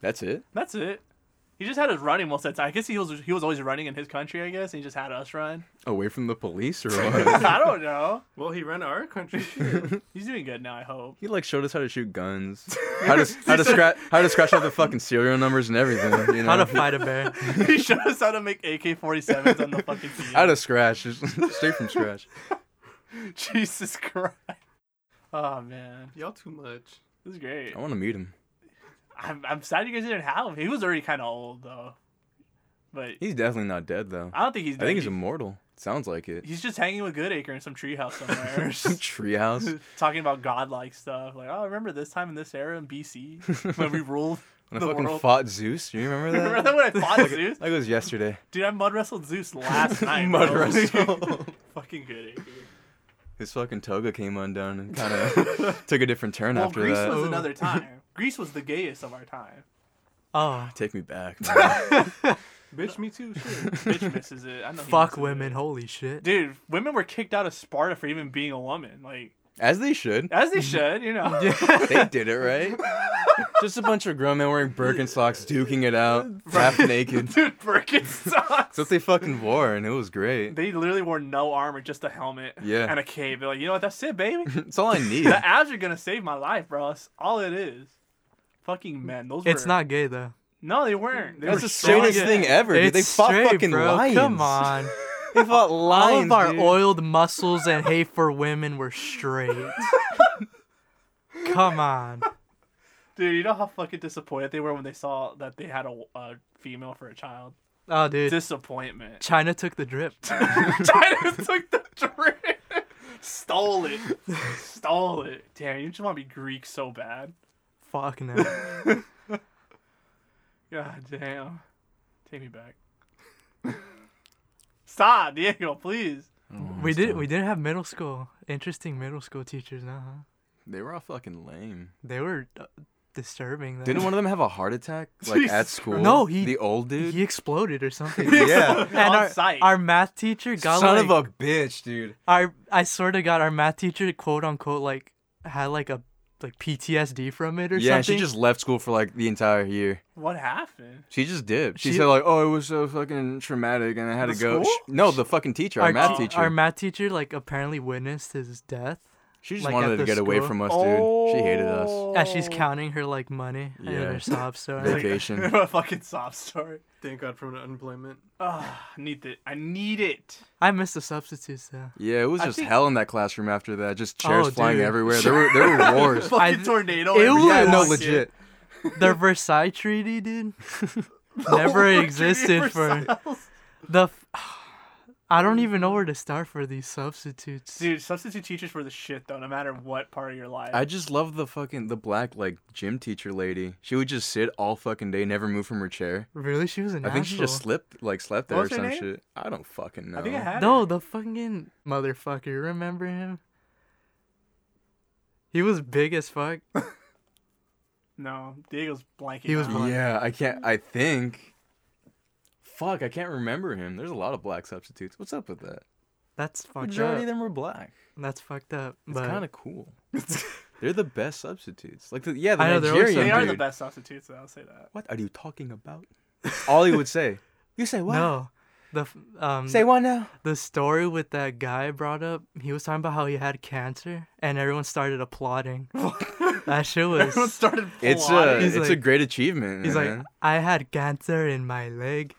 Speaker 2: that's it.
Speaker 1: That's it. He just had us running most of the time. I guess he was he was always running in his country. I guess and he just had us run. *laughs*
Speaker 2: Away from the *laughs* police or what?
Speaker 1: I don't know.
Speaker 4: Well, he ran our country.
Speaker 1: He's doing good now. I hope. *laughs*
Speaker 2: he like showed us how to shoot guns, how to how to scratch how to scratch out the fucking serial numbers and everything. You know,
Speaker 3: How
Speaker 2: *laughs*
Speaker 3: to fight a bear.
Speaker 1: he showed us how to make AK 47s on the fucking
Speaker 2: *laughs*
Speaker 1: field.
Speaker 2: Out of scratch, just
Speaker 1: *laughs*
Speaker 2: straight from scratch.
Speaker 1: Jesus Christ. Oh man,
Speaker 4: Y'all too much.
Speaker 1: this is great.
Speaker 2: I want to meet him.
Speaker 1: I'm I'm sad you guys didn't have him. He was already kind of old though, but
Speaker 2: He's definitely not dead though.
Speaker 1: I don't think he's.
Speaker 2: I think he's
Speaker 1: dead.
Speaker 2: immortal. Sounds like it.
Speaker 1: He's just hanging with Goodacre in some treehouse somewhere, *laughs*
Speaker 2: *laughs* Some treehouse.
Speaker 1: talking about godlike stuff. Like, oh, remember this time in this era in
Speaker 2: *laughs*
Speaker 1: BC when we ruled
Speaker 2: When I
Speaker 1: the
Speaker 2: fucking
Speaker 1: world.
Speaker 2: fought Zeus. You remember that?
Speaker 1: *laughs* Remember that when I fought Zeus?
Speaker 2: That was yesterday.
Speaker 1: Dude, I mud wrestled
Speaker 2: *laughs*
Speaker 1: Zeus last night.
Speaker 2: Mud
Speaker 1: bro.
Speaker 2: wrestle.
Speaker 1: *laughs* Fucking good.
Speaker 2: His fucking toga came undone and kind
Speaker 3: *laughs*
Speaker 2: of took a different turn
Speaker 1: Well,
Speaker 2: after
Speaker 1: Greece
Speaker 2: that.
Speaker 1: was
Speaker 2: *laughs*
Speaker 1: another time. Greece was the gayest of our time.
Speaker 3: Oh,
Speaker 2: Take me
Speaker 3: *laughs*
Speaker 2: back. man.
Speaker 4: Bitch, me too. Shit.
Speaker 2: *laughs*
Speaker 1: Bitch misses it. I know. *laughs* he
Speaker 3: fuck
Speaker 1: misses
Speaker 3: women.
Speaker 1: it.
Speaker 3: Holy shit.
Speaker 1: Dude, women were kicked out of Sparta for even being a woman. Like,
Speaker 2: As they should. *laughs*
Speaker 1: as they should, you know.
Speaker 2: They did it
Speaker 3: *laughs*
Speaker 2: right. Just a bunch of grown men wearing Birkenstocks, duking it
Speaker 3: *laughs*
Speaker 2: out, half naked.
Speaker 1: *laughs* Dude,
Speaker 2: *laughs*
Speaker 1: Birkenstocks.
Speaker 2: That's what they fucking wore, and it was great.
Speaker 1: They literally wore no armor, just a helmet
Speaker 2: Yeah.
Speaker 1: and a cape. They're like, you know what? That's it, baby.
Speaker 2: That's
Speaker 3: *laughs*
Speaker 2: all I need.
Speaker 1: the abs are gonna save my life, bro. That's all it is. Fucking men. Those.
Speaker 3: It's
Speaker 1: were...
Speaker 3: not gay though.
Speaker 1: No, they weren't. They
Speaker 2: That's
Speaker 1: were
Speaker 2: the
Speaker 1: strong
Speaker 2: straightest
Speaker 1: as-
Speaker 2: thing ever, dude.
Speaker 3: It's
Speaker 2: They fought
Speaker 3: straight,
Speaker 2: fucking
Speaker 3: bro.
Speaker 2: lions. *laughs*
Speaker 3: Come on.
Speaker 2: They fought lions.
Speaker 3: All of our
Speaker 2: dude.
Speaker 3: oiled muscles and hay for women were straight.
Speaker 2: *laughs*
Speaker 3: Come on.
Speaker 1: Dude, you know how fucking disappointed they were when they saw that they had a, a female for a child.
Speaker 3: Oh, dude. *laughs*
Speaker 1: Disappointment.
Speaker 3: China took the drip.
Speaker 1: China took the drink, stole it, stole it. Damn, you just want to be Greek so bad.
Speaker 2: *laughs*
Speaker 3: Fuck no.
Speaker 1: God damn. Take me back. *laughs* Stop, Diego, please.
Speaker 3: We did. We didn't have middle school. Interesting middle school teachers now, huh?
Speaker 2: They were all fucking lame.
Speaker 3: They were uh, disturbing. Though.
Speaker 2: Didn't one of them have a heart attack like
Speaker 3: *laughs*
Speaker 2: at school?
Speaker 3: No, he-
Speaker 2: the old dude.
Speaker 3: *laughs* he exploded or something?
Speaker 2: *laughs* yeah.
Speaker 3: *laughs* and
Speaker 1: On
Speaker 3: our,
Speaker 1: site.
Speaker 3: our math teacher got
Speaker 2: Son
Speaker 3: like,
Speaker 2: of a bitch, dude.
Speaker 3: our I swear to God, our math teacher quote unquote like had like a like PTSD from it or
Speaker 2: yeah,
Speaker 3: something.
Speaker 2: she just left school for like the entire year.
Speaker 1: What happened?
Speaker 2: She just dipped. She,
Speaker 3: She-
Speaker 2: said like, "Oh, it was so fucking traumatic, and I had
Speaker 1: The
Speaker 2: to go."
Speaker 1: school?
Speaker 2: Sh- no, the fucking teacher, our, math teacher.
Speaker 3: Our math teacher like apparently witnessed his death.
Speaker 2: she just
Speaker 3: like,
Speaker 2: wanted
Speaker 3: at
Speaker 2: to
Speaker 3: the
Speaker 2: get away
Speaker 3: school.
Speaker 2: from us, dude. She hated
Speaker 1: Oh.
Speaker 2: us.
Speaker 3: As she's counting her like money and
Speaker 2: Yeah.
Speaker 3: her sob story.
Speaker 2: Vacation.
Speaker 1: *laughs* a fucking sob story.
Speaker 4: Thank God for unemployment.
Speaker 1: Ah, I need it. I need it.
Speaker 3: I missed the substitutes though.
Speaker 2: Yeah, it was
Speaker 1: I
Speaker 2: just
Speaker 1: think-
Speaker 2: hell in that classroom after that. Just chairs
Speaker 3: Oh,
Speaker 2: flying
Speaker 3: dude.
Speaker 2: everywhere. There were there were wars.
Speaker 1: Fucking
Speaker 3: I-
Speaker 1: tornado. *laughs*
Speaker 3: It
Speaker 1: every-
Speaker 3: was-
Speaker 2: yeah, no,
Speaker 3: Shit.
Speaker 2: legit. *laughs*
Speaker 3: The Versailles Treaty, dude, never existed for the. F- I don't even know where to start for these substitutes.
Speaker 1: Dude, substitute teachers were the shit though, no matter what part of your life.
Speaker 2: I just love the fucking the black like gym teacher lady. She would just sit all fucking day, never move from her chair.
Speaker 3: Really, she was an
Speaker 2: I think she just
Speaker 3: asshole.
Speaker 2: slipped like slept there
Speaker 1: What
Speaker 2: or
Speaker 1: was her
Speaker 2: some
Speaker 1: name?
Speaker 2: shit. I don't fucking know.
Speaker 1: I think I had
Speaker 3: No,
Speaker 1: it.
Speaker 3: the fucking motherfucker. Remember him? He was big as fuck.
Speaker 1: No, Diego's blanking.
Speaker 3: He was
Speaker 1: out.
Speaker 3: blank.
Speaker 2: Yeah, I can't. I think. Fuck, I can't remember him. There's a lot of black substitutes. What's up with that? *laughs*
Speaker 3: That's fucked
Speaker 2: Majority
Speaker 3: up.
Speaker 2: of them were black.
Speaker 3: That's fucked up.
Speaker 2: It's
Speaker 3: but
Speaker 2: kind of cool. *laughs* they're the best substitutes. Like, the, yeah, the
Speaker 3: I know, they're always
Speaker 2: Nigerian
Speaker 1: They are
Speaker 2: dude.
Speaker 1: the best substitutes. Though, I'll say
Speaker 2: *laughs*
Speaker 1: that.
Speaker 2: What are you talking about? All he would say. *laughs* You say what?
Speaker 3: no. The f- um
Speaker 2: Say what now?
Speaker 3: the story with that guy I brought up. He was talking about how he had cancer, and everyone started applauding. that shit
Speaker 1: Everyone *laughs*
Speaker 3: was.
Speaker 1: started.
Speaker 2: It's a
Speaker 1: plotting.
Speaker 3: He's
Speaker 2: it's a
Speaker 3: like-
Speaker 2: great achievement.
Speaker 3: He's
Speaker 2: man.
Speaker 3: like, I had cancer in my leg.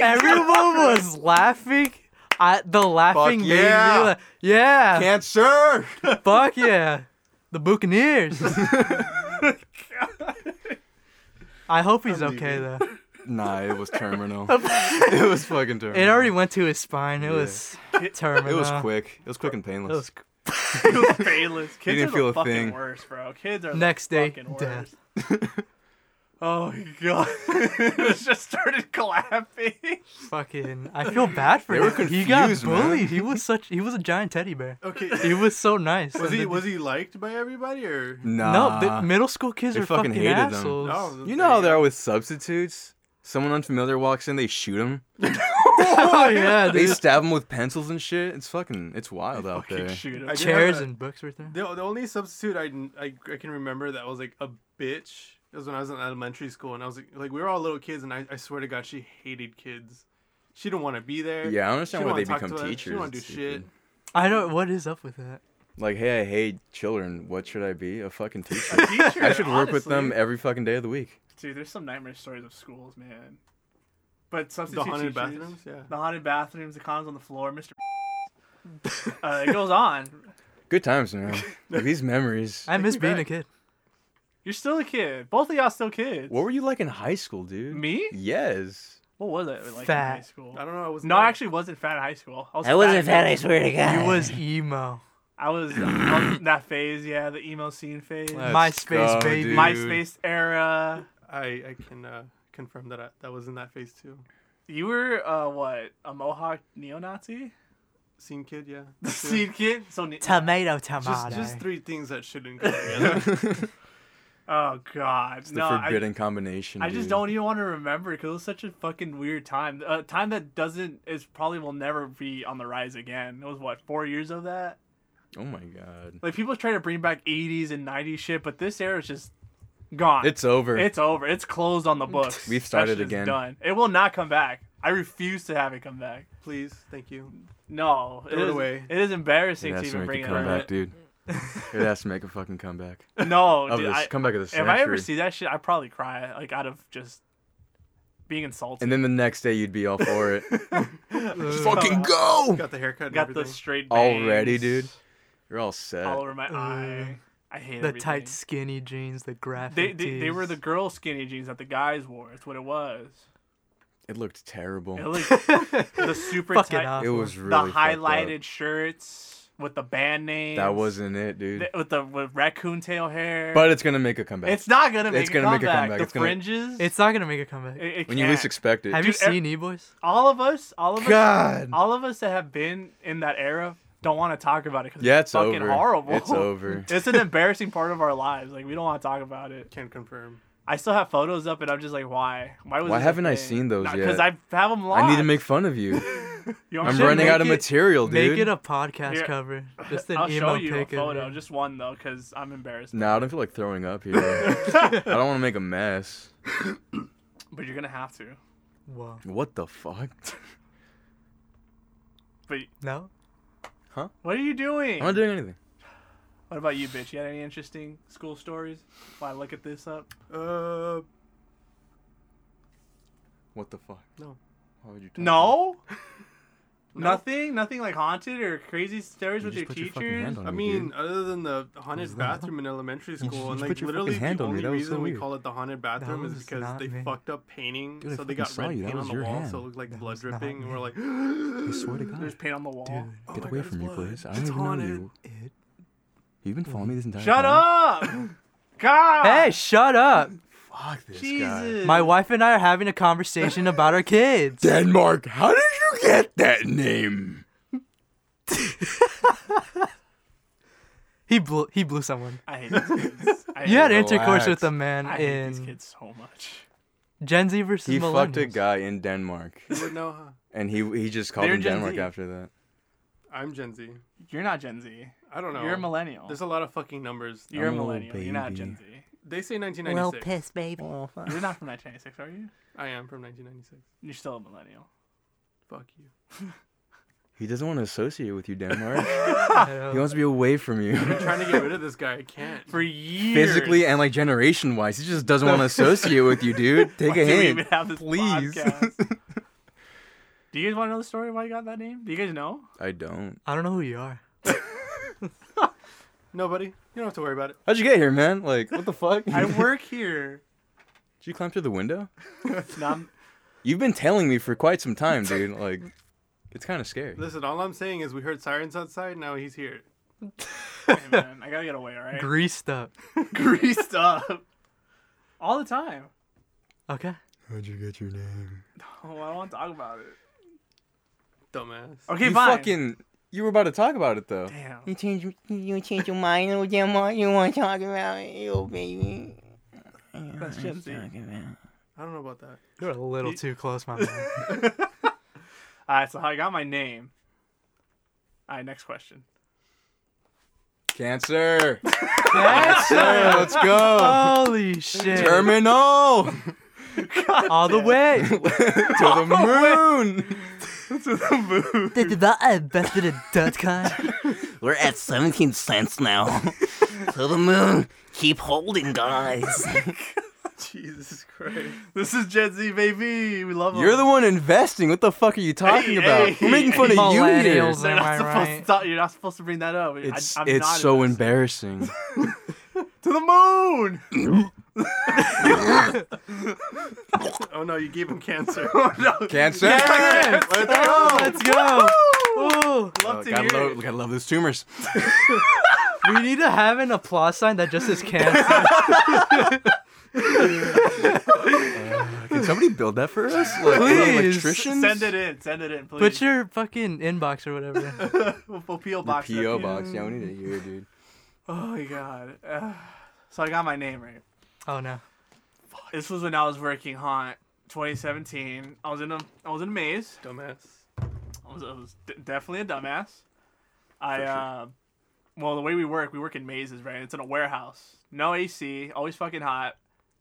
Speaker 3: Everyone was laughing. I the laughing made
Speaker 2: yeah.
Speaker 3: me. la- yeah.
Speaker 2: *laughs* cancer.
Speaker 3: Fuck yeah. The Buccaneers. I hope he's okay though.
Speaker 2: Nah, it was
Speaker 3: *laughs*
Speaker 2: terminal. it was fucking terminal.
Speaker 3: It already went to his spine. It was terminal.
Speaker 2: It was quick. It was quick and painless.
Speaker 3: It was qu-
Speaker 2: *laughs*
Speaker 1: Painless. Kids
Speaker 2: didn't
Speaker 1: are the
Speaker 2: feel a
Speaker 1: fucking
Speaker 2: thing.
Speaker 1: worst, bro. Kids are
Speaker 3: Next
Speaker 1: the
Speaker 3: day,
Speaker 1: fucking
Speaker 3: death.
Speaker 1: worst.
Speaker 2: *laughs*
Speaker 1: Oh my god! *laughs* it just started *laughs* clapping.
Speaker 3: Fucking, I feel bad for him.
Speaker 2: were
Speaker 3: he got
Speaker 2: confused, man.
Speaker 3: bullied. He was such. He was a giant teddy bear.
Speaker 4: Okay.
Speaker 3: He was so nice.
Speaker 4: Was
Speaker 3: And
Speaker 4: he
Speaker 3: the-
Speaker 4: was he liked by everybody or Oh,
Speaker 2: Nah.
Speaker 3: no, the middle school kids
Speaker 2: They
Speaker 3: are
Speaker 2: fucking
Speaker 3: fucking,
Speaker 2: hated them.
Speaker 3: assholes.
Speaker 1: Oh,
Speaker 3: *laughs*
Speaker 4: no?
Speaker 2: you know how they are with substitutes. Someone unfamiliar walks in, they shoot him.
Speaker 1: *laughs*
Speaker 3: Oh yeah,
Speaker 2: They
Speaker 3: dude.
Speaker 2: stab him with pencils and shit. It's fucking, it's wild out
Speaker 1: Fucking
Speaker 2: there.
Speaker 1: shoot him.
Speaker 4: I did have
Speaker 3: chairs
Speaker 4: a-
Speaker 3: and books right there.
Speaker 4: The, the only substitute I, kn- I I can remember that was like a bitch was when I was in elementary school and I was like, like we were all little kids and I, I swear to God she hated kids. She didn't want to be there.
Speaker 2: Yeah, I don't understand
Speaker 4: She
Speaker 2: why
Speaker 4: wanna
Speaker 2: they
Speaker 4: talk
Speaker 2: become
Speaker 4: to us. She
Speaker 2: teachers.
Speaker 4: want to do
Speaker 2: It's
Speaker 4: shit.
Speaker 2: stupid.
Speaker 3: I don't. What is up with that?
Speaker 2: Like, hey, I hate children. What should I be? A fucking teacher.
Speaker 1: *laughs* Teacher,
Speaker 2: I should work with them
Speaker 1: honestly.
Speaker 2: every fucking day of the week.
Speaker 1: Dude, there's some nightmare stories of schools, man. But
Speaker 4: The
Speaker 1: substitute teachers,
Speaker 4: haunted bathrooms. Yeah.
Speaker 1: the haunted bathrooms, the condoms on the floor, Mr. *laughs*
Speaker 4: *laughs*
Speaker 1: uh, it goes on.
Speaker 2: Good
Speaker 1: *laughs*
Speaker 2: times, man. Like, these memories.
Speaker 3: I miss
Speaker 1: me
Speaker 3: being a
Speaker 1: back.
Speaker 3: kid.
Speaker 1: You're still a kid. Both of y'all still kids.
Speaker 2: What were you like in high school, dude?
Speaker 1: Me?
Speaker 2: Yes.
Speaker 1: What was it like in high
Speaker 3: Fat.
Speaker 1: school?
Speaker 4: I don't know. I was
Speaker 1: No, I actually wasn't fat in high school. I, was wasn't fat. in-
Speaker 3: swear to God. He was emo.
Speaker 1: I was on that phase, yeah, the emo scene phase,
Speaker 2: Let's
Speaker 3: MySpace,
Speaker 2: go,
Speaker 3: baby.
Speaker 2: dude.
Speaker 1: MySpace era.
Speaker 4: I I can uh, confirm that I, that was in that phase too.
Speaker 1: You were uh, what a Mohawk
Speaker 4: *laughs*
Speaker 1: neo-Nazi
Speaker 4: Scene kid. Yeah.
Speaker 1: scene kid. So ne-
Speaker 3: Tomato,
Speaker 4: Just,
Speaker 3: tomato.
Speaker 4: just three things that shouldn't go *laughs* together.
Speaker 1: oh god,
Speaker 2: The
Speaker 1: no, I,
Speaker 2: forbidden combination.
Speaker 1: I just
Speaker 2: dude.
Speaker 1: don't even want to remember because it was such a fucking weird time. A time that doesn't is probably will never be on the rise again. It was what four years of that.
Speaker 2: Oh my god.
Speaker 1: Like people try to bring back '80s and '90s shit, but this era is just gone.
Speaker 2: It's over.
Speaker 1: It's over. It's closed
Speaker 2: *laughs*
Speaker 1: on the books.
Speaker 2: We've
Speaker 1: That
Speaker 2: started
Speaker 1: shit is
Speaker 2: again.
Speaker 1: Done. It will not come back. I refuse to have it come back.
Speaker 4: Please, thank you.
Speaker 1: No, it
Speaker 4: Throw it
Speaker 1: is-
Speaker 4: away.
Speaker 1: It is
Speaker 2: it
Speaker 1: embarrassing to
Speaker 2: has to
Speaker 1: even bring
Speaker 2: make a
Speaker 1: it up. *laughs*
Speaker 2: comeback, dude. It has to make a fucking comeback.
Speaker 1: No,
Speaker 2: Of
Speaker 1: dude,
Speaker 2: this
Speaker 1: I,
Speaker 2: comeback of the
Speaker 1: if
Speaker 2: century.
Speaker 1: I ever see that shit, I probably cry like out of just being insulted.
Speaker 2: and then the next day you'd be all
Speaker 1: *laughs*
Speaker 2: for it. fucking
Speaker 1: Ugh.
Speaker 2: go!
Speaker 4: Got the haircut. And
Speaker 1: got the
Speaker 4: everything.
Speaker 1: straight bangs
Speaker 2: Already, dude. You're all set.
Speaker 1: all over my eye.
Speaker 3: Ugh.
Speaker 1: I hate
Speaker 3: the
Speaker 1: everything.
Speaker 3: tight, skinny jeans, the graphic.
Speaker 1: They, they they were the
Speaker 3: tees.
Speaker 1: girl skinny jeans that the guys wore. It's what it was.
Speaker 2: It looked terrible.
Speaker 1: It
Speaker 3: *laughs*
Speaker 2: It,
Speaker 1: looked the super
Speaker 3: Fucking
Speaker 1: tight,
Speaker 3: awful.
Speaker 2: was
Speaker 1: the
Speaker 2: Oh. really fucked up.
Speaker 1: highlighted shirts with the band names.
Speaker 2: That wasn't it, dude.
Speaker 1: th- with the with raccoon tail hair.
Speaker 2: but it's gonna make a comeback.
Speaker 1: It's not gonna make,
Speaker 2: It's
Speaker 1: a,
Speaker 2: gonna
Speaker 1: comeback.
Speaker 2: make a comeback.
Speaker 1: The
Speaker 2: It's gonna-
Speaker 1: fringes.
Speaker 3: It's not gonna make a comeback.
Speaker 1: it, it
Speaker 2: when you least
Speaker 1: can't.
Speaker 2: expect it.
Speaker 3: Have
Speaker 1: dude,
Speaker 3: you
Speaker 1: ev-
Speaker 3: seen E Boys?
Speaker 1: all of us, all of us,
Speaker 2: God.
Speaker 1: all of us that have been in that era don't want to talk about it because
Speaker 2: Yeah,
Speaker 1: it's,
Speaker 2: it's
Speaker 1: fucking
Speaker 2: over.
Speaker 1: horrible.
Speaker 2: It's over.
Speaker 1: *laughs* It's an embarrassing part of our lives. Like we don't want to talk about it.
Speaker 4: Can confirm.
Speaker 1: I still have photos up, and I'm just like, why? Why was?
Speaker 2: Why
Speaker 1: this a
Speaker 2: haven't I
Speaker 1: thing?
Speaker 2: seen those
Speaker 1: Because
Speaker 2: yet?
Speaker 1: I have them locked.
Speaker 2: I need to make fun
Speaker 1: *laughs*
Speaker 2: of you.
Speaker 1: You know,
Speaker 2: I'm
Speaker 1: should
Speaker 2: running
Speaker 1: make
Speaker 2: out of
Speaker 1: it-
Speaker 2: material, dude.
Speaker 3: Make it a podcast
Speaker 1: Here. *laughs*
Speaker 3: cover. Just an
Speaker 1: I'll show
Speaker 3: emo
Speaker 1: you a
Speaker 3: pic. of
Speaker 1: photo,
Speaker 3: it.
Speaker 1: just one though, because I'm embarrassed.
Speaker 2: Nah, I don't feel like throwing
Speaker 1: *laughs*
Speaker 2: up here. I don't want to make a mess.
Speaker 1: But you're gonna have to.
Speaker 3: Whoa.
Speaker 2: What the fuck?
Speaker 1: But
Speaker 3: No.
Speaker 1: what are you doing?
Speaker 2: I'm not doing anything.
Speaker 1: What about you, bitch? You had any interesting school stories? While I look at this up,
Speaker 4: Uh,
Speaker 2: What the fuck?
Speaker 4: No.
Speaker 2: Why would you talk
Speaker 1: no. Nothing, nothing like haunted or crazy stories
Speaker 2: You
Speaker 1: with
Speaker 2: just
Speaker 1: your
Speaker 2: put your
Speaker 1: teachers.
Speaker 2: fucking hand on
Speaker 4: I
Speaker 2: me, dude.
Speaker 4: mean, other than the haunted
Speaker 2: was that?
Speaker 4: bathroom in elementary
Speaker 2: just-
Speaker 4: school,
Speaker 2: you
Speaker 4: and
Speaker 2: just
Speaker 4: like
Speaker 2: put your fucking
Speaker 4: literally
Speaker 2: hand
Speaker 4: the
Speaker 2: on me,
Speaker 4: only
Speaker 2: that was
Speaker 4: reason
Speaker 2: so
Speaker 4: we
Speaker 2: weird.
Speaker 4: call it the haunted bathroom is
Speaker 3: was
Speaker 4: because
Speaker 3: not
Speaker 4: they
Speaker 3: me.
Speaker 4: fucked up painting,
Speaker 2: Dude, I
Speaker 4: so they
Speaker 2: fucking
Speaker 4: got
Speaker 2: saw
Speaker 4: red
Speaker 2: you, that
Speaker 4: paint
Speaker 2: was
Speaker 4: on the
Speaker 2: your
Speaker 4: wall,
Speaker 2: hand.
Speaker 4: so it looked like
Speaker 3: That
Speaker 4: blood
Speaker 3: was not
Speaker 4: dripping, and
Speaker 3: me.
Speaker 4: we're like,
Speaker 2: I swear to God.
Speaker 1: There's paint on the wall.
Speaker 3: Dude.
Speaker 4: Oh
Speaker 2: Get
Speaker 4: my
Speaker 2: away
Speaker 4: God,
Speaker 2: from
Speaker 4: it's
Speaker 2: me,
Speaker 4: blood.
Speaker 2: please. I don't
Speaker 4: It's
Speaker 2: even know
Speaker 4: haunted.
Speaker 2: you.
Speaker 3: It-
Speaker 2: You've been following me this entire
Speaker 1: Shut
Speaker 2: time.
Speaker 1: up! God.
Speaker 4: Ah.
Speaker 3: Hey, shut
Speaker 4: *laughs*
Speaker 3: up!
Speaker 2: Fuck this guy.
Speaker 1: Jesus.
Speaker 3: My wife and I are having a conversation about our
Speaker 4: *laughs*
Speaker 3: kids.
Speaker 2: Denmark, how did you get that name?
Speaker 3: He blew. He blew someone.
Speaker 1: I hate
Speaker 2: *laughs*
Speaker 1: these kids. I
Speaker 3: You had
Speaker 1: hate,
Speaker 3: intercourse
Speaker 2: Relax.
Speaker 3: with a man
Speaker 1: I hate these
Speaker 3: in
Speaker 1: kids so much.
Speaker 3: Gen Z versus
Speaker 2: He fucked a
Speaker 3: millennials.
Speaker 2: guy in Denmark,
Speaker 4: You would know, huh?
Speaker 2: and he he just called
Speaker 1: They're
Speaker 2: him
Speaker 1: Gen
Speaker 2: Denmark
Speaker 1: Z.
Speaker 2: after that.
Speaker 4: I'm Gen Z.
Speaker 1: You're not Gen Z.
Speaker 4: I don't know.
Speaker 1: You're a millennial.
Speaker 4: There's a lot of fucking numbers.
Speaker 1: You're a
Speaker 2: I'm a little
Speaker 1: millennial. You're not
Speaker 2: Oh, baby.
Speaker 1: Gen Z.
Speaker 4: They say 1996.
Speaker 3: baby.
Speaker 4: Oh,
Speaker 3: *laughs*
Speaker 1: You're not from 1996, are you?
Speaker 4: I am from 1996.
Speaker 1: You're still a millennial.
Speaker 4: Fuck you.
Speaker 2: He doesn't want to associate with *laughs* you, Denmark. he
Speaker 3: I
Speaker 2: wants to be away from you.
Speaker 4: I'm trying to get rid of this guy. I can't.
Speaker 1: For years.
Speaker 2: *laughs*
Speaker 1: *laughs*
Speaker 2: Physically and like generation wise, he just doesn't want to associate with you,
Speaker 1: *laughs*
Speaker 2: dude.
Speaker 1: Why
Speaker 2: Take a
Speaker 1: do we
Speaker 2: hint.
Speaker 1: even have this
Speaker 2: please. *laughs*
Speaker 1: podcast? do you guys want to know the story of why you got that name? Do you guys
Speaker 2: *laughs*
Speaker 1: know?
Speaker 2: I don't.
Speaker 3: don't know who you are.
Speaker 4: Nobody. You don't have to worry about it.
Speaker 2: How'd you get here, man? Like, what the fuck? *laughs*
Speaker 1: I
Speaker 2: Did
Speaker 1: work here.
Speaker 2: you climb through the window?
Speaker 1: No, I'm-
Speaker 2: You've been telling me for quite some
Speaker 1: *laughs*
Speaker 2: time, dude. Like, it's kind of scary.
Speaker 4: Listen, all I'm saying is we heard sirens outside. Now he's here.
Speaker 1: Hey, man, I gotta get away, all right?
Speaker 3: Greased up.
Speaker 1: Greased up. All the time.
Speaker 3: Okay.
Speaker 2: How'd you get your name?
Speaker 1: Oh, I don't want to talk about it.
Speaker 4: Dumbass.
Speaker 1: Okay,
Speaker 2: you
Speaker 1: fine.
Speaker 2: fucking. You were about to talk about it though.
Speaker 1: Damn.
Speaker 5: You change, you change your mind, oh Gemma. You want to talk about it, yo baby.
Speaker 1: That's Gen Z.
Speaker 4: I don't know about that.
Speaker 3: You're a little too close, my man.
Speaker 1: All right, so how I got my name. All right, next question.
Speaker 2: Cancer. Cancer. Let's go.
Speaker 3: *laughs*
Speaker 1: Oh.
Speaker 3: Holy shit.
Speaker 1: *laughs*
Speaker 2: Terminal.
Speaker 3: All the way.
Speaker 2: to the moon.
Speaker 4: uh,
Speaker 5: We're at 17 cents now. *laughs* to the moon. Keep holding, guys.
Speaker 4: Jesus Christ.
Speaker 1: *laughs* This is Gen Z, baby. We love 'em.
Speaker 2: You're the one investing. What the fuck are you talking
Speaker 1: Hey,
Speaker 2: about?
Speaker 1: hey,
Speaker 2: We're making fun of you here.
Speaker 3: Millennials,
Speaker 1: They're
Speaker 3: am
Speaker 1: not
Speaker 3: I
Speaker 1: supposed
Speaker 3: right?
Speaker 1: to talk, you're not supposed to bring that up. I-
Speaker 2: It's
Speaker 1: I'm
Speaker 2: it's
Speaker 1: not
Speaker 2: so
Speaker 1: invested.
Speaker 2: embarrassing.
Speaker 1: *laughs* to the moon.
Speaker 4: Oh no, you gave him cancer.
Speaker 2: Cancer.
Speaker 3: *laughs* Yes! Oh, Let's go. Ooh.
Speaker 2: Oh, gotta, love, gotta love
Speaker 1: *laughs*
Speaker 2: those tumors.
Speaker 3: We need to have an applause sign that just says cancer.
Speaker 2: Can somebody build that for us? Like, an
Speaker 3: Please.
Speaker 2: electrician?
Speaker 1: Send it in. Send it in, please.
Speaker 3: Put your fucking inbox
Speaker 1: *laughs*
Speaker 3: or whatever.
Speaker 1: we'll, we'll PO
Speaker 2: Your
Speaker 1: box. it.
Speaker 2: PO box. Yeah, we need it here, dude.
Speaker 1: Oh my god. *sighs* Ugh. so I got my name right.
Speaker 3: Oh no.
Speaker 1: This was when I was working haunt 2017. I was in a I was in a maze.
Speaker 4: Dumbass.
Speaker 1: I was, I was d- definitely a dumbass. I uh, well, the way we work, we work in mazes, right? It's in a warehouse, no AC, always fucking hot.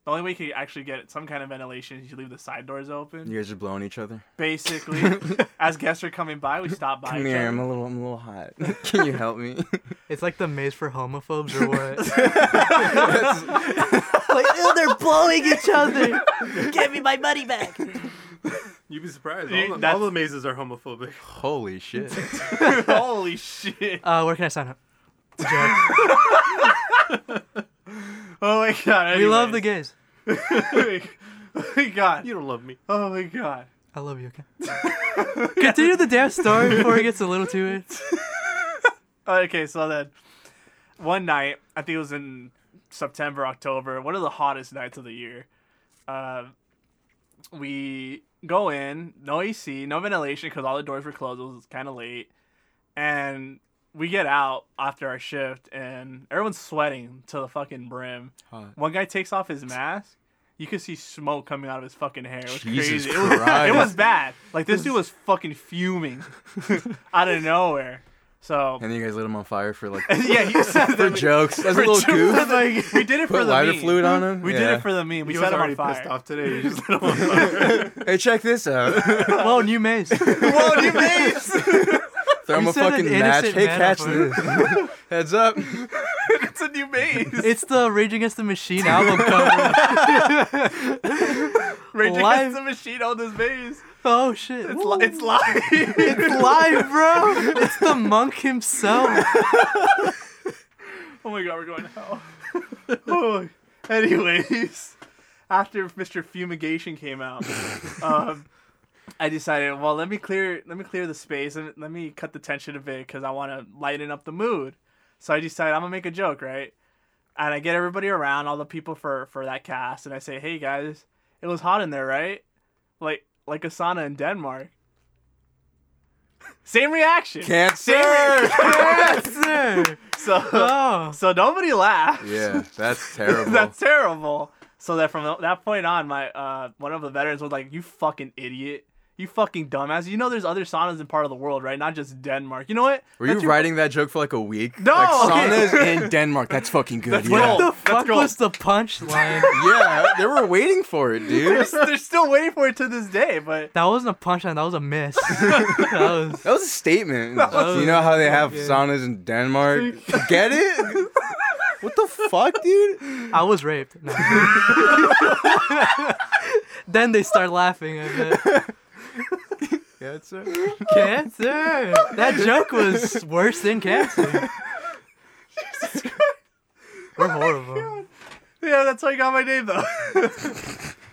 Speaker 1: The only way you can actually get some kind of ventilation is you leave the side doors open.
Speaker 2: You guys are blowing each other.
Speaker 1: Basically,
Speaker 2: *laughs*
Speaker 1: as guests are coming by, we stop by.
Speaker 2: Come
Speaker 1: each
Speaker 2: here.
Speaker 1: other.
Speaker 2: I'm a little. I'm a little hot. *laughs* Can you
Speaker 1: *laughs*
Speaker 2: help me?
Speaker 3: It's like the maze for homophobes or what?
Speaker 5: like, ew, they're blowing each other. *laughs* Give me my money back.
Speaker 4: You'd be surprised.
Speaker 1: You-
Speaker 4: All the,
Speaker 1: that's-
Speaker 4: all the mazes are homophobic. *laughs*
Speaker 2: Holy shit.
Speaker 1: Holy shit!
Speaker 3: Uh, where can I sign up?
Speaker 1: Oh my god!
Speaker 3: We love the
Speaker 1: anyways.
Speaker 3: gays.
Speaker 1: *laughs* oh my god!
Speaker 4: You don't love me.
Speaker 1: Oh my god!
Speaker 3: I love you. Okay. Continue the damn story before it gets a little too
Speaker 1: *laughs*
Speaker 3: weird.
Speaker 1: Okay, so then one night, I think it was in September, October, one of the hottest nights of the year. Uh, we go in, no AC, no ventilation because all the doors were closed. It was kind of late. And we get out after our shift, and everyone's sweating to the fucking brim.
Speaker 2: Hot.
Speaker 1: One guy takes off his mask. You could see smoke coming out of his fucking hair. It was
Speaker 2: Jesus
Speaker 1: crazy. It was,
Speaker 2: Christ.
Speaker 1: it was bad. Like this dude was fucking
Speaker 2: *laughs*
Speaker 1: fuming out of nowhere. So
Speaker 2: And then you guys lit him on fire
Speaker 1: *laughs*
Speaker 2: for like
Speaker 1: yeah, he said
Speaker 2: for
Speaker 1: that
Speaker 2: *laughs*
Speaker 1: we-
Speaker 2: jokes. That's a
Speaker 1: for
Speaker 2: little
Speaker 1: jokes.
Speaker 2: goof.
Speaker 1: Like, we did it for
Speaker 2: Put
Speaker 1: the
Speaker 2: lighter
Speaker 1: meme.
Speaker 2: fluid on him.
Speaker 1: We did
Speaker 2: Yeah.
Speaker 1: it for the meme. We
Speaker 4: He was
Speaker 1: set him on
Speaker 4: already
Speaker 1: fire.
Speaker 4: pissed off today. You just let him on fire.
Speaker 2: Hey, check this
Speaker 1: *laughs*
Speaker 2: out.
Speaker 3: Whoa, new maze.
Speaker 1: Whoa, new maze!
Speaker 2: Throw him
Speaker 3: You
Speaker 2: a
Speaker 3: said an
Speaker 2: fucking match.
Speaker 3: innocent
Speaker 2: Hey,
Speaker 3: man
Speaker 2: catch
Speaker 3: on fire.
Speaker 2: this.
Speaker 1: *laughs*
Speaker 2: Heads up.
Speaker 1: it's a new maze.
Speaker 3: It's the Rage Against the Machine
Speaker 1: *laughs*
Speaker 3: album cover.
Speaker 1: Rage
Speaker 3: Live-
Speaker 1: Against the Machine on this maze.
Speaker 3: Oh shit.
Speaker 1: It's, li- it's live.
Speaker 3: It's live, bro. It's the
Speaker 1: *laughs*
Speaker 3: monk himself.
Speaker 1: oh my god, we're going to hell. *laughs* oh. Anyways, after Mr. Fumigation came *laughs* out, um, I decided, well, let me clear, let me clear the space, and let me cut the tension a bit because I want to lighten up the mood. So I decided I'm gonna make a joke, right? And I get everybody around, all the people for for that cast, and I say, hey guys, it was hot in there, right? Like like a sauna in Denmark. *laughs* Same reaction.
Speaker 2: *laughs* Cancer.
Speaker 3: Yes, sir.
Speaker 1: So
Speaker 3: Oh.
Speaker 1: so nobody laughed.
Speaker 2: yeah,
Speaker 1: *laughs*
Speaker 2: that's terrible.
Speaker 1: That's terrible. So that from that point on, my uh, one of the veterans was like, "You fucking idiot, you fucking dumbass. You know there's other saunas in part of the world, right? Not just Denmark. You know what?
Speaker 2: Were you
Speaker 1: That's your-
Speaker 2: writing that joke for like a week?
Speaker 1: No,
Speaker 2: Like,
Speaker 1: okay. *laughs*
Speaker 2: saunas in Denmark. That's fucking good.
Speaker 1: That's
Speaker 2: yeah.
Speaker 1: gold.
Speaker 3: The
Speaker 1: Let's
Speaker 3: fuck
Speaker 1: go.
Speaker 3: was the punchline?
Speaker 2: *laughs* yeah, they were waiting for it, dude.
Speaker 1: *laughs* They're still waiting for it to this day, but
Speaker 3: That wasn't a punchline. That was a miss. *laughs* that was.
Speaker 2: *laughs* That was a statement.
Speaker 3: was-
Speaker 2: you know how they have
Speaker 3: Yeah.
Speaker 2: saunas in Denmark?
Speaker 1: *laughs*
Speaker 2: Get it? What the fuck, dude?
Speaker 3: I was raped. No. *laughs* then they start laughing. I bet.
Speaker 2: Cancer.
Speaker 3: Cancer. That joke was worse than cancer. We're horrible.
Speaker 1: yeah, that's how I got my name *laughs* though.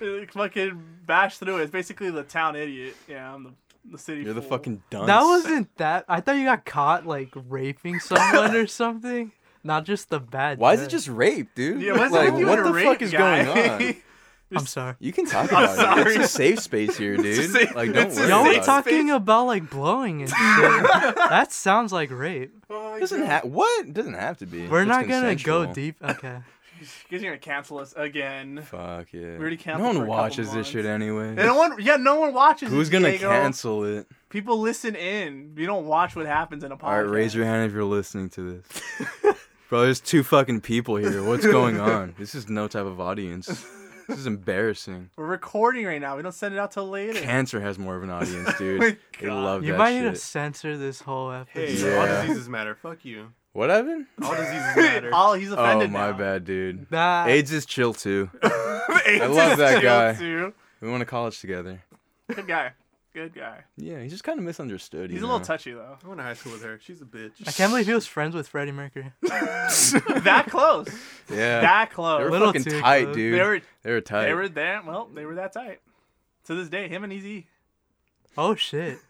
Speaker 1: Like, fucking bash through it. It's basically the town idiot. Yeah, I'm the the city.
Speaker 2: You're the
Speaker 1: fool.
Speaker 2: fucking dunce.
Speaker 3: That wasn't that. I thought you got caught like raping someone or something. Not just the bad.
Speaker 2: Why is it
Speaker 3: death.
Speaker 2: just rape, dude?
Speaker 1: Yeah, why is it
Speaker 2: like,
Speaker 1: like you
Speaker 2: what
Speaker 1: in a
Speaker 2: the
Speaker 1: rape,
Speaker 2: fuck is
Speaker 1: guy? *laughs*
Speaker 2: going on?
Speaker 3: *laughs* I'm sorry.
Speaker 2: You can talk about it. It's a safe space here, dude.
Speaker 4: a safe-
Speaker 2: like, don't
Speaker 4: it's a
Speaker 2: worry.
Speaker 3: Y'all
Speaker 2: about
Speaker 3: were
Speaker 2: it.
Speaker 3: talking about like blowing and shit. that sounds like rape.
Speaker 2: Doesn't have what? Doesn't have to be.
Speaker 3: We're
Speaker 2: It's
Speaker 3: not gonna go
Speaker 2: consensual.
Speaker 3: deep. Okay.
Speaker 1: Because you're gonna cancel us again.
Speaker 2: Fuck yeah.
Speaker 1: already canceled
Speaker 2: no
Speaker 1: for a
Speaker 2: one
Speaker 1: couple
Speaker 2: watches this
Speaker 1: months.
Speaker 2: shit anyway.
Speaker 1: And no one, yeah, no one watches.
Speaker 2: Who's
Speaker 1: it,
Speaker 2: gonna
Speaker 1: Diego.
Speaker 2: cancel it?
Speaker 1: People listen in. You don't watch what happens in a podcast.
Speaker 2: All right, raise your hand if you're listening to
Speaker 3: *laughs*
Speaker 2: this. Bro, there's two fucking people here. What's going on? This is no type of audience. This is
Speaker 3: *laughs*
Speaker 2: embarrassing.
Speaker 1: We're recording right now. We don't send it out till later. *laughs*
Speaker 2: Cancer has more of an
Speaker 3: *laughs*
Speaker 2: audience, dude. they
Speaker 1: God.
Speaker 2: love
Speaker 3: Oh You
Speaker 2: that
Speaker 3: might
Speaker 2: shit.
Speaker 3: need to censor this whole
Speaker 4: Hey,
Speaker 3: episode.
Speaker 4: all
Speaker 2: Yeah.
Speaker 4: diseases matter. Fuck you.
Speaker 2: What happened?
Speaker 4: All diseases matter.
Speaker 1: Oh, he's
Speaker 2: Oh
Speaker 1: offended
Speaker 2: my
Speaker 1: now. *laughs*
Speaker 2: bad, dude.
Speaker 3: Nah.
Speaker 2: AIDS is chill
Speaker 3: *laughs*
Speaker 2: too.
Speaker 1: I
Speaker 2: love that guy.
Speaker 1: Too.
Speaker 2: We went to college together.
Speaker 1: Good guy. Good
Speaker 2: *laughs*
Speaker 1: guy.
Speaker 2: Yeah, he's just kind of misunderstood.
Speaker 1: He's a
Speaker 2: you
Speaker 1: little
Speaker 2: know?
Speaker 1: touchy though. *laughs*
Speaker 4: I went to high school with her. She's a
Speaker 3: I
Speaker 4: bitch.
Speaker 3: can't believe he was friends with Freddie Mercury.
Speaker 1: that close.
Speaker 2: Yeah,
Speaker 1: That
Speaker 2: *laughs* they were
Speaker 1: close.
Speaker 3: little
Speaker 2: fucking
Speaker 3: too
Speaker 2: tight,
Speaker 3: close.
Speaker 2: dude.
Speaker 1: They were.
Speaker 2: They were tight.
Speaker 1: They were that. Well, they were that tight. To this day, him and Easy,
Speaker 3: Oh shit.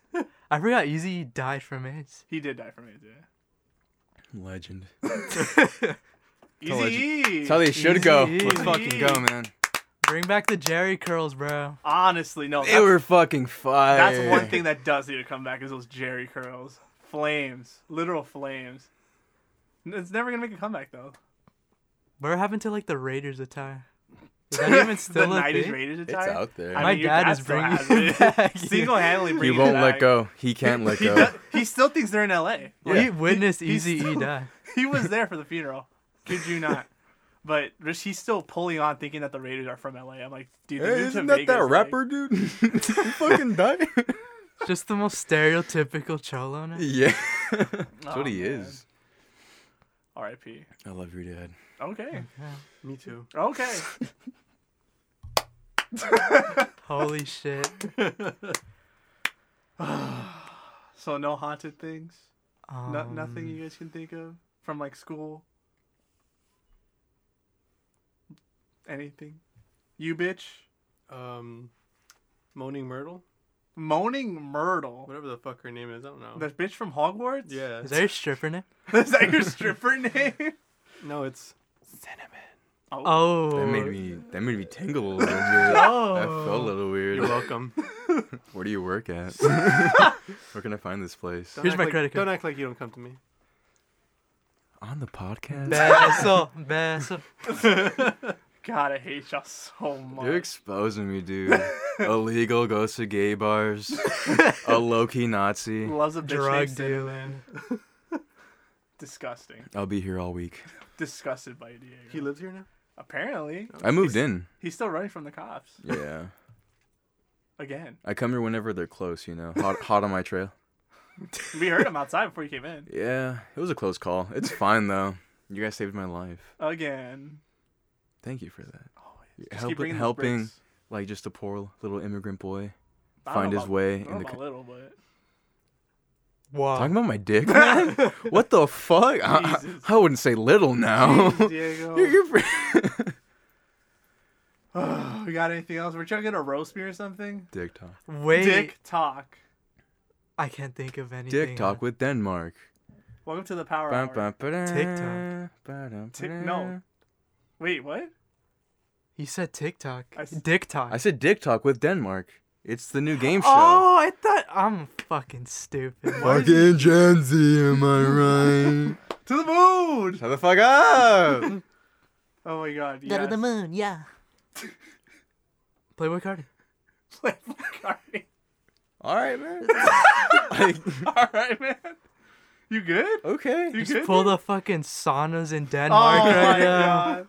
Speaker 3: I forgot Easy died from AIDS.
Speaker 1: he did die from AIDS. Yeah.
Speaker 2: Legend. Told
Speaker 1: Easy.
Speaker 2: That's how they
Speaker 1: *laughs*
Speaker 2: should go.
Speaker 3: Easy.
Speaker 2: Let's fucking go, man.
Speaker 3: Bring back the Jerry curls, bro.
Speaker 1: Honestly, no.
Speaker 2: They
Speaker 1: That's,
Speaker 2: were fucking fire.
Speaker 1: that's one thing that does need to come back is those Jerry curls, flames, literal flames. It's never gonna make a comeback
Speaker 2: *laughs*
Speaker 1: though.
Speaker 3: What happened to like the Raiders attire? Is
Speaker 1: *laughs*
Speaker 3: that even still
Speaker 1: the
Speaker 3: a
Speaker 1: 90s
Speaker 3: thing?
Speaker 1: Raiders
Speaker 2: It's
Speaker 1: attire.
Speaker 2: out there.
Speaker 1: I
Speaker 3: My
Speaker 1: mean, your
Speaker 3: dad is
Speaker 1: still
Speaker 3: bringing
Speaker 1: has
Speaker 3: it back.
Speaker 1: Single-handedly
Speaker 2: he
Speaker 1: bringing it *laughs*
Speaker 2: won't let
Speaker 1: back.
Speaker 2: go. He
Speaker 1: *laughs*
Speaker 2: can't let
Speaker 1: He,
Speaker 2: go. *laughs*
Speaker 1: does, he still thinks they're in L.A.
Speaker 3: We witnessed
Speaker 1: he's
Speaker 3: Easy E
Speaker 1: still-
Speaker 3: die.
Speaker 1: *laughs* he was there for the funeral. Could you not? But Rich, he's still pulling on thinking that the Raiders are from LA. I'm like, dude, they moved to Vegas, like-
Speaker 2: dude?
Speaker 1: *laughs*
Speaker 2: *laughs* fucking died.
Speaker 3: Just the most stereotypical cholo now.
Speaker 2: yeah, *laughs* that's
Speaker 1: Aw,
Speaker 2: what he
Speaker 1: Oh, man.
Speaker 2: is.
Speaker 1: R.I.P.
Speaker 2: I love your dad.
Speaker 1: Okay,
Speaker 4: Me too.
Speaker 1: *laughs* okay.
Speaker 3: Holy shit.
Speaker 1: So no haunted things,
Speaker 3: Um,
Speaker 1: no, nothing you guys can think of from like school. Anything, you bitch,
Speaker 4: Um, Moaning Myrtle,
Speaker 1: moaning Myrtle,
Speaker 4: whatever the fuck her name is, I don't know.
Speaker 1: the bitch from Hogwarts.
Speaker 4: yeah.
Speaker 3: Is there a stripper name?
Speaker 1: *laughs* is that your stripper *laughs* name?
Speaker 4: No, it's
Speaker 3: Oh.
Speaker 2: That made me. That made me
Speaker 1: *laughs*
Speaker 2: tingle a little bit.
Speaker 1: Oh.
Speaker 2: That felt a little
Speaker 4: You're
Speaker 2: weird.
Speaker 4: welcome.
Speaker 2: Where do you
Speaker 1: *laughs*
Speaker 2: work at? *laughs* Where can I find this place?
Speaker 4: Don't
Speaker 3: Here's
Speaker 4: act
Speaker 3: my
Speaker 4: like-
Speaker 3: credit card.
Speaker 4: Don't act like you don't come to me.
Speaker 2: On the podcast. *laughs*
Speaker 3: Basil, Basil.
Speaker 1: God, I hate y'all so much.
Speaker 2: You're exposing
Speaker 1: *laughs*
Speaker 2: me, dude. Illegal goes to gay bars.
Speaker 1: *laughs*
Speaker 2: a low key Nazi.
Speaker 1: Loves a bitch
Speaker 3: Drug
Speaker 1: named
Speaker 3: dealing.
Speaker 1: Disgusting.
Speaker 2: I'll be here all week.
Speaker 1: Disgusted by Diego.
Speaker 4: He lives here now.
Speaker 1: Apparently,
Speaker 2: I moved in.
Speaker 1: he's still running from the cops
Speaker 2: Yeah.
Speaker 1: again.
Speaker 2: I come here whenever they're close, you know. Hot, hot on my trail.
Speaker 1: We heard him outside before he came in.
Speaker 2: Yeah, it was a close call. It's fine though. You guys saved my life.
Speaker 1: Again.
Speaker 2: Thank you for that. You're
Speaker 1: Oh, Just keep
Speaker 2: help-
Speaker 1: bringing those
Speaker 2: helping,
Speaker 1: bricks.
Speaker 2: like just a poor little immigrant boy
Speaker 1: I don't
Speaker 2: find
Speaker 1: know
Speaker 2: his
Speaker 1: about- I
Speaker 2: way
Speaker 1: don't know
Speaker 2: in the.
Speaker 1: about
Speaker 2: Co-
Speaker 1: little,
Speaker 2: *laughs*
Speaker 1: but
Speaker 3: Wow.
Speaker 2: Talking about my dick, man.
Speaker 1: *laughs*
Speaker 2: what the fuck? I, I-
Speaker 1: Jesus.
Speaker 2: I wouldn't say little now.
Speaker 1: Jeez, Diego. *sighs*
Speaker 2: *laughs* You're- you're pre-
Speaker 1: we got anything else? Were y'all gonna roast me or something?
Speaker 2: dick talk.
Speaker 3: Wait.
Speaker 1: Dick talk.
Speaker 3: I can't think of anything.
Speaker 2: Dick talk with Denmark.
Speaker 1: Welcome to the power
Speaker 2: Bum,
Speaker 1: hour.
Speaker 2: bum, ba-da,
Speaker 3: TikTok.
Speaker 2: ba-da,
Speaker 1: Tick-
Speaker 2: ba-da.
Speaker 1: no. Wait, what?
Speaker 3: You said TikTok.
Speaker 1: I s-
Speaker 3: Dick talk.
Speaker 2: I said dick talk with Denmark. It's the new game show.
Speaker 3: oh, I thought I'm fucking stupid.
Speaker 2: Fucking Gen Z, am I right?
Speaker 1: To the moon!
Speaker 2: *laughs* Shut the fuck up!
Speaker 1: Oh my god.
Speaker 5: Go to
Speaker 1: Yes. *laughs*
Speaker 5: the moon, yeah.
Speaker 3: Playboy Cardi.
Speaker 1: *laughs*
Speaker 2: All right, man.
Speaker 1: Alright, man. You good?
Speaker 2: okay.
Speaker 1: You
Speaker 3: Just
Speaker 1: good?
Speaker 3: pull
Speaker 1: dude?
Speaker 3: the fucking saunas in
Speaker 1: Oh
Speaker 3: Denmark right
Speaker 1: my
Speaker 3: now.
Speaker 1: god.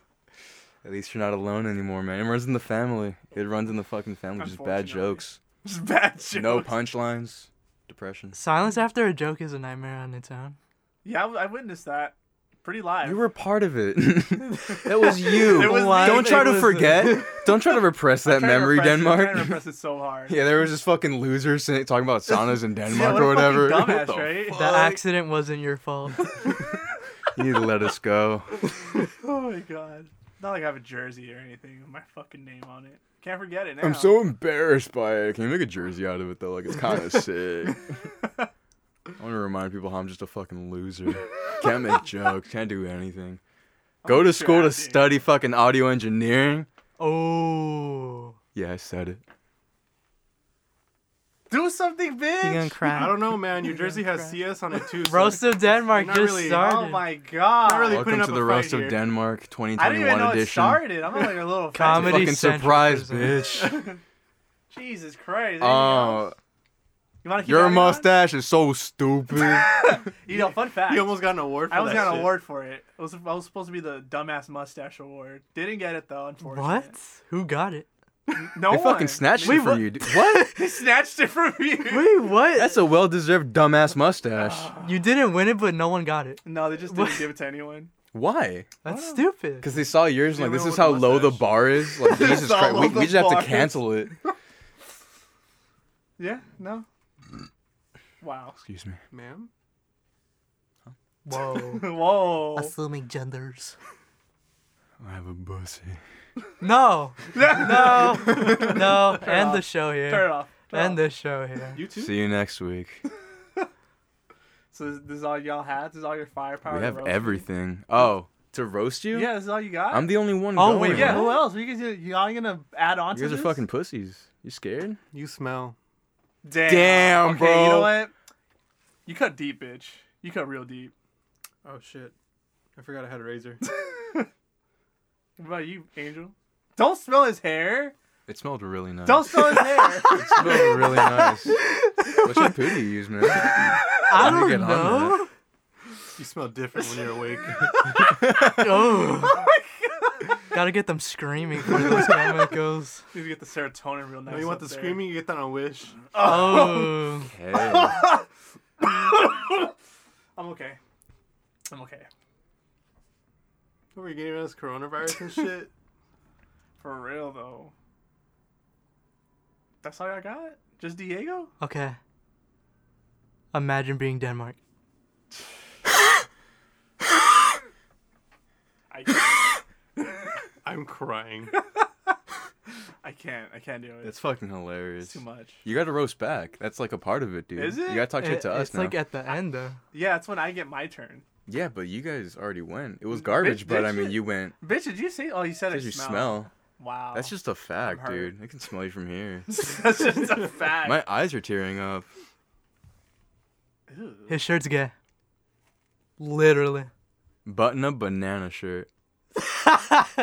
Speaker 2: At least you're not alone anymore, man. It runs in the family. It runs in the fucking family. Just bad
Speaker 1: Unfortunately.
Speaker 2: jokes.
Speaker 1: Just bad *laughs* shit.
Speaker 2: No punchlines. Depression.
Speaker 3: Silence after a joke is a nightmare on its own.
Speaker 1: Yeah, I I witnessed that. Pretty live.
Speaker 2: You were part
Speaker 1: *laughs*
Speaker 2: of it. that was you.
Speaker 1: It was
Speaker 3: Why-
Speaker 1: me.
Speaker 2: Don't try
Speaker 3: it
Speaker 2: to
Speaker 3: was-
Speaker 2: forget. Don't try to repress that
Speaker 1: I'm trying to
Speaker 2: memory,
Speaker 1: repress it. I'm
Speaker 2: Denmark.
Speaker 1: trying to repress it so hard.
Speaker 2: *laughs* Yeah, there was this fucking loser saying, talking about saunas in
Speaker 1: *laughs*
Speaker 2: Denmark
Speaker 1: Yeah, what
Speaker 2: or
Speaker 1: a fucking
Speaker 2: whatever.
Speaker 1: Dumbass,
Speaker 2: What *laughs* the
Speaker 1: right? *laughs*
Speaker 3: The accident wasn't your fault.
Speaker 2: f- You need to let us go.
Speaker 1: *laughs* Oh my god. Not like I have a jersey or anything with my fucking name on it. Can't forget it now.
Speaker 2: I'm so embarrassed by it. Can you make a jersey out of it though? Like
Speaker 1: *laughs*
Speaker 2: it's kind of sick. I want to remind people how I'm just a
Speaker 1: *laughs*
Speaker 2: fucking loser. Can't make jokes. Can't do anything.
Speaker 1: Oh,
Speaker 2: Go to school to study fucking audio engineering.
Speaker 3: Oh.
Speaker 2: Yeah, I said it.
Speaker 1: Do something
Speaker 3: You
Speaker 1: big.
Speaker 3: gonna
Speaker 4: I
Speaker 3: cry?
Speaker 4: don't know, man. Your jersey has CS on it too. so
Speaker 3: Roast of Denmark
Speaker 4: Not
Speaker 3: just
Speaker 4: really. Oh
Speaker 1: Oh
Speaker 3: started.
Speaker 1: my god.
Speaker 4: Not really putting
Speaker 2: Welcome
Speaker 4: up
Speaker 2: to
Speaker 4: a
Speaker 2: the
Speaker 4: fight
Speaker 2: roast
Speaker 4: here.
Speaker 2: of Denmark
Speaker 1: I didn't
Speaker 2: 2021
Speaker 1: even know it
Speaker 2: edition.
Speaker 1: started. I'm like a little offended.
Speaker 3: Comedy
Speaker 2: fucking
Speaker 3: Central
Speaker 2: surprise, *laughs*
Speaker 3: presents.
Speaker 2: bitch.
Speaker 1: *laughs* Jesus Christ.
Speaker 2: Oh,
Speaker 1: you want to keep
Speaker 2: your
Speaker 1: adding on?
Speaker 2: mustache is so
Speaker 1: *laughs*
Speaker 2: stupid.
Speaker 1: You know, fun fact.
Speaker 4: *laughs* He almost got an award. For
Speaker 1: I almost
Speaker 4: that
Speaker 1: got an
Speaker 4: shit.
Speaker 1: award for it. It was, I was supposed to be the dumbass mustache award. Didn't get it though, unfortunately.
Speaker 3: What? Who got it?
Speaker 1: No
Speaker 2: They
Speaker 1: one.
Speaker 2: fucking snatched it from you. dude.
Speaker 1: *laughs*
Speaker 2: What?
Speaker 1: They snatched it from you.
Speaker 3: Wait, what?
Speaker 2: That's a well-deserved dumbass mustache.
Speaker 3: you didn't win it, but no one got it.
Speaker 1: no, they just didn't give
Speaker 4: *laughs*
Speaker 1: it to anyone.
Speaker 2: Why?
Speaker 3: That's stupid.
Speaker 2: Because they saw yours and
Speaker 4: They
Speaker 2: like, this
Speaker 4: went
Speaker 2: is
Speaker 4: with
Speaker 2: how
Speaker 4: the
Speaker 2: low the
Speaker 4: mustache.
Speaker 2: bar is.
Speaker 4: *laughs*
Speaker 2: Like, Jesus
Speaker 4: how
Speaker 2: Christ,
Speaker 4: low
Speaker 2: we,
Speaker 4: the
Speaker 2: we just have
Speaker 4: bar
Speaker 2: to
Speaker 4: is.
Speaker 2: cancel
Speaker 4: *laughs*
Speaker 2: it.
Speaker 1: Yeah. No.
Speaker 4: *laughs*
Speaker 1: Wow. *laughs*
Speaker 2: Excuse me.
Speaker 4: ma'am.
Speaker 3: Whoa.
Speaker 1: Whoa.
Speaker 5: Assuming genders.
Speaker 2: I have a pussy.
Speaker 3: No. no. No. End the show
Speaker 1: Turn it
Speaker 3: here.
Speaker 1: off. Turn it
Speaker 3: End
Speaker 1: off.
Speaker 3: the show here.
Speaker 4: You too.
Speaker 2: See you next week.
Speaker 4: *laughs*
Speaker 1: So this, this is all y'all had. This is all your firepower.
Speaker 2: We
Speaker 1: to
Speaker 2: have
Speaker 1: roast me?
Speaker 2: everything. Oh, to roast you?
Speaker 1: Yeah, this is all you got.
Speaker 2: I'm the only one
Speaker 3: Oh,
Speaker 2: going.
Speaker 3: wait,
Speaker 1: yeah.
Speaker 2: right?
Speaker 1: Who else? You guys, y'all gonna add on to
Speaker 2: You guys
Speaker 1: this?
Speaker 2: are fucking pussies. You scared?
Speaker 4: You smell.
Speaker 1: Damn,
Speaker 2: Damn,
Speaker 1: okay,
Speaker 2: bro.
Speaker 1: You know what? You cut deep, bitch. You cut real deep.
Speaker 4: Oh shit. I forgot I had
Speaker 1: *laughs*
Speaker 4: a razor.
Speaker 1: What about you, Angel? Don't smell his hair.
Speaker 2: It smelled really nice.
Speaker 1: Don't smell his
Speaker 2: *laughs*
Speaker 1: hair.
Speaker 2: It smelled really nice. What shampoo do you use, man?
Speaker 3: I
Speaker 2: How'd you
Speaker 3: don't
Speaker 2: get on
Speaker 3: know.
Speaker 4: you smell different when
Speaker 1: *laughs*
Speaker 4: you're awake.
Speaker 3: Oh. Gotta get them screaming for those
Speaker 2: *laughs*
Speaker 3: chemicals.
Speaker 1: You get the serotonin real nice.
Speaker 4: you want the
Speaker 1: up there.
Speaker 4: screaming? You get that on Wish.
Speaker 3: Oh.
Speaker 2: Hey.
Speaker 1: I'm okay. I'm okay.
Speaker 4: What were you getting us coronavirus and shit?
Speaker 1: *laughs* For real though. That's all I got. Just Diego.
Speaker 3: Oh, Okay. Imagine being Denmark.
Speaker 1: I can't.
Speaker 4: I'm crying.
Speaker 1: I can't. I can't do it.
Speaker 2: That's fucking hilarious.
Speaker 1: It's too much.
Speaker 2: You gotta roast back. That's like a part of it, dude.
Speaker 1: Is it?
Speaker 2: You gotta talk shit
Speaker 3: It-
Speaker 2: to us
Speaker 3: it's
Speaker 2: now.
Speaker 3: like at the end though.
Speaker 1: Yeah, that's when I get my turn.
Speaker 2: yeah, but you guys already went. It was garbage, but
Speaker 1: did
Speaker 2: I mean,
Speaker 3: *laughs*
Speaker 1: you?
Speaker 2: you went.
Speaker 1: Bitch, did you see? Oh, you said I
Speaker 2: Did you smell?
Speaker 1: Wow.
Speaker 2: That's just a fact,
Speaker 1: hurt.
Speaker 2: dude. I can smell you from
Speaker 3: *laughs*
Speaker 2: here.
Speaker 1: *laughs* that's just a fact.
Speaker 2: My eyes are tearing up.
Speaker 1: Ew.
Speaker 3: His shirt's gay. Literally.
Speaker 2: Button up banana
Speaker 3: *laughs*
Speaker 2: shirt. the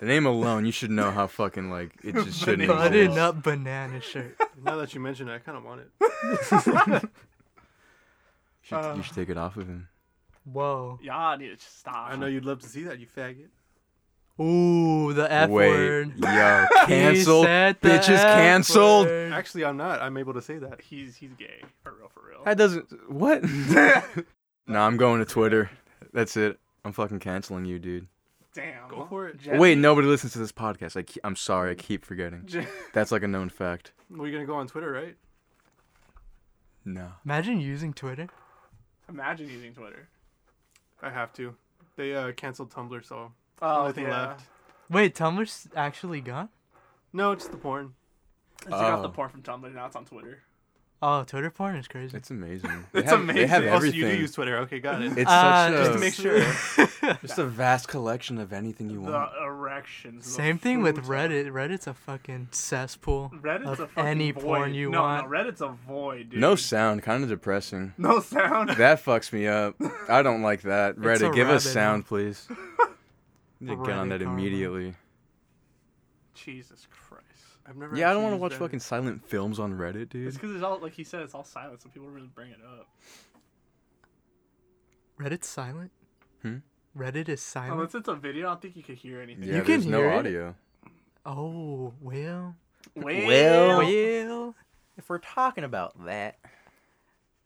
Speaker 2: name alone, you should know how fucking like it
Speaker 3: *laughs*
Speaker 2: just shouldn't.
Speaker 1: Banana.
Speaker 2: exist.
Speaker 3: Button up banana shirt.
Speaker 4: now that you mention it, I kind of want it.
Speaker 1: *laughs*
Speaker 2: You should, you should take it off of him.
Speaker 3: Whoa.
Speaker 1: Y'all need to just stop.
Speaker 4: I know you'd love to see that, you faggot.
Speaker 3: Ooh, the F
Speaker 2: Wait,
Speaker 3: word.
Speaker 2: yo,
Speaker 3: *laughs* He
Speaker 2: canceled,
Speaker 3: said the
Speaker 2: bitches
Speaker 3: F
Speaker 2: canceled.
Speaker 3: word.
Speaker 4: Actually, I'm not. I'm able to say that.
Speaker 1: He's he's gay. For real, for real.
Speaker 2: That doesn't.
Speaker 3: *laughs*
Speaker 2: What? *laughs* nah, I'm going to Twitter. That's it. I'm fucking canceling you, dude.
Speaker 1: Damn.
Speaker 4: Go for it.
Speaker 1: Jeff-
Speaker 2: Wait, nobody listens to this podcast. I ke- I'm sorry, I keep forgetting.
Speaker 1: Je-
Speaker 2: That's like a known fact.
Speaker 4: We're gonna go on Twitter, right?
Speaker 2: No.
Speaker 3: Imagine using Twitter.
Speaker 1: *laughs* Imagine using Twitter.
Speaker 4: I have to. They uh, canceled Tumblr, so
Speaker 1: Oh,
Speaker 4: only thing left.
Speaker 3: Wait, Tumblr's actually gone?
Speaker 4: No, it's the porn.
Speaker 1: I took out the
Speaker 2: Oh.
Speaker 1: porn from Tumblr. Now it's on Twitter.
Speaker 3: Oh, Twitter porn is crazy.
Speaker 2: It's
Speaker 4: *laughs*
Speaker 2: amazing.
Speaker 4: It's
Speaker 2: they have,
Speaker 4: amazing.
Speaker 2: They have
Speaker 4: also,
Speaker 2: everything.
Speaker 4: you do use Twitter. Okay, got it.
Speaker 2: it's such
Speaker 3: Uh,
Speaker 2: a,
Speaker 3: just
Speaker 4: Just to make sure.
Speaker 2: just a vast collection of anything
Speaker 1: *laughs*
Speaker 2: you
Speaker 1: The
Speaker 2: want.
Speaker 1: erections. the
Speaker 3: Same thing with
Speaker 1: fruits.
Speaker 3: Reddit. Reddit's a fucking cesspool
Speaker 1: Reddit's
Speaker 3: of
Speaker 1: a fucking
Speaker 3: any
Speaker 1: void.
Speaker 3: porn you
Speaker 1: no,
Speaker 3: want.
Speaker 1: No, Reddit's a void, dude.
Speaker 2: No sound, kind of depressing.
Speaker 1: *laughs* no sound.
Speaker 2: *laughs* That fucks me up. I don't like that.
Speaker 3: *laughs* It's a
Speaker 2: Reddit, give us
Speaker 3: rabbit,
Speaker 2: sound, please.
Speaker 4: *laughs*
Speaker 2: Need to get on
Speaker 3: Reddit
Speaker 2: that
Speaker 3: karma.
Speaker 2: immediately.
Speaker 1: Jesus Christ.
Speaker 4: I've never.
Speaker 2: Yeah, I don't want
Speaker 4: actually
Speaker 2: to watch
Speaker 4: used
Speaker 2: fucking silent films on Reddit,
Speaker 1: It's
Speaker 2: dude.
Speaker 1: because it's all like he said. It's all silent, so people really bring it up.
Speaker 3: Reddit's silent.
Speaker 2: Hmm?
Speaker 3: Reddit is silent.
Speaker 1: Unless Oh, it's a video, I don't think you could hear anything.
Speaker 2: Yeah,
Speaker 3: You can
Speaker 2: there's no
Speaker 3: hear it.
Speaker 2: audio.
Speaker 3: Oh, well.
Speaker 1: Well,
Speaker 3: Well.
Speaker 5: If we're talking about that.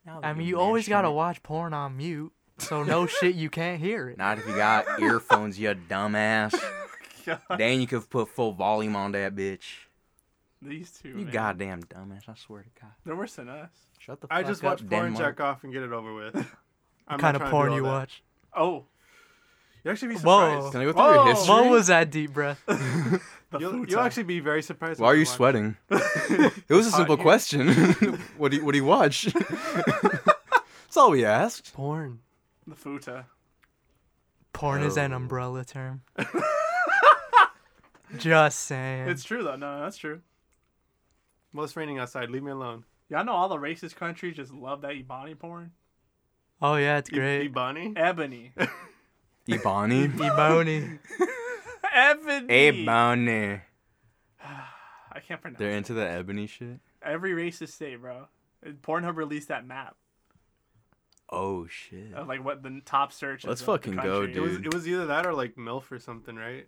Speaker 5: now that
Speaker 3: I mean,
Speaker 5: you
Speaker 3: you always
Speaker 5: mention
Speaker 3: gotta
Speaker 5: it-
Speaker 3: watch porn on mute, so no shit, you can't hear it.
Speaker 5: Not if
Speaker 4: *laughs*
Speaker 5: you got earphones, you dumbass. then you could put full volume on that bitch.
Speaker 1: these two.
Speaker 5: You
Speaker 1: man.
Speaker 5: goddamn dumbass, I swear to God.
Speaker 1: They're worse than us.
Speaker 5: Shut the fuck
Speaker 4: I
Speaker 5: up.
Speaker 4: just watch porn,
Speaker 5: Denmark.
Speaker 4: jack off, and get it over with. I'm
Speaker 3: What kind of
Speaker 4: not trying to do
Speaker 3: porn
Speaker 4: all
Speaker 3: you
Speaker 4: that.
Speaker 3: watch?
Speaker 1: Oh,
Speaker 4: You'd actually
Speaker 3: Whoa.
Speaker 4: be surprised. Oh,
Speaker 2: Can I go through your
Speaker 1: Whoa.
Speaker 2: history?
Speaker 3: What was that deep breath?
Speaker 1: The
Speaker 4: You'll,
Speaker 1: futon.
Speaker 4: you'll actually be very surprised.
Speaker 2: Why are
Speaker 4: when
Speaker 2: you
Speaker 4: watch-
Speaker 2: sweating?
Speaker 1: *laughs*
Speaker 2: It was a simple
Speaker 4: here.
Speaker 2: question. what do you, what do you watch? *laughs* That's all we asked.
Speaker 3: Porn.
Speaker 1: the futa.
Speaker 3: Porn is an umbrella term. Just saying.
Speaker 1: It's true though. No, no, that's true.
Speaker 4: Well, it's raining outside. Leave me alone.
Speaker 1: Y'all know all the racist countries just love that Ebony porn.
Speaker 3: oh yeah, it's
Speaker 4: E-
Speaker 3: great.
Speaker 4: Ebony.
Speaker 1: Ebony.
Speaker 2: Ebony.
Speaker 1: E-, *laughs*
Speaker 3: Ebony.
Speaker 1: Ebony.
Speaker 2: *laughs* Ebony.
Speaker 1: I can't pronounce.
Speaker 2: They're
Speaker 1: it.
Speaker 2: into the ebony shit.
Speaker 1: Every racist state, bro. Pornhub released that map
Speaker 2: Oh shit.
Speaker 1: of like what the top search.
Speaker 2: Let's fucking go,
Speaker 4: It was
Speaker 2: dude.
Speaker 4: it was either that or like MILF or something, right?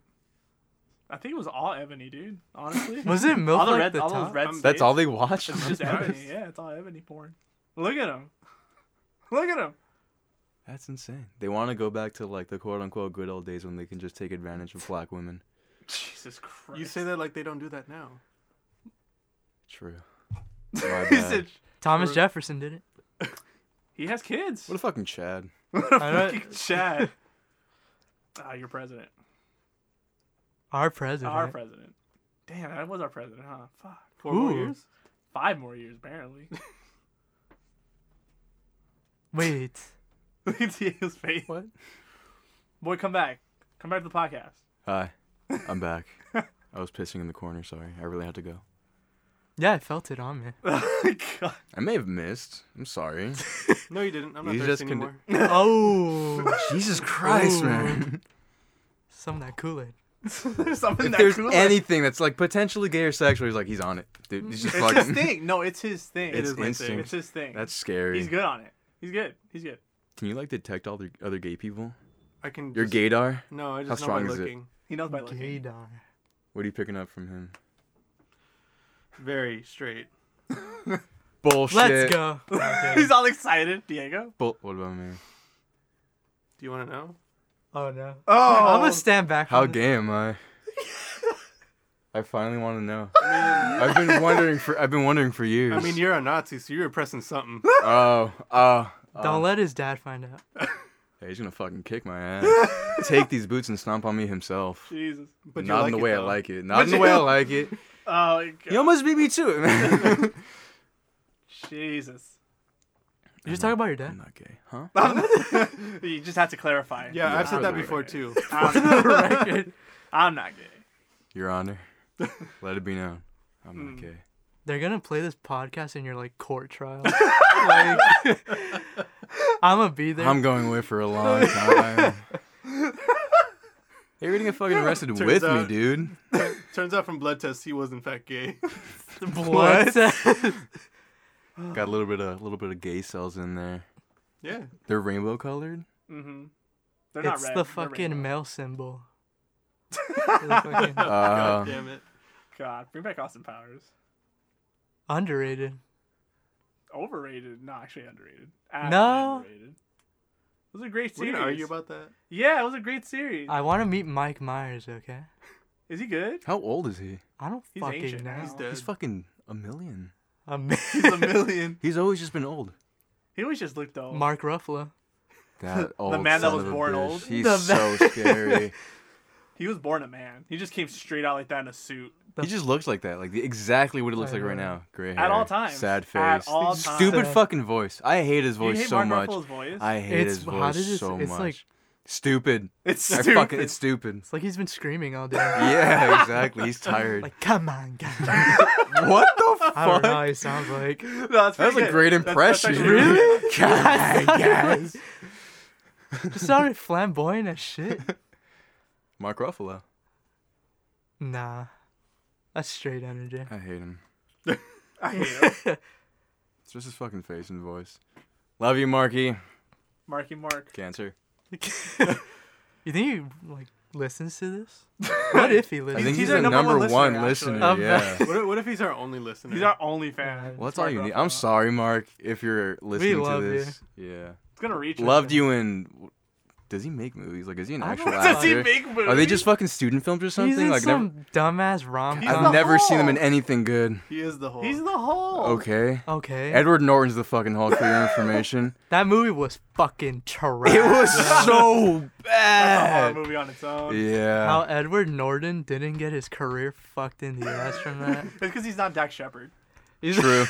Speaker 1: I think it was all ebony, dude. Honestly,
Speaker 3: Was it milk
Speaker 1: all the
Speaker 3: like
Speaker 1: red,
Speaker 3: the
Speaker 1: all
Speaker 3: top?
Speaker 1: those red.
Speaker 4: Um,
Speaker 2: That's
Speaker 1: states.
Speaker 2: all they watch.
Speaker 1: It's
Speaker 2: *laughs*
Speaker 1: just ebony. Yeah, it's all ebony porn. Look at him. *laughs* Look at him.
Speaker 2: That's insane. They want to go back to like the quote unquote good old days when they can just take advantage of black women.
Speaker 1: Jesus Christ.
Speaker 4: You say that like they don't do that now.
Speaker 1: *laughs*
Speaker 2: True. My
Speaker 1: He
Speaker 2: bad.
Speaker 1: said
Speaker 3: Thomas
Speaker 1: *laughs*
Speaker 3: Jefferson did it.
Speaker 1: he has kids.
Speaker 2: what a fucking Chad.
Speaker 1: *laughs*
Speaker 3: I don't-
Speaker 1: Fucking Chad. Ah, your president.
Speaker 3: our president.
Speaker 1: Our president. Damn, that was our president, huh? Fuck.
Speaker 4: Four more
Speaker 3: Ooh.
Speaker 4: years.
Speaker 1: Five more years, apparently.
Speaker 3: Wait.
Speaker 1: *laughs* Look at Diego's face.
Speaker 2: What?
Speaker 1: *laughs* Boy, come back. Come back to the podcast. *laughs*
Speaker 2: Hi. I'm back. I was pissing in the corner. Sorry. I really had to go.
Speaker 3: Yeah, I felt it
Speaker 1: *laughs*
Speaker 3: on me.
Speaker 1: Oh God.
Speaker 2: I may have missed. I'm
Speaker 1: *laughs*
Speaker 2: sorry.
Speaker 4: No, you didn't. I'm not
Speaker 2: You
Speaker 4: thirsty
Speaker 2: just con-
Speaker 4: anymore.
Speaker 3: Oh,
Speaker 2: Jesus Christ,
Speaker 3: Ooh.
Speaker 2: man.
Speaker 3: some of that Kool Aid.
Speaker 1: Something
Speaker 2: If
Speaker 1: that
Speaker 2: there's
Speaker 1: cool.
Speaker 2: anything that's like potentially gay or sexual, he's like, he's on it. Dude, he's just
Speaker 1: it's his
Speaker 2: fucking.
Speaker 1: thing. No, it's his thing.
Speaker 2: *laughs* It's
Speaker 1: my thing.
Speaker 2: instinct.
Speaker 1: It's his thing.
Speaker 2: That's scary.
Speaker 1: He's good on it. He's good. He's good.
Speaker 2: Can you like detect all the other gay people?
Speaker 4: I can.
Speaker 2: Your
Speaker 4: just-
Speaker 2: gaydar?
Speaker 4: No, I
Speaker 2: How
Speaker 4: just know by
Speaker 2: strong is it?
Speaker 4: looking.
Speaker 1: He knows by looking.
Speaker 3: Gaydar.
Speaker 2: What are you picking up from him?
Speaker 4: Very straight.
Speaker 2: Bullshit.
Speaker 3: Let's go.
Speaker 1: *laughs* He's all excited, Diego.
Speaker 2: Bull- what about me?
Speaker 4: Do you want to know?
Speaker 3: Oh no.
Speaker 1: Oh,
Speaker 3: I'm gonna stand back.
Speaker 2: How
Speaker 3: from this.
Speaker 2: gay am I? I finally want to know. I've been wondering for I've been wondering for years.
Speaker 4: I mean, you're a Nazi, so you're pressing something.
Speaker 2: oh, oh, oh.
Speaker 3: Don't let his dad find out.
Speaker 2: Hey, he's gonna fucking kick my ass. Take these boots and stomp on me himself.
Speaker 1: Jesus.
Speaker 4: But you
Speaker 2: Not in the
Speaker 4: it,
Speaker 2: way I
Speaker 4: though.
Speaker 2: like it. Not in the way I like it.
Speaker 1: Oh, my God.
Speaker 2: You almost beat me to *laughs* it, man.
Speaker 1: Jesus.
Speaker 3: Did you talk about your dad?
Speaker 2: I'm not gay, huh?
Speaker 1: You just have to clarify.
Speaker 4: Yeah, I've said
Speaker 2: I'm
Speaker 4: that
Speaker 2: not
Speaker 4: before too.
Speaker 1: *laughs* I'm,
Speaker 3: *laughs*
Speaker 1: I'm not gay.
Speaker 2: Your Honor, let it be known, I'm
Speaker 1: Hmm.
Speaker 2: not gay.
Speaker 3: They're gonna play this podcast in your like court
Speaker 1: *laughs*
Speaker 3: trial. like, *laughs* I'm gonna be there.
Speaker 2: I'm going away for
Speaker 1: *laughs*
Speaker 2: a long time. You're gonna get fucking arrested
Speaker 4: Turns
Speaker 2: with me,
Speaker 4: out-
Speaker 2: dude.
Speaker 1: *sighs*
Speaker 4: *laughs* Turns out from blood tests, he was in fact gay. *laughs*
Speaker 3: Blood test.
Speaker 2: Got a little bit of a little bit of gay cells in there.
Speaker 4: Yeah.
Speaker 2: They're rainbow colored.
Speaker 1: Mm-hmm. They're not
Speaker 3: it's
Speaker 1: red.
Speaker 3: the
Speaker 1: they're
Speaker 3: fucking
Speaker 1: rainbow. *laughs*
Speaker 3: male symbol. The
Speaker 2: Uh,
Speaker 3: fucking-
Speaker 4: *laughs* God damn it.
Speaker 1: God, bring back Austin Powers.
Speaker 3: underrated.
Speaker 1: Overrated. No, actually underrated. Actually
Speaker 3: No.
Speaker 1: Underrated. It was a great
Speaker 4: We're
Speaker 1: series.
Speaker 4: gonna argue about *laughs* that.
Speaker 1: yeah, it was a great series.
Speaker 3: I want to meet Mike Myers. Okay.
Speaker 1: Is he good?
Speaker 2: how old is he?
Speaker 3: I don't
Speaker 1: He's
Speaker 3: fucking
Speaker 1: ancient
Speaker 3: know.
Speaker 1: now.
Speaker 4: He's dead.
Speaker 2: He's fucking a million.
Speaker 3: I'm-
Speaker 1: He's a million.
Speaker 2: He's always just been old.
Speaker 1: he always just looked old.
Speaker 3: *laughs* Mark Ruffalo.
Speaker 1: *laughs*
Speaker 2: That old
Speaker 1: man that
Speaker 2: son
Speaker 1: was
Speaker 2: of a
Speaker 1: born
Speaker 2: bitch.
Speaker 1: old.
Speaker 2: He's
Speaker 3: The
Speaker 2: so
Speaker 1: *laughs*
Speaker 3: man-
Speaker 2: scary.
Speaker 1: He was born a man. He just came straight out like that in a suit.
Speaker 2: he just looks like that, like the, exactly what it looks
Speaker 3: I
Speaker 2: like right
Speaker 3: know.
Speaker 2: now. Gray hair,
Speaker 1: At all times.
Speaker 2: sad face,
Speaker 1: At all times.
Speaker 2: stupid
Speaker 3: Sad.
Speaker 2: fucking voice. I hate his
Speaker 1: Do you
Speaker 2: voice
Speaker 1: hate
Speaker 2: so
Speaker 1: Mark
Speaker 2: much.
Speaker 1: Ruffalo's voice?
Speaker 2: I hate
Speaker 3: It's-
Speaker 2: his
Speaker 3: how
Speaker 2: voice
Speaker 3: did it-
Speaker 2: so
Speaker 3: it's
Speaker 2: much.
Speaker 3: like-
Speaker 2: stupid.
Speaker 1: it's
Speaker 2: I
Speaker 1: stupid.
Speaker 2: fucking it's stupid.
Speaker 3: It's like he's been screaming
Speaker 1: *laughs*
Speaker 3: all day.
Speaker 2: Yeah, exactly. He's tired.
Speaker 3: like, come on, guys.
Speaker 2: what the fuck?
Speaker 3: I don't know. how He sounds like.
Speaker 2: *laughs*
Speaker 1: No, that's
Speaker 2: That was
Speaker 1: pretty
Speaker 2: a
Speaker 1: good.
Speaker 2: great
Speaker 1: That's-
Speaker 2: impression.
Speaker 1: actually really good.
Speaker 2: *laughs* God, yes.
Speaker 3: *laughs* Just sounded flamboyant as shit.
Speaker 2: Mark Ruffalo.
Speaker 3: Nah, that's straight energy.
Speaker 2: I hate him.
Speaker 1: I hate him.
Speaker 2: *laughs* It's just his fucking face and voice. Love you, Marky.
Speaker 1: Marky Mark.
Speaker 2: *laughs* Cancer.
Speaker 3: you think he like listens to this? What if
Speaker 2: *laughs*
Speaker 3: he
Speaker 2: I
Speaker 3: listens?
Speaker 2: think
Speaker 1: he's
Speaker 2: he's,
Speaker 1: our
Speaker 2: the
Speaker 1: number
Speaker 2: number
Speaker 1: one
Speaker 2: one
Speaker 1: listener,
Speaker 2: listener.
Speaker 3: actually.
Speaker 2: yeah. *laughs*
Speaker 4: What, if- what if he's our only listener?
Speaker 1: He's our only fan.
Speaker 2: Well, that's
Speaker 1: It's Mark
Speaker 2: all you need.
Speaker 1: Ruffalo.
Speaker 2: I'm sorry, Mark, if you're listening
Speaker 3: love
Speaker 2: to
Speaker 3: you.
Speaker 2: this. Yeah.
Speaker 1: *laughs* It's gonna reach. us
Speaker 2: Loved
Speaker 1: and-
Speaker 2: you in Does he make movies? Like, is he an
Speaker 3: I
Speaker 2: actual
Speaker 3: don't-
Speaker 2: actor?
Speaker 3: Does he
Speaker 1: make movies?
Speaker 2: Are they just fucking student films or something?
Speaker 3: He's in
Speaker 2: like, never,
Speaker 3: some dumbass rom
Speaker 4: He's
Speaker 2: I've
Speaker 3: com.
Speaker 4: the
Speaker 2: never seen him in
Speaker 4: Hulk.
Speaker 2: anything good.
Speaker 4: He is the whole.
Speaker 1: He's the whole.
Speaker 2: Okay.
Speaker 3: Oh, Okay,
Speaker 2: Edward Norton's the fucking Hulk. For your information,
Speaker 3: that movie was fucking trash.
Speaker 2: it was so
Speaker 1: That's a horror
Speaker 2: bad.
Speaker 1: movie on its own.
Speaker 2: Yeah.
Speaker 3: How Edward Norton didn't get his career fucked in the ass
Speaker 2: *laughs*
Speaker 3: from that.
Speaker 1: It's because he's not Dak Shepard.
Speaker 3: He's-
Speaker 2: True.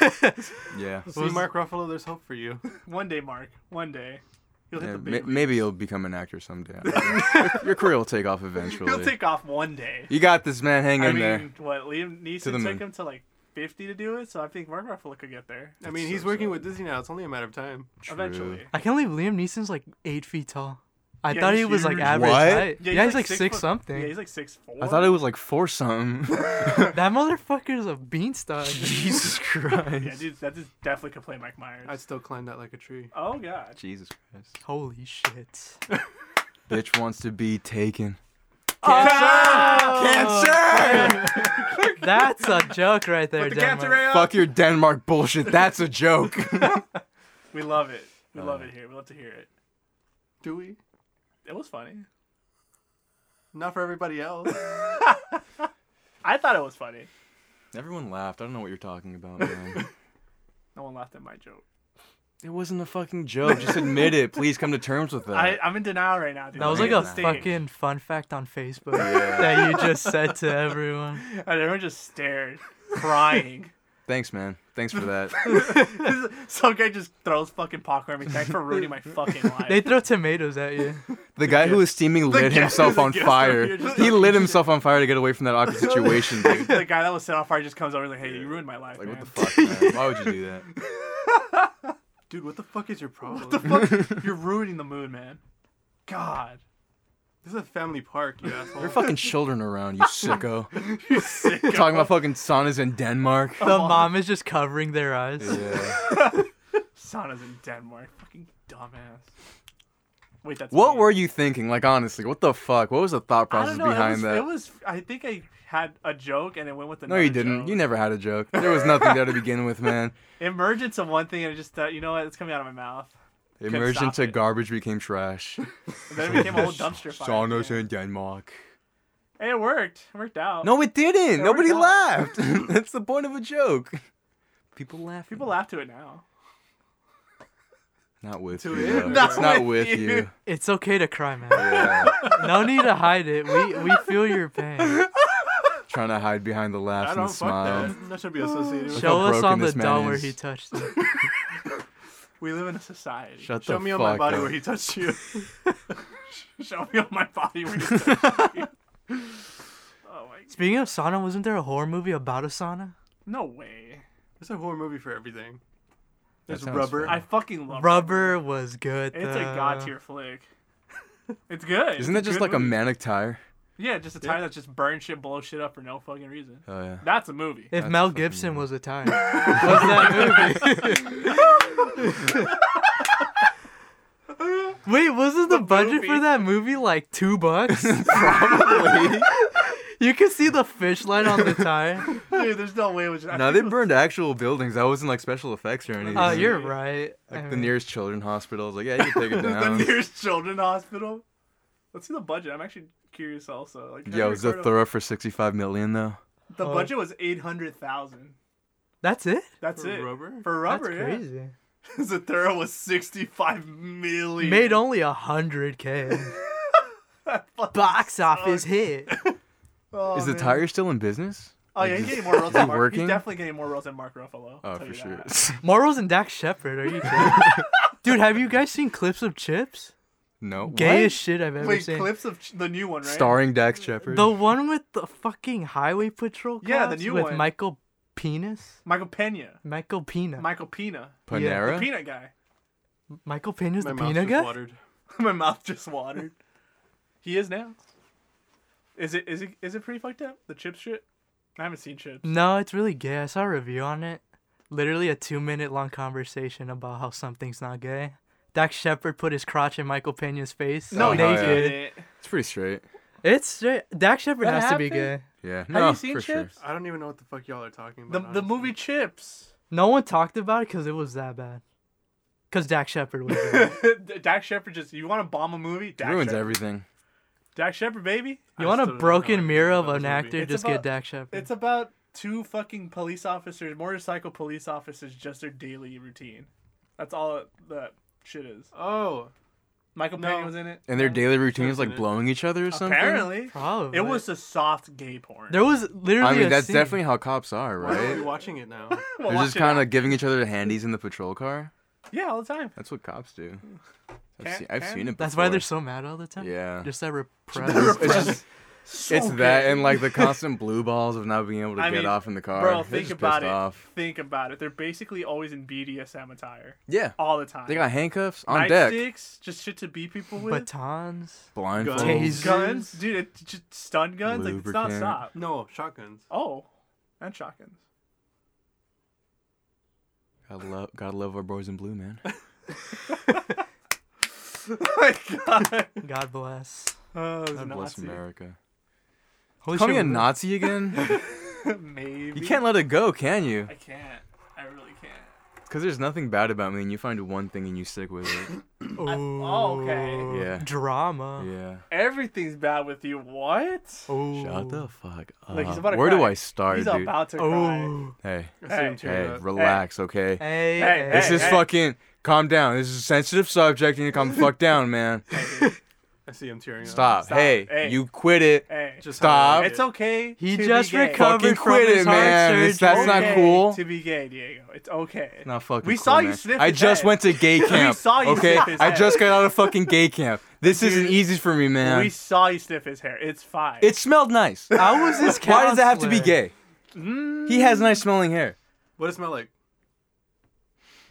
Speaker 2: Yeah.
Speaker 4: See, Mark Ruffalo, there's hope for *laughs* you.
Speaker 1: One day, Mark. One day, he'll hit
Speaker 2: Yeah,
Speaker 1: the
Speaker 2: ma-
Speaker 1: big.
Speaker 2: maybe you'll become an actor someday. Your- Your career will take off eventually.
Speaker 1: he'll take off one day.
Speaker 2: you got this, man. Hang
Speaker 1: I
Speaker 2: in
Speaker 1: mean,
Speaker 2: there.
Speaker 1: what Liam
Speaker 2: To the
Speaker 1: Neeson took
Speaker 2: moon.
Speaker 1: him to like 50 to do it, so I think Mark Ruffalo could get there
Speaker 4: I mean,
Speaker 2: so
Speaker 4: he's working
Speaker 2: sad.
Speaker 4: with Disney now. It's only a matter of time.
Speaker 1: eventually.
Speaker 3: I can't believe Liam Neeson's like eight feet tall. I
Speaker 1: Yeah,
Speaker 3: thought
Speaker 1: he's
Speaker 3: he was like
Speaker 1: huge.
Speaker 3: average
Speaker 2: What?
Speaker 3: height. Yeah, he's, like, six,
Speaker 1: foot-
Speaker 3: something.
Speaker 1: Yeah, he's like six four.
Speaker 2: I thought it was like four something.
Speaker 3: that motherfucker's
Speaker 1: *laughs*
Speaker 3: a
Speaker 2: *laughs*
Speaker 3: beanstalk.
Speaker 2: Jesus Christ.
Speaker 1: Yeah, dude, that dude definitely could play Mike Myers.
Speaker 4: I'd still climb that like a tree.
Speaker 1: oh god.
Speaker 2: Jesus Christ.
Speaker 3: Holy shit.
Speaker 1: *laughs*
Speaker 2: Bitch wants to be taken.
Speaker 3: *laughs*
Speaker 1: Ah,
Speaker 3: That's a joke right there, Denmark.
Speaker 2: uh, Fuck your Denmark bullshit. That's a joke. *laughs*
Speaker 1: We love it. We love
Speaker 2: Uh.
Speaker 1: it here. We love to hear it.
Speaker 4: Do we?
Speaker 1: It was funny.
Speaker 4: Not for everybody else. *laughs*
Speaker 1: I thought it was funny.
Speaker 2: Everyone laughed. I don't know what you're talking about, man.
Speaker 1: No one laughed at my joke.
Speaker 2: it wasn't a fucking joke. Just admit it. Please come to terms with that.
Speaker 1: I, I'm in denial right now, dude.
Speaker 3: That was like
Speaker 1: I'm
Speaker 3: a
Speaker 1: staying.
Speaker 3: fucking fun fact on Facebook *laughs* that you just said to everyone.
Speaker 1: And everyone just stared, crying.
Speaker 2: Thanks, man. Thanks for that.
Speaker 1: *laughs* Some guy just throws fucking popcorn at me. Thanks for ruining my fucking life.
Speaker 3: They throw tomatoes at
Speaker 1: *laughs*
Speaker 3: you.
Speaker 2: The guy who was steaming lit himself on fire. He lit himself on fire to get away from that awkward situation, dude.
Speaker 1: the guy that was set on fire just comes over and like, hey, you ruined my life,
Speaker 2: Like,
Speaker 1: man. *laughs*
Speaker 2: what the fuck, man? Why would you do that?
Speaker 4: Dude, what the fuck is your problem?
Speaker 1: You're ruining the mood, man. God.
Speaker 4: this is a family park, you asshole.
Speaker 2: There are fucking children around, you *laughs* sicko. Talking about fucking saunas
Speaker 1: *laughs*
Speaker 2: in Denmark.
Speaker 3: The mom is just covering their eyes.
Speaker 2: Yeah.
Speaker 1: Sauna's in Denmark. Fucking dumbass. Wait, that's
Speaker 2: What
Speaker 1: me.
Speaker 2: were you thinking? Like, honestly, what the fuck? What was the thought
Speaker 1: I
Speaker 2: process
Speaker 1: don't know.
Speaker 2: behind
Speaker 1: it was,
Speaker 2: that?
Speaker 1: It was. I think I had a joke and it went with
Speaker 2: no,
Speaker 1: another.
Speaker 2: you didn't.
Speaker 1: joke.
Speaker 2: You never had a joke. There was nothing there to begin
Speaker 1: *laughs*
Speaker 2: with, man.
Speaker 1: Emergence of one thing, and I just thought, you know what? It's coming out of my mouth.
Speaker 2: It emerged
Speaker 1: stop
Speaker 2: into
Speaker 1: it.
Speaker 2: garbage, became
Speaker 1: *laughs*
Speaker 2: trash.
Speaker 1: And then it became a whole
Speaker 2: *laughs*
Speaker 1: dumpster fire.
Speaker 2: Saunas in Denmark.
Speaker 1: Hey, it worked. It worked out.
Speaker 2: No, it didn't.
Speaker 1: we're
Speaker 2: Nobody
Speaker 1: done.
Speaker 2: laughed. *laughs* That's the point of a joke. People laugh.
Speaker 1: People laugh to it now.
Speaker 2: Not with
Speaker 4: To
Speaker 2: you.
Speaker 4: it.
Speaker 2: though.
Speaker 4: Not
Speaker 2: it's not
Speaker 1: with
Speaker 2: with you.
Speaker 1: you.
Speaker 3: It's okay to cry, man.
Speaker 2: Yeah.
Speaker 3: No need to hide it. We we feel your pain.
Speaker 2: Trying to hide behind the laughs
Speaker 4: *laughs* I
Speaker 2: and
Speaker 4: don't
Speaker 2: the
Speaker 4: fuck
Speaker 2: smile.
Speaker 4: that. That should be associated with.
Speaker 3: Show
Speaker 2: how
Speaker 3: us
Speaker 2: broken
Speaker 3: on the
Speaker 2: this man
Speaker 3: doll where
Speaker 2: is.
Speaker 3: he touched it.
Speaker 1: We live in a society.
Speaker 2: Shut
Speaker 4: Show
Speaker 2: the
Speaker 4: me
Speaker 2: fuck
Speaker 4: on my body
Speaker 2: up.
Speaker 4: where he touched you.
Speaker 1: *laughs* Show me on my body
Speaker 2: *laughs*
Speaker 1: where you touched me. Oh my.
Speaker 3: Speaking of sauna, wasn't there a horror movie about a
Speaker 1: *laughs*
Speaker 3: sauna?
Speaker 1: No way.
Speaker 4: *laughs* It's a horror movie for
Speaker 2: That
Speaker 4: everything. There's
Speaker 2: sounds
Speaker 4: rubber.
Speaker 1: I fucking love
Speaker 3: Rubber was good.
Speaker 1: It's a
Speaker 3: though.
Speaker 1: god tier flick. It's good.
Speaker 2: Isn't that
Speaker 1: It's a
Speaker 2: just
Speaker 1: good
Speaker 2: like a
Speaker 1: movie.
Speaker 2: manic tire?
Speaker 1: Yeah, just a tire that just burns shit, blows shit up for no fucking reason.
Speaker 2: Oh yeah.
Speaker 1: That's a
Speaker 2: *laughs*
Speaker 1: movie.
Speaker 3: If
Speaker 2: That's a
Speaker 3: Mel
Speaker 2: fucking
Speaker 3: Gibson
Speaker 2: movie.
Speaker 3: was
Speaker 2: *laughs*
Speaker 3: a tire, what's that
Speaker 2: *laughs*
Speaker 3: movie? Wait, wasn't the, budget for
Speaker 1: movie.
Speaker 3: that movie like two bucks?
Speaker 2: *laughs*
Speaker 3: you could see the fish line on
Speaker 2: *laughs*
Speaker 3: the tire.
Speaker 1: Dude, there's no way it was. I
Speaker 2: No,
Speaker 1: think
Speaker 2: they
Speaker 1: it was-
Speaker 2: burned actual buildings. That wasn't like special effects or anything.
Speaker 3: Oh, you're right. I
Speaker 2: like the
Speaker 3: mean,
Speaker 2: nearest children's hospital. I was like, yeah, you can take it
Speaker 1: *laughs*
Speaker 2: down.
Speaker 1: the
Speaker 2: *laughs*
Speaker 1: nearest children's hospital. Let's see the budget. I'm actually curious also. Like,
Speaker 2: Yo, is the
Speaker 1: Ricardo-
Speaker 2: thorough for sixty-five million though?
Speaker 1: the
Speaker 3: Oh.
Speaker 1: budget was eight hundred thousand.
Speaker 3: that's it.
Speaker 1: That's
Speaker 4: For
Speaker 1: it
Speaker 4: rubber?
Speaker 1: for
Speaker 3: That's
Speaker 1: rubber. yeah. *laughs*
Speaker 3: crazy.
Speaker 1: The Thorough was sixty five million.
Speaker 3: Made only a hundred
Speaker 2: *laughs*
Speaker 3: k. Box office hit.
Speaker 1: Oh,
Speaker 2: is the
Speaker 1: man.
Speaker 2: tire still in business?
Speaker 1: Oh yeah, he's
Speaker 2: *laughs* is-
Speaker 1: getting more roles. than Mark.
Speaker 2: working?
Speaker 1: He's definitely getting more roles than Mark Ruffalo. I'll tell
Speaker 2: Oh, for
Speaker 1: you
Speaker 2: sure. *laughs*
Speaker 1: that.
Speaker 3: Morals and Dak Shepard. Are you kidding? Dude, have you guys seen clips of Chips?
Speaker 2: no.
Speaker 3: Gay
Speaker 2: What?
Speaker 3: as shit I've ever
Speaker 1: Wait,
Speaker 3: seen.
Speaker 1: clips of ch- the new one, right?
Speaker 2: Starring Dax Shepard.
Speaker 3: The one with the fucking highway patrol. Cops
Speaker 1: Yeah, the new
Speaker 3: with
Speaker 1: one.
Speaker 3: Michael Penis.
Speaker 1: Michael Pena.
Speaker 3: Michael Pena.
Speaker 1: Michael Pena.
Speaker 2: Panera.
Speaker 1: Peanut guy. *laughs*
Speaker 3: Michael Pena's
Speaker 4: My
Speaker 3: the
Speaker 4: mouth
Speaker 3: Pena
Speaker 4: just
Speaker 3: guy.
Speaker 4: watered.
Speaker 1: My mouth just watered. He is now. Is it is it is it pretty fucked up? The chip shit? I haven't seen chips.
Speaker 3: No, it's really gay. I saw a review on it. Literally a two minute long conversation about how something's not gay. Dak Shepard put his crotch in Michael Pena's face.
Speaker 2: No, he
Speaker 3: they
Speaker 2: yeah.
Speaker 3: did.
Speaker 2: It's pretty straight.
Speaker 3: It's straight. Dak Shepard
Speaker 1: That
Speaker 3: has to be
Speaker 1: happened?
Speaker 3: gay.
Speaker 2: Yeah.
Speaker 1: Have
Speaker 2: no,
Speaker 1: you seen
Speaker 2: for sure.
Speaker 1: chips?
Speaker 4: I don't even know what the fuck y'all are talking
Speaker 1: The
Speaker 4: about.
Speaker 1: the
Speaker 4: honestly.
Speaker 1: movie Chips. *laughs*
Speaker 3: No one talked about it because it was that bad. Because Dak Shepard was in
Speaker 1: *laughs*
Speaker 3: it.
Speaker 1: Dak Shepard just you want to bomb a movie? Dak
Speaker 2: Ruins
Speaker 1: Shepard.
Speaker 2: everything.
Speaker 1: Dak Shepard, baby.
Speaker 3: You
Speaker 4: I
Speaker 3: want
Speaker 4: still
Speaker 3: a
Speaker 4: don't know
Speaker 3: broken
Speaker 4: anything
Speaker 3: mirror
Speaker 4: about
Speaker 3: of
Speaker 4: this
Speaker 3: an
Speaker 4: movie.
Speaker 3: actor?
Speaker 1: It's
Speaker 3: just
Speaker 1: about-
Speaker 3: get Dak Shepard.
Speaker 1: It's about two fucking police officers, motorcycle police officers, just their daily routine. That's all it, that shit is.
Speaker 4: Oh,
Speaker 1: Michael
Speaker 4: No.
Speaker 1: Pena was in it.
Speaker 2: And their daily routine is
Speaker 4: Should've
Speaker 2: like
Speaker 4: been it.
Speaker 2: blowing each other or something.
Speaker 1: Apparently,
Speaker 3: Probably.
Speaker 1: it was a soft gay porn.
Speaker 3: There was literally.
Speaker 2: I mean,
Speaker 3: a
Speaker 2: that's
Speaker 3: scene.
Speaker 2: definitely how cops are,
Speaker 4: why are we
Speaker 2: right?
Speaker 4: watching it *laughs* now?
Speaker 1: Well,
Speaker 2: They're
Speaker 1: watch
Speaker 2: just
Speaker 1: it
Speaker 2: kind
Speaker 1: now.
Speaker 2: of giving each other handies in the patrol car.
Speaker 1: yeah, all the time.
Speaker 2: That's what cops do. I've,
Speaker 1: Can-
Speaker 2: seen, I've
Speaker 1: can-
Speaker 2: seen it. Before.
Speaker 3: That's why they're so mad all the time.
Speaker 2: Yeah.
Speaker 3: Just that
Speaker 2: It's
Speaker 3: repressed.
Speaker 2: just- it's that and
Speaker 3: *laughs*
Speaker 2: like the constant blue balls of not being able to
Speaker 1: I
Speaker 2: get
Speaker 1: mean,
Speaker 2: off in the car.
Speaker 1: Bro,
Speaker 2: They're
Speaker 1: think
Speaker 2: just
Speaker 1: about
Speaker 2: pissed
Speaker 1: it.
Speaker 2: Off.
Speaker 1: Think about it. They're basically always in BDSM attire
Speaker 2: Yeah.
Speaker 1: all the time.
Speaker 2: They got handcuffs on deck,
Speaker 1: nightsticks, just shit to beat people with.
Speaker 3: Batons.
Speaker 2: blindfolds.
Speaker 3: Guns.
Speaker 1: guns, dude, it, just stun guns, like it's not
Speaker 2: Lubricant.
Speaker 1: stop.
Speaker 4: no, shotguns.
Speaker 1: Oh, and shotguns.
Speaker 2: Gotta love, gotta love our boys in
Speaker 1: *laughs*
Speaker 2: blue, man.
Speaker 1: Oh my god.
Speaker 3: God bless.
Speaker 1: Oh, it was
Speaker 2: *laughs* God bless
Speaker 1: Nazi.
Speaker 2: America.
Speaker 3: Holy
Speaker 2: Call me
Speaker 3: shit,
Speaker 2: a
Speaker 3: we-
Speaker 2: Nazi again?
Speaker 1: *laughs* Maybe.
Speaker 2: you can't let it go, can you?
Speaker 1: I can't. I really can't.
Speaker 2: Because there's nothing bad about me, and you find one thing and you stick with
Speaker 1: *laughs*
Speaker 2: it.
Speaker 1: oh, okay.
Speaker 3: Ooh,
Speaker 2: Yeah.
Speaker 3: Drama.
Speaker 2: Yeah.
Speaker 1: Everything's bad with you. What?
Speaker 3: Oh.
Speaker 2: Shut the fuck up.
Speaker 1: Like, he's about to
Speaker 2: Where do
Speaker 1: cry.
Speaker 2: I start,
Speaker 1: He's
Speaker 2: dude?
Speaker 1: about to cry.
Speaker 3: Oh.
Speaker 2: Hey,
Speaker 4: I see him
Speaker 1: Hey,
Speaker 4: tearing
Speaker 2: hey,
Speaker 4: up.
Speaker 2: relax, okay?
Speaker 3: Hey.
Speaker 1: Hey,
Speaker 2: this
Speaker 1: hey,
Speaker 2: is
Speaker 1: hey.
Speaker 2: fucking. Calm down. This is a sensitive subject, and you calm the fuck down, man.
Speaker 1: *laughs*
Speaker 4: I see him tearing up.
Speaker 2: Stop.
Speaker 1: Stop.
Speaker 2: Hey,
Speaker 1: Hey.
Speaker 2: you quit it.
Speaker 1: Hey,
Speaker 4: Just
Speaker 2: Stop.
Speaker 4: how I
Speaker 1: it's
Speaker 4: like
Speaker 1: okay.
Speaker 3: He
Speaker 1: to be
Speaker 3: just
Speaker 1: gay.
Speaker 3: recovered
Speaker 2: Fucking
Speaker 3: from
Speaker 2: quit
Speaker 3: his
Speaker 2: it,
Speaker 3: heart
Speaker 2: man. This- that's
Speaker 3: surgery.
Speaker 2: not
Speaker 1: okay
Speaker 2: cool.
Speaker 1: To be gay, Diego. It's okay.
Speaker 2: Not fucking.
Speaker 1: We
Speaker 2: cool,
Speaker 1: saw you
Speaker 2: man.
Speaker 1: sniff
Speaker 2: I
Speaker 1: his
Speaker 2: just
Speaker 1: head.
Speaker 2: went
Speaker 1: *laughs*
Speaker 2: to gay camp.
Speaker 1: saw you
Speaker 2: okay,
Speaker 1: sniff his
Speaker 2: I
Speaker 1: head.
Speaker 2: just got out of
Speaker 1: *laughs*
Speaker 2: fucking gay camp. This isn't easy for me, man.
Speaker 1: We saw you sniff his hair. It's fine. *laughs*
Speaker 2: It smelled nice.
Speaker 3: How was this
Speaker 2: Why does that have to be
Speaker 3: counselor?
Speaker 2: gay? He has nice smelling hair.
Speaker 4: What does it smell like?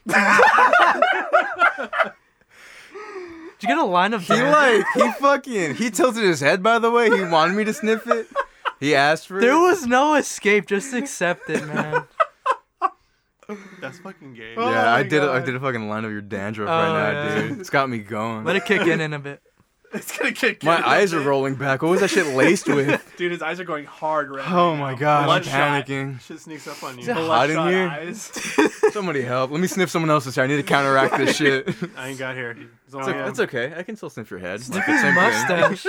Speaker 3: Did you get a line of
Speaker 2: He like he fucking he tilted his head. By the way, he wanted me to sniff it. He asked for
Speaker 3: There
Speaker 2: it.
Speaker 3: was no escape. Just accept it, man.
Speaker 4: That's fucking gay.
Speaker 2: Yeah, I
Speaker 1: Oh my
Speaker 2: did. A, I
Speaker 1: God.
Speaker 2: did a fucking line of your dandruff
Speaker 3: Oh,
Speaker 2: right now,
Speaker 3: yeah.
Speaker 2: dude. It's got me going.
Speaker 3: Let it kick in in a bit.
Speaker 1: it's gonna get good.
Speaker 2: *laughs* My eyes are rolling back. What was that shit laced with?
Speaker 3: *laughs*
Speaker 1: Dude, his eyes are going hard red.
Speaker 2: Oh my god, I'm
Speaker 1: Bloodshot.
Speaker 2: panicking.
Speaker 4: Shit sneaks up on you.
Speaker 2: Hot in
Speaker 1: Bloodshot
Speaker 2: here. *laughs*
Speaker 1: eyes.
Speaker 2: Somebody help. Let me sniff someone else's hair. I need to counteract this
Speaker 3: *laughs*
Speaker 2: shit. *laughs* It's
Speaker 4: I ain't got hair. It's
Speaker 3: Oh,
Speaker 4: only
Speaker 2: like,
Speaker 4: him.
Speaker 2: That's okay. I can still sniff your head. Like,
Speaker 3: His
Speaker 2: it's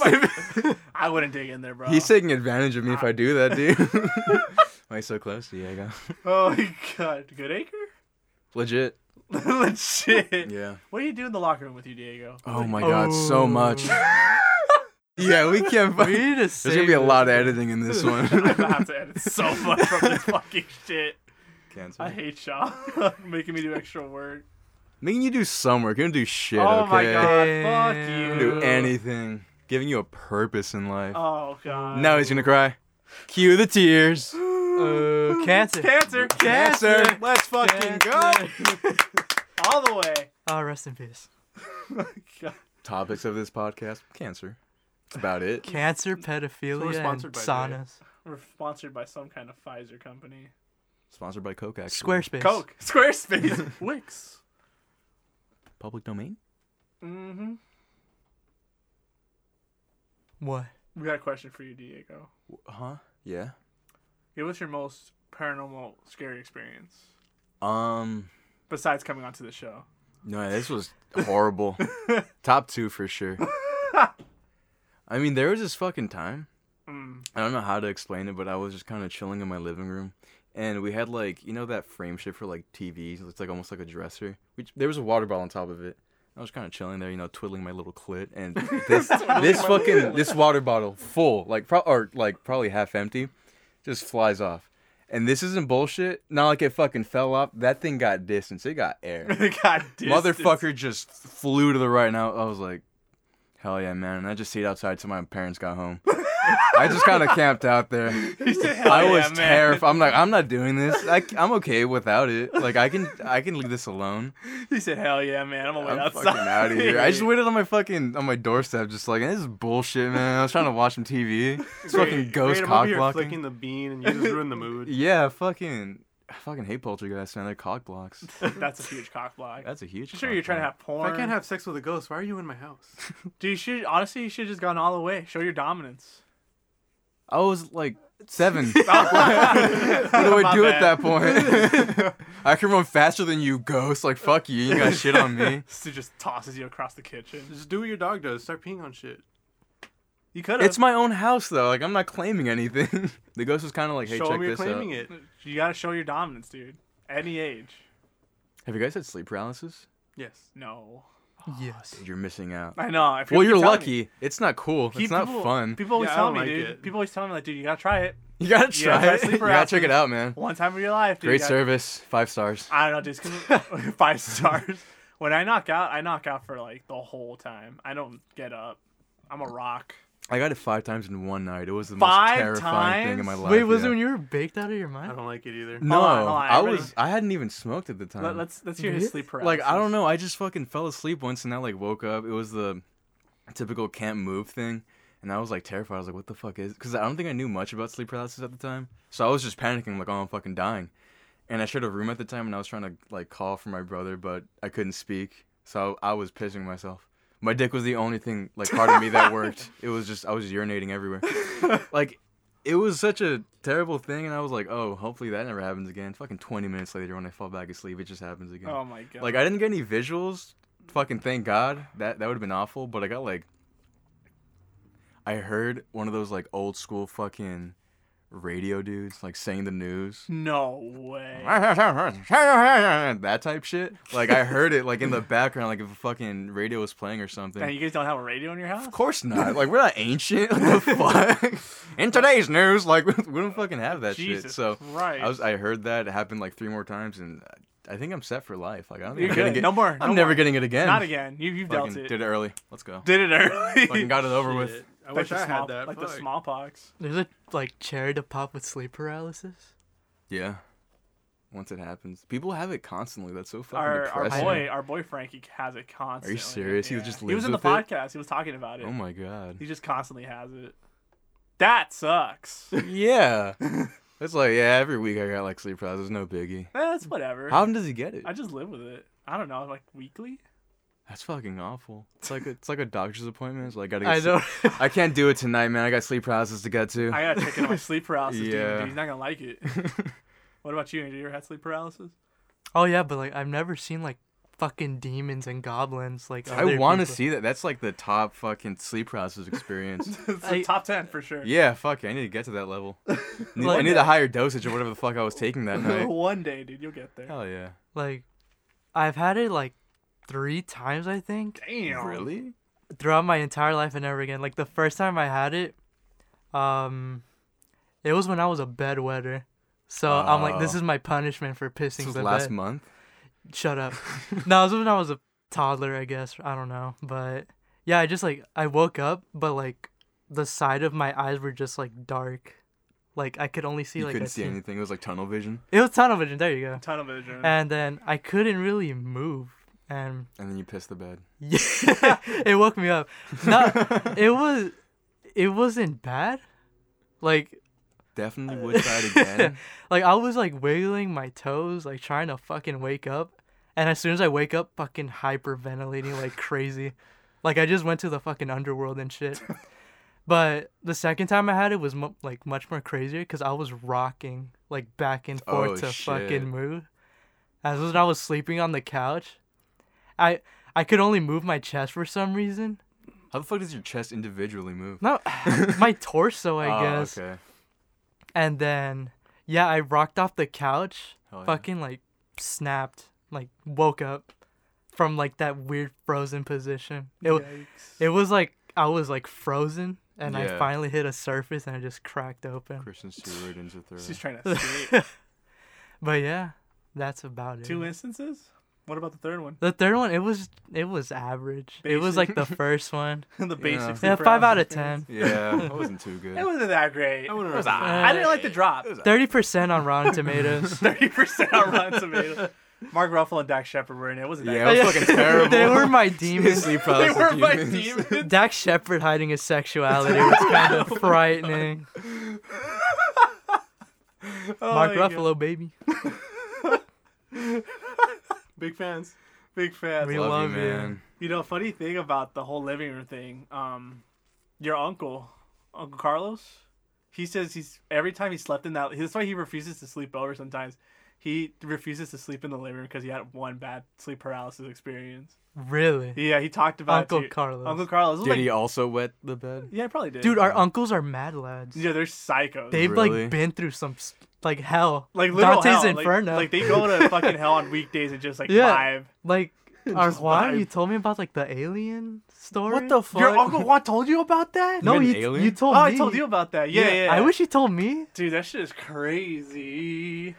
Speaker 2: okay.
Speaker 3: mustache.
Speaker 1: I wouldn't dig in there, bro.
Speaker 2: *laughs* He's taking advantage of me if I do that, dude. *laughs* Am I so close, Diego?
Speaker 1: oh my god, good acre.
Speaker 2: *laughs*
Speaker 1: *laughs*
Speaker 2: Legit.
Speaker 1: Legit.
Speaker 2: Yeah.
Speaker 1: What do you do in the locker room with you, Diego?
Speaker 2: Oh my god, so much. oh. *laughs* Yeah, *laughs* we can't.
Speaker 3: We
Speaker 2: Fucking...
Speaker 3: need to
Speaker 2: There's gonna be a lot of editing in
Speaker 1: *laughs*
Speaker 2: this *laughs*
Speaker 1: I'm
Speaker 2: one.
Speaker 1: gonna have to edit so *laughs* much from this fucking shit. I *laughs*
Speaker 2: *laughs* Cancel.
Speaker 1: hate Shaw making me do extra work.
Speaker 2: Making you do some work. You're gonna do shit.
Speaker 1: oh
Speaker 2: okay?
Speaker 1: my god,
Speaker 3: Damn.
Speaker 1: fuck you.
Speaker 2: *laughs* Do anything. Giving you a purpose in life.
Speaker 1: Oh god.
Speaker 2: now he's gonna cry. Cue the tears.
Speaker 3: *gasps* Uh, cancer.
Speaker 1: Cancer.
Speaker 2: Cancer. Let's fucking go.
Speaker 1: All the way. *laughs*
Speaker 3: Oh, rest in peace.
Speaker 1: God.
Speaker 2: Topics of this podcast: cancer. That's about it.
Speaker 3: Cancer, pedophilia, and
Speaker 4: sponsored by Diet.
Speaker 3: saunas.
Speaker 1: We're sponsored by some kind of Pfizer company.
Speaker 2: Sponsored by Coke. Actually.
Speaker 3: Squarespace.
Speaker 1: Coke. *laughs* Squarespace.
Speaker 2: *laughs*
Speaker 1: Wix.
Speaker 2: Public domain.
Speaker 1: Mm-hmm.
Speaker 3: What?
Speaker 1: We got a question for you, Diego.
Speaker 2: Huh? Yeah.
Speaker 1: Give us your most paranormal, scary experience
Speaker 2: Um.
Speaker 1: besides coming onto the show. *laughs*
Speaker 2: No, this was horrible. Top two for sure. I mean, there was this fucking time.
Speaker 1: Mm.
Speaker 2: I don't know how to explain it, but I was just kind of chilling in my living room, and we had like you know that frame shit for like TVs. It's like almost like a dresser. We, there was a water bottle on top of it. I was kind of chilling there, you know, twiddling my little clit, and this this fucking this water bottle full, like pro- or like probably half empty, just flies off. And this isn't bullshit. Not like it fucking fell off. That thing got distance. It got air
Speaker 1: God damn.
Speaker 2: motherfucker just flew to the right and I, I was like hell yeah man and i just stayed outside till my parents got
Speaker 1: *laughs*
Speaker 2: home i just kind of camped out there i was terrified i'm like i'm not doing this I, am okay without it like i can i can leave this alone
Speaker 1: *laughs* He said, "Hell yeah, man! I'm gonna wait
Speaker 2: i'm
Speaker 1: outside."
Speaker 2: fucking out of here
Speaker 1: *laughs*
Speaker 2: i just waited on my fucking on my doorstep just like this is bullshit man i was trying to watch some tv it's fucking ghost
Speaker 4: Great, I'm
Speaker 2: cock
Speaker 4: over here
Speaker 2: blocking
Speaker 4: flicking the bean and you just ruined
Speaker 2: *laughs*
Speaker 4: the mood.
Speaker 2: yeah fucking i fucking hate poltergeists man they're cock blocks
Speaker 1: That's a huge cock block.
Speaker 2: that's a huge
Speaker 1: sure,
Speaker 2: cock
Speaker 1: you're trying to have
Speaker 2: block.
Speaker 1: porn.
Speaker 4: If I can't have sex with a ghost, why are you in my house? *laughs*
Speaker 1: *laughs* Dude, you should honestly, you should have just gone all the way. Show your dominance.
Speaker 2: I was like
Speaker 1: *laughs*
Speaker 2: Seven. what do
Speaker 1: My
Speaker 2: I do
Speaker 1: bad.
Speaker 2: at
Speaker 1: *laughs*
Speaker 2: that point? I can run faster than you, ghost. Like fuck you. You ain't got shit
Speaker 1: *laughs*
Speaker 2: on me.
Speaker 1: Stu just tosses you across the kitchen.
Speaker 4: Just do what your dog does. Start peeing on shit.
Speaker 1: You could have.
Speaker 2: It's my own house though. Like I'm not claiming anything. *laughs* The ghost was kind of like, hey,
Speaker 4: Show
Speaker 2: check
Speaker 4: him you're
Speaker 2: this out.
Speaker 4: claiming it.
Speaker 1: You gotta show your dominance, dude. Any age.
Speaker 2: Have you guys had sleep paralysis?
Speaker 4: Yes.
Speaker 1: No.
Speaker 3: Yes.
Speaker 2: You're missing out.
Speaker 1: I know. I forget
Speaker 2: Well,
Speaker 1: to
Speaker 2: you're
Speaker 1: tell me.
Speaker 2: lucky. It's not cool.
Speaker 1: Keep
Speaker 2: It's not
Speaker 1: people-
Speaker 2: fun.
Speaker 1: People always
Speaker 4: Yeah, I
Speaker 1: tell
Speaker 4: don't
Speaker 1: me,
Speaker 4: like
Speaker 1: dude.
Speaker 4: it.
Speaker 1: People always tell me, like, dude, you gotta try it
Speaker 2: You gotta
Speaker 1: Yeah,
Speaker 2: try
Speaker 1: try
Speaker 2: it.
Speaker 1: sleep
Speaker 2: *laughs* You gotta check
Speaker 1: paralysis.
Speaker 2: it out, man.
Speaker 1: one time in your life, dude.
Speaker 2: Great
Speaker 1: You gotta-
Speaker 2: service. Five stars.
Speaker 1: I don't know, just
Speaker 2: *laughs*
Speaker 1: 'cause- *laughs* five stars. When I knock out, I knock out for like the whole time. I don't get up. I'm a rock.
Speaker 2: I got it five times in one night. It was the
Speaker 1: Five
Speaker 2: most terrifying thing in my
Speaker 1: times?
Speaker 2: life.
Speaker 3: Wait, was
Speaker 2: yeah.
Speaker 3: it when you were baked out of your
Speaker 4: I
Speaker 3: mind?
Speaker 4: don't like it either.
Speaker 2: No,
Speaker 1: Hold on, hold on,
Speaker 2: I
Speaker 1: everybody-
Speaker 2: was. I hadn't even smoked at the time.
Speaker 1: Let, us let's hear his
Speaker 3: Really?
Speaker 1: sleep paralysis.
Speaker 2: like I don't know. I just fucking fell asleep once, and I like woke up. It was the typical can't move thing, and I was like terrified. I was like, "What the fuck is?" Because I don't think I knew much about sleep paralysis at the time, so I was just panicking, like, "Oh, I'm fucking dying." And I shared a room at the time, and I was trying to like call for my brother, but I couldn't speak, so I was pissing myself. My dick was the only thing, like, part of me that worked. It was just I was urinating everywhere. like, it was such a terrible thing, and I was like, "Oh, hopefully that never happens again." Fucking 20 minutes later, when I fall back asleep, it just happens again.
Speaker 1: Oh my god.
Speaker 2: Like I didn't get any visuals. Fucking thank God. That that would have been awful. But I got like, I heard one of those like old school fucking radio dudes like saying the news.
Speaker 1: no way.
Speaker 2: that type shit. Like I heard it like in the background, like if a fucking radio was playing or something.
Speaker 1: And you guys don't have a radio in your house?
Speaker 2: of course not. Like we're not ancient. *laughs*
Speaker 1: *laughs*
Speaker 2: What the fuck? In today's news, like *laughs* we don't fucking have that shit.
Speaker 1: Jesus
Speaker 2: So
Speaker 1: Christ.
Speaker 2: I was I heard that it happened like three more times, and I think I'm set for life. Like I don't think
Speaker 1: You're
Speaker 2: I'm gonna
Speaker 1: good.
Speaker 2: get
Speaker 1: No more.
Speaker 2: I'm
Speaker 1: no
Speaker 2: never
Speaker 1: more.
Speaker 2: getting it again.
Speaker 1: Not again. You you've dealt
Speaker 2: Fucking
Speaker 1: it.
Speaker 2: did it early. Let's go.
Speaker 1: Did it early.
Speaker 2: Fucking got it over with.
Speaker 4: Shit. I
Speaker 1: like
Speaker 4: wish
Speaker 1: the
Speaker 4: I
Speaker 1: small-
Speaker 4: had that.
Speaker 1: Like the
Speaker 4: Fuck.
Speaker 1: smallpox.
Speaker 3: There's a like cherry to pop with sleep paralysis.
Speaker 2: Yeah. Once it happens, people have it constantly. That's so fucking
Speaker 1: Our, our
Speaker 2: depressing.
Speaker 1: boy, our boy Frankie has it constantly.
Speaker 2: serious? He
Speaker 1: Yeah.
Speaker 2: just
Speaker 1: He was
Speaker 2: lives
Speaker 1: in the
Speaker 2: with it?
Speaker 1: podcast. He was talking about it.
Speaker 2: Oh my god.
Speaker 1: He just constantly has it. That
Speaker 2: *laughs*
Speaker 1: sucks. Eh, *laughs*
Speaker 2: yeah. It's like yeah, every week I got like sleep paralysis. No biggie.
Speaker 1: That's whatever.
Speaker 2: How often does he get it?
Speaker 1: I just live with it. I don't know, like weekly.
Speaker 2: That's fucking awful. It's like a, it's like a doctor's appointment. It's like gotta. Get
Speaker 3: I
Speaker 2: sleep-
Speaker 3: know.
Speaker 2: *laughs* I can't do it tonight, man. I got sleep paralysis to get to.
Speaker 1: I gotta check
Speaker 2: *laughs*
Speaker 1: into my sleep paralysis. dude.
Speaker 2: Yeah.
Speaker 1: dude. He's not gonna like
Speaker 2: *laughs*
Speaker 1: it. What about you? Andrew? You ever had sleep paralysis?
Speaker 3: oh yeah, but like I've never seen like fucking demons and goblins like.
Speaker 2: I want to see that. That's like the top fucking sleep paralysis
Speaker 3: *laughs*
Speaker 2: experience.
Speaker 1: It's
Speaker 3: I-
Speaker 1: the *laughs* top ten for sure.
Speaker 2: yeah, fuck. it, I need to get to that
Speaker 3: *laughs*
Speaker 2: level. Need- I
Speaker 3: Like-
Speaker 2: need a higher dosage or whatever the fuck I was taking that
Speaker 1: *laughs*
Speaker 2: night.
Speaker 1: One day, dude, you'll get
Speaker 3: Oh,
Speaker 1: there.
Speaker 2: Hell yeah.
Speaker 3: Like, I've had it like three times I think.
Speaker 1: Damn.
Speaker 2: Really?
Speaker 3: throughout my entire life and never again. Like the first time I had it, um, it was when I was a bedwetter. So I'm like, this
Speaker 2: Oh.
Speaker 3: is my punishment for pissing
Speaker 2: This was
Speaker 3: the
Speaker 2: last
Speaker 3: bed.
Speaker 2: month. *laughs*
Speaker 3: Shut up. no, it was when I was a toddler, I guess. I don't know, but yeah, I just like I woke up, but like the side of my eyes were just like dark. Like I could only see
Speaker 2: You
Speaker 3: like
Speaker 2: couldn't
Speaker 3: a
Speaker 2: see
Speaker 3: teen-
Speaker 2: anything. It was like tunnel vision.
Speaker 3: It was tunnel vision. There you go.
Speaker 1: Tunnel vision.
Speaker 3: And then I couldn't really move, and
Speaker 2: And then you pissed the bed.
Speaker 3: Yeah, *laughs* it woke me up. No, it was, it wasn't bad. Like,
Speaker 2: Definitely would try
Speaker 3: *laughs*
Speaker 2: it again.
Speaker 3: like I was like wiggling my toes, like trying to fucking wake up. And as soon as I wake up, fucking hyperventilating like crazy. Like I just went to the fucking underworld and shit. But the second time I had it was mu- like much more crazier because I was rocking like back and forth
Speaker 2: Oh,
Speaker 3: to
Speaker 2: shit.
Speaker 3: fucking move. As when I was sleeping on the couch, I I could only move my chest for some reason.
Speaker 2: How the fuck does your chest individually move? *laughs*
Speaker 3: No, my torso, I
Speaker 2: Oh,
Speaker 3: guess.
Speaker 2: Okay.
Speaker 3: And then, yeah, I rocked off the couch,
Speaker 2: Hell Oh, yeah.
Speaker 3: fucking like snapped, like woke up from like that weird frozen position. It, w- it was like I was like frozen, and I
Speaker 2: Yeah.
Speaker 3: finally hit a surface and I just cracked open.
Speaker 2: Kristen Stewart into
Speaker 1: She's trying
Speaker 2: third.
Speaker 3: *laughs*
Speaker 1: to escape.
Speaker 3: But yeah, that's about it.
Speaker 1: Two instances. What about the third one? *laughs*
Speaker 3: the third one, it was it was average. It was
Speaker 2: *laughs*
Speaker 3: like the first one.
Speaker 1: the basic.
Speaker 2: Yeah.
Speaker 1: sleep
Speaker 3: yeah, five out of
Speaker 1: paralysis
Speaker 3: ten.
Speaker 2: Yeah,
Speaker 3: *laughs*
Speaker 2: that wasn't too
Speaker 1: experience.
Speaker 2: good.
Speaker 1: It wasn't that great.
Speaker 4: I wouldn't
Speaker 1: It was
Speaker 4: recommend
Speaker 3: Ah,
Speaker 1: alright. I didn't like the drop.
Speaker 3: Thirty percent on
Speaker 2: *laughs*
Speaker 3: Rotten
Speaker 1: *laughs*
Speaker 3: Tomatoes.
Speaker 1: Thirty percent on Rotten
Speaker 3: *laughs*
Speaker 1: Tomatoes. Mark Ruffalo and Dak Shepard were in it. It wasn't that
Speaker 2: Yeah, it was fucking terrible.
Speaker 3: they were my
Speaker 2: *laughs*
Speaker 3: demons.
Speaker 2: Sleep
Speaker 1: great. *laughs*
Speaker 2: paralysis
Speaker 1: They were my
Speaker 2: demons.
Speaker 3: *laughs*
Speaker 1: demons.
Speaker 3: Dak Shepard hiding his sexuality was
Speaker 1: *laughs*
Speaker 3: kind of frightening. Mark
Speaker 1: Oh my God.
Speaker 3: Ruffalo, baby.
Speaker 4: Big fans.
Speaker 1: Big fan.
Speaker 3: We
Speaker 2: Love,
Speaker 3: love
Speaker 2: you,
Speaker 3: you.
Speaker 2: man.
Speaker 1: You know, funny thing about the whole living room thing, um, your uncle, Uncle Carlos, He says he's every time he slept in that. That's why he refuses to sleep over sometimes. He refuses to sleep in the living room because he had one bad sleep paralysis experience.
Speaker 3: Really?
Speaker 1: Yeah, he talked about it
Speaker 3: Uncle
Speaker 1: to-
Speaker 3: Carlos.
Speaker 1: Uncle Carlos. Was
Speaker 2: Did
Speaker 1: like,
Speaker 2: he also wet the bed?
Speaker 1: Yeah, he probably did.
Speaker 3: Dude, our uncles are mad lads.
Speaker 1: yeah, they're psychos.
Speaker 3: They've
Speaker 2: Really?
Speaker 3: like been through some s- like hell.
Speaker 1: like literal
Speaker 3: Dante's
Speaker 1: hell.
Speaker 3: Inferno.
Speaker 1: Like, like they go to fucking hell on weekdays at just like
Speaker 3: Yeah.
Speaker 1: five.
Speaker 3: *laughs* Like,
Speaker 1: *laughs*
Speaker 3: our
Speaker 1: Just
Speaker 3: Juan,
Speaker 1: vibe.
Speaker 3: you told me about like the alien story.
Speaker 2: What the fuck?
Speaker 1: Your uncle Juan told you about that?
Speaker 3: *laughs* No,
Speaker 2: You mean
Speaker 3: you
Speaker 2: alien?
Speaker 3: you told
Speaker 1: Oh,
Speaker 3: me.
Speaker 1: I told you about that. Yeah, yeah.
Speaker 3: I wish you told me.
Speaker 1: Dude, that shit is crazy.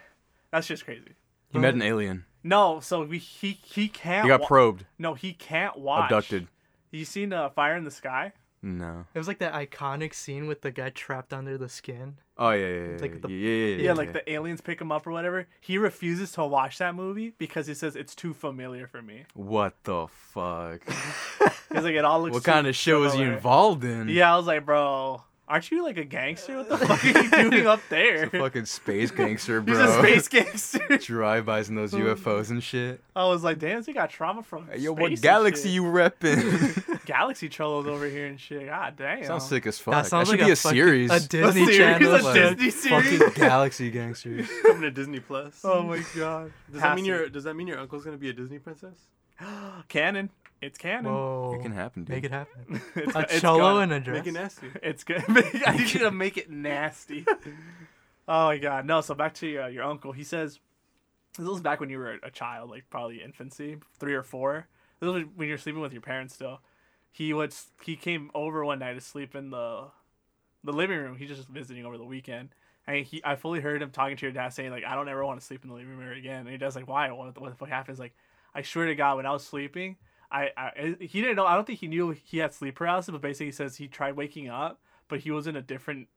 Speaker 1: That's just crazy.
Speaker 2: He met an alien.
Speaker 1: No, so we, he he can't.
Speaker 2: He got
Speaker 1: wa-
Speaker 2: probed,
Speaker 1: No, he can't watch.
Speaker 2: abducted.
Speaker 1: You seen uh, Fire in the Sky?
Speaker 2: No.
Speaker 3: It was like that iconic scene with the guy trapped under the skin.
Speaker 2: Oh yeah, yeah, yeah,
Speaker 3: like
Speaker 2: yeah,
Speaker 3: the-
Speaker 2: yeah, yeah,
Speaker 1: Yeah, like the aliens pick him up or whatever. He refuses to watch that movie because he says it's too familiar for me.
Speaker 2: What the fuck?
Speaker 1: He's like, it all looks.
Speaker 2: what
Speaker 1: too
Speaker 2: kind of shit was he
Speaker 1: similar."
Speaker 2: involved in? *laughs*
Speaker 1: Yeah, I was like, bro, aren't you like a gangster? What the fuck are you doing up there?
Speaker 2: He's a fucking space gangster, bro.
Speaker 1: He's a space gangster. *laughs*
Speaker 2: *laughs* Drive-bys and those UFOs and shit.
Speaker 1: I was like, damn, he got trauma from.
Speaker 2: Hey, yo, what
Speaker 1: space and
Speaker 2: galaxy
Speaker 1: shit.
Speaker 2: you *laughs* repping?
Speaker 1: Galaxy Trollos over here and shit. God damn.
Speaker 2: sounds sick as fuck.
Speaker 3: That sounds
Speaker 2: should
Speaker 3: like
Speaker 2: be a,
Speaker 3: a fucking-
Speaker 2: series.
Speaker 3: A Disney
Speaker 1: series,
Speaker 3: Channel.
Speaker 1: a
Speaker 3: like,
Speaker 1: Disney series.
Speaker 3: *laughs*
Speaker 2: fucking galaxy gangsters.
Speaker 4: Coming to Disney Plus.
Speaker 1: Oh my god.
Speaker 4: does that
Speaker 1: Passive.
Speaker 4: mean your Does that mean your uncle's gonna be a Disney princess?
Speaker 1: canon? It's canon.
Speaker 3: Whoa.
Speaker 2: It can happen, dude.
Speaker 3: Oh, Make it happen.
Speaker 1: *laughs* It's,
Speaker 3: A
Speaker 1: go- it's
Speaker 3: cholo
Speaker 1: gonna-
Speaker 3: and a
Speaker 4: Make
Speaker 3: dress.
Speaker 4: it nasty.
Speaker 1: It's good. *laughs* I need you to make it nasty. *laughs* Oh my god, no. So back to uh, your uncle. He says this was back when you were a child, like probably infancy, three or four. This was when you're sleeping with your parents still. He would s- he came over one night to sleep in the the living room. He just visiting over the weekend. And he, I fully heard him talking to your dad saying like, "I don't ever want to sleep in the living room again." And your dad's like, "Why? What, what the fuck happens?" Like, I swear to God, when I was sleeping, I, I he didn't know. I don't think he knew he had sleep paralysis, but basically he says he tried waking up, but he was in a different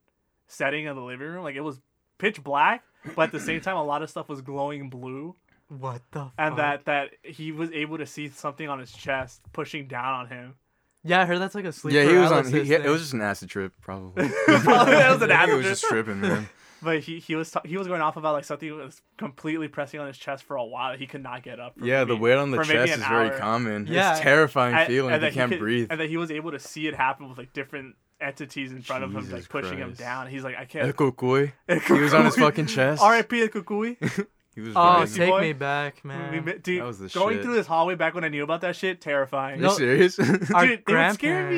Speaker 1: setting of the living room. Like it was pitch black, but at the same time, a lot of stuff was glowing blue,
Speaker 3: What the fuck?
Speaker 1: and
Speaker 2: Uh-huh.
Speaker 1: that that he was able to see something on his chest pushing down on
Speaker 2: *laughs*
Speaker 1: him. *laughs*
Speaker 3: Yeah, I heard that's like a sleep
Speaker 2: yeah, he was on.
Speaker 3: paralysis
Speaker 2: He, he- it
Speaker 3: thing.
Speaker 2: was just an acid trip, probably. it
Speaker 1: That was an
Speaker 2: He
Speaker 1: acid
Speaker 2: was just tripping, man.
Speaker 1: But he he was ta- he was going off about like something was completely pressing on his chest for a while. He could not get up. from
Speaker 2: Yeah, the
Speaker 1: me-
Speaker 2: weight on the
Speaker 1: for maybe
Speaker 2: chest
Speaker 1: an
Speaker 2: is very
Speaker 1: hour.
Speaker 2: common.
Speaker 3: Yeah.
Speaker 2: It's a terrifying
Speaker 1: And-
Speaker 2: feeling.
Speaker 1: and
Speaker 2: he
Speaker 1: that
Speaker 2: can't
Speaker 1: could-
Speaker 2: breathe.
Speaker 1: And that he was able to see it happen with like different entities in front of him,
Speaker 2: Jesus
Speaker 1: like pushing him
Speaker 2: Christ.
Speaker 1: down. He's like, I can't.
Speaker 2: El
Speaker 1: *laughs*
Speaker 2: Cucuy. He was on his fucking chest.
Speaker 1: R.I.P. El Cucuy.
Speaker 2: *laughs* He was
Speaker 3: Oh,
Speaker 2: right.
Speaker 1: see-
Speaker 3: take
Speaker 1: boy.
Speaker 3: me back,
Speaker 1: We
Speaker 3: man.
Speaker 1: met- Dude,
Speaker 2: That was the
Speaker 1: going
Speaker 2: shit.
Speaker 1: through this hallway back when I knew about that shit, terrifying.
Speaker 2: Are you serious?
Speaker 3: Our
Speaker 1: *laughs* Dude, they would scare me.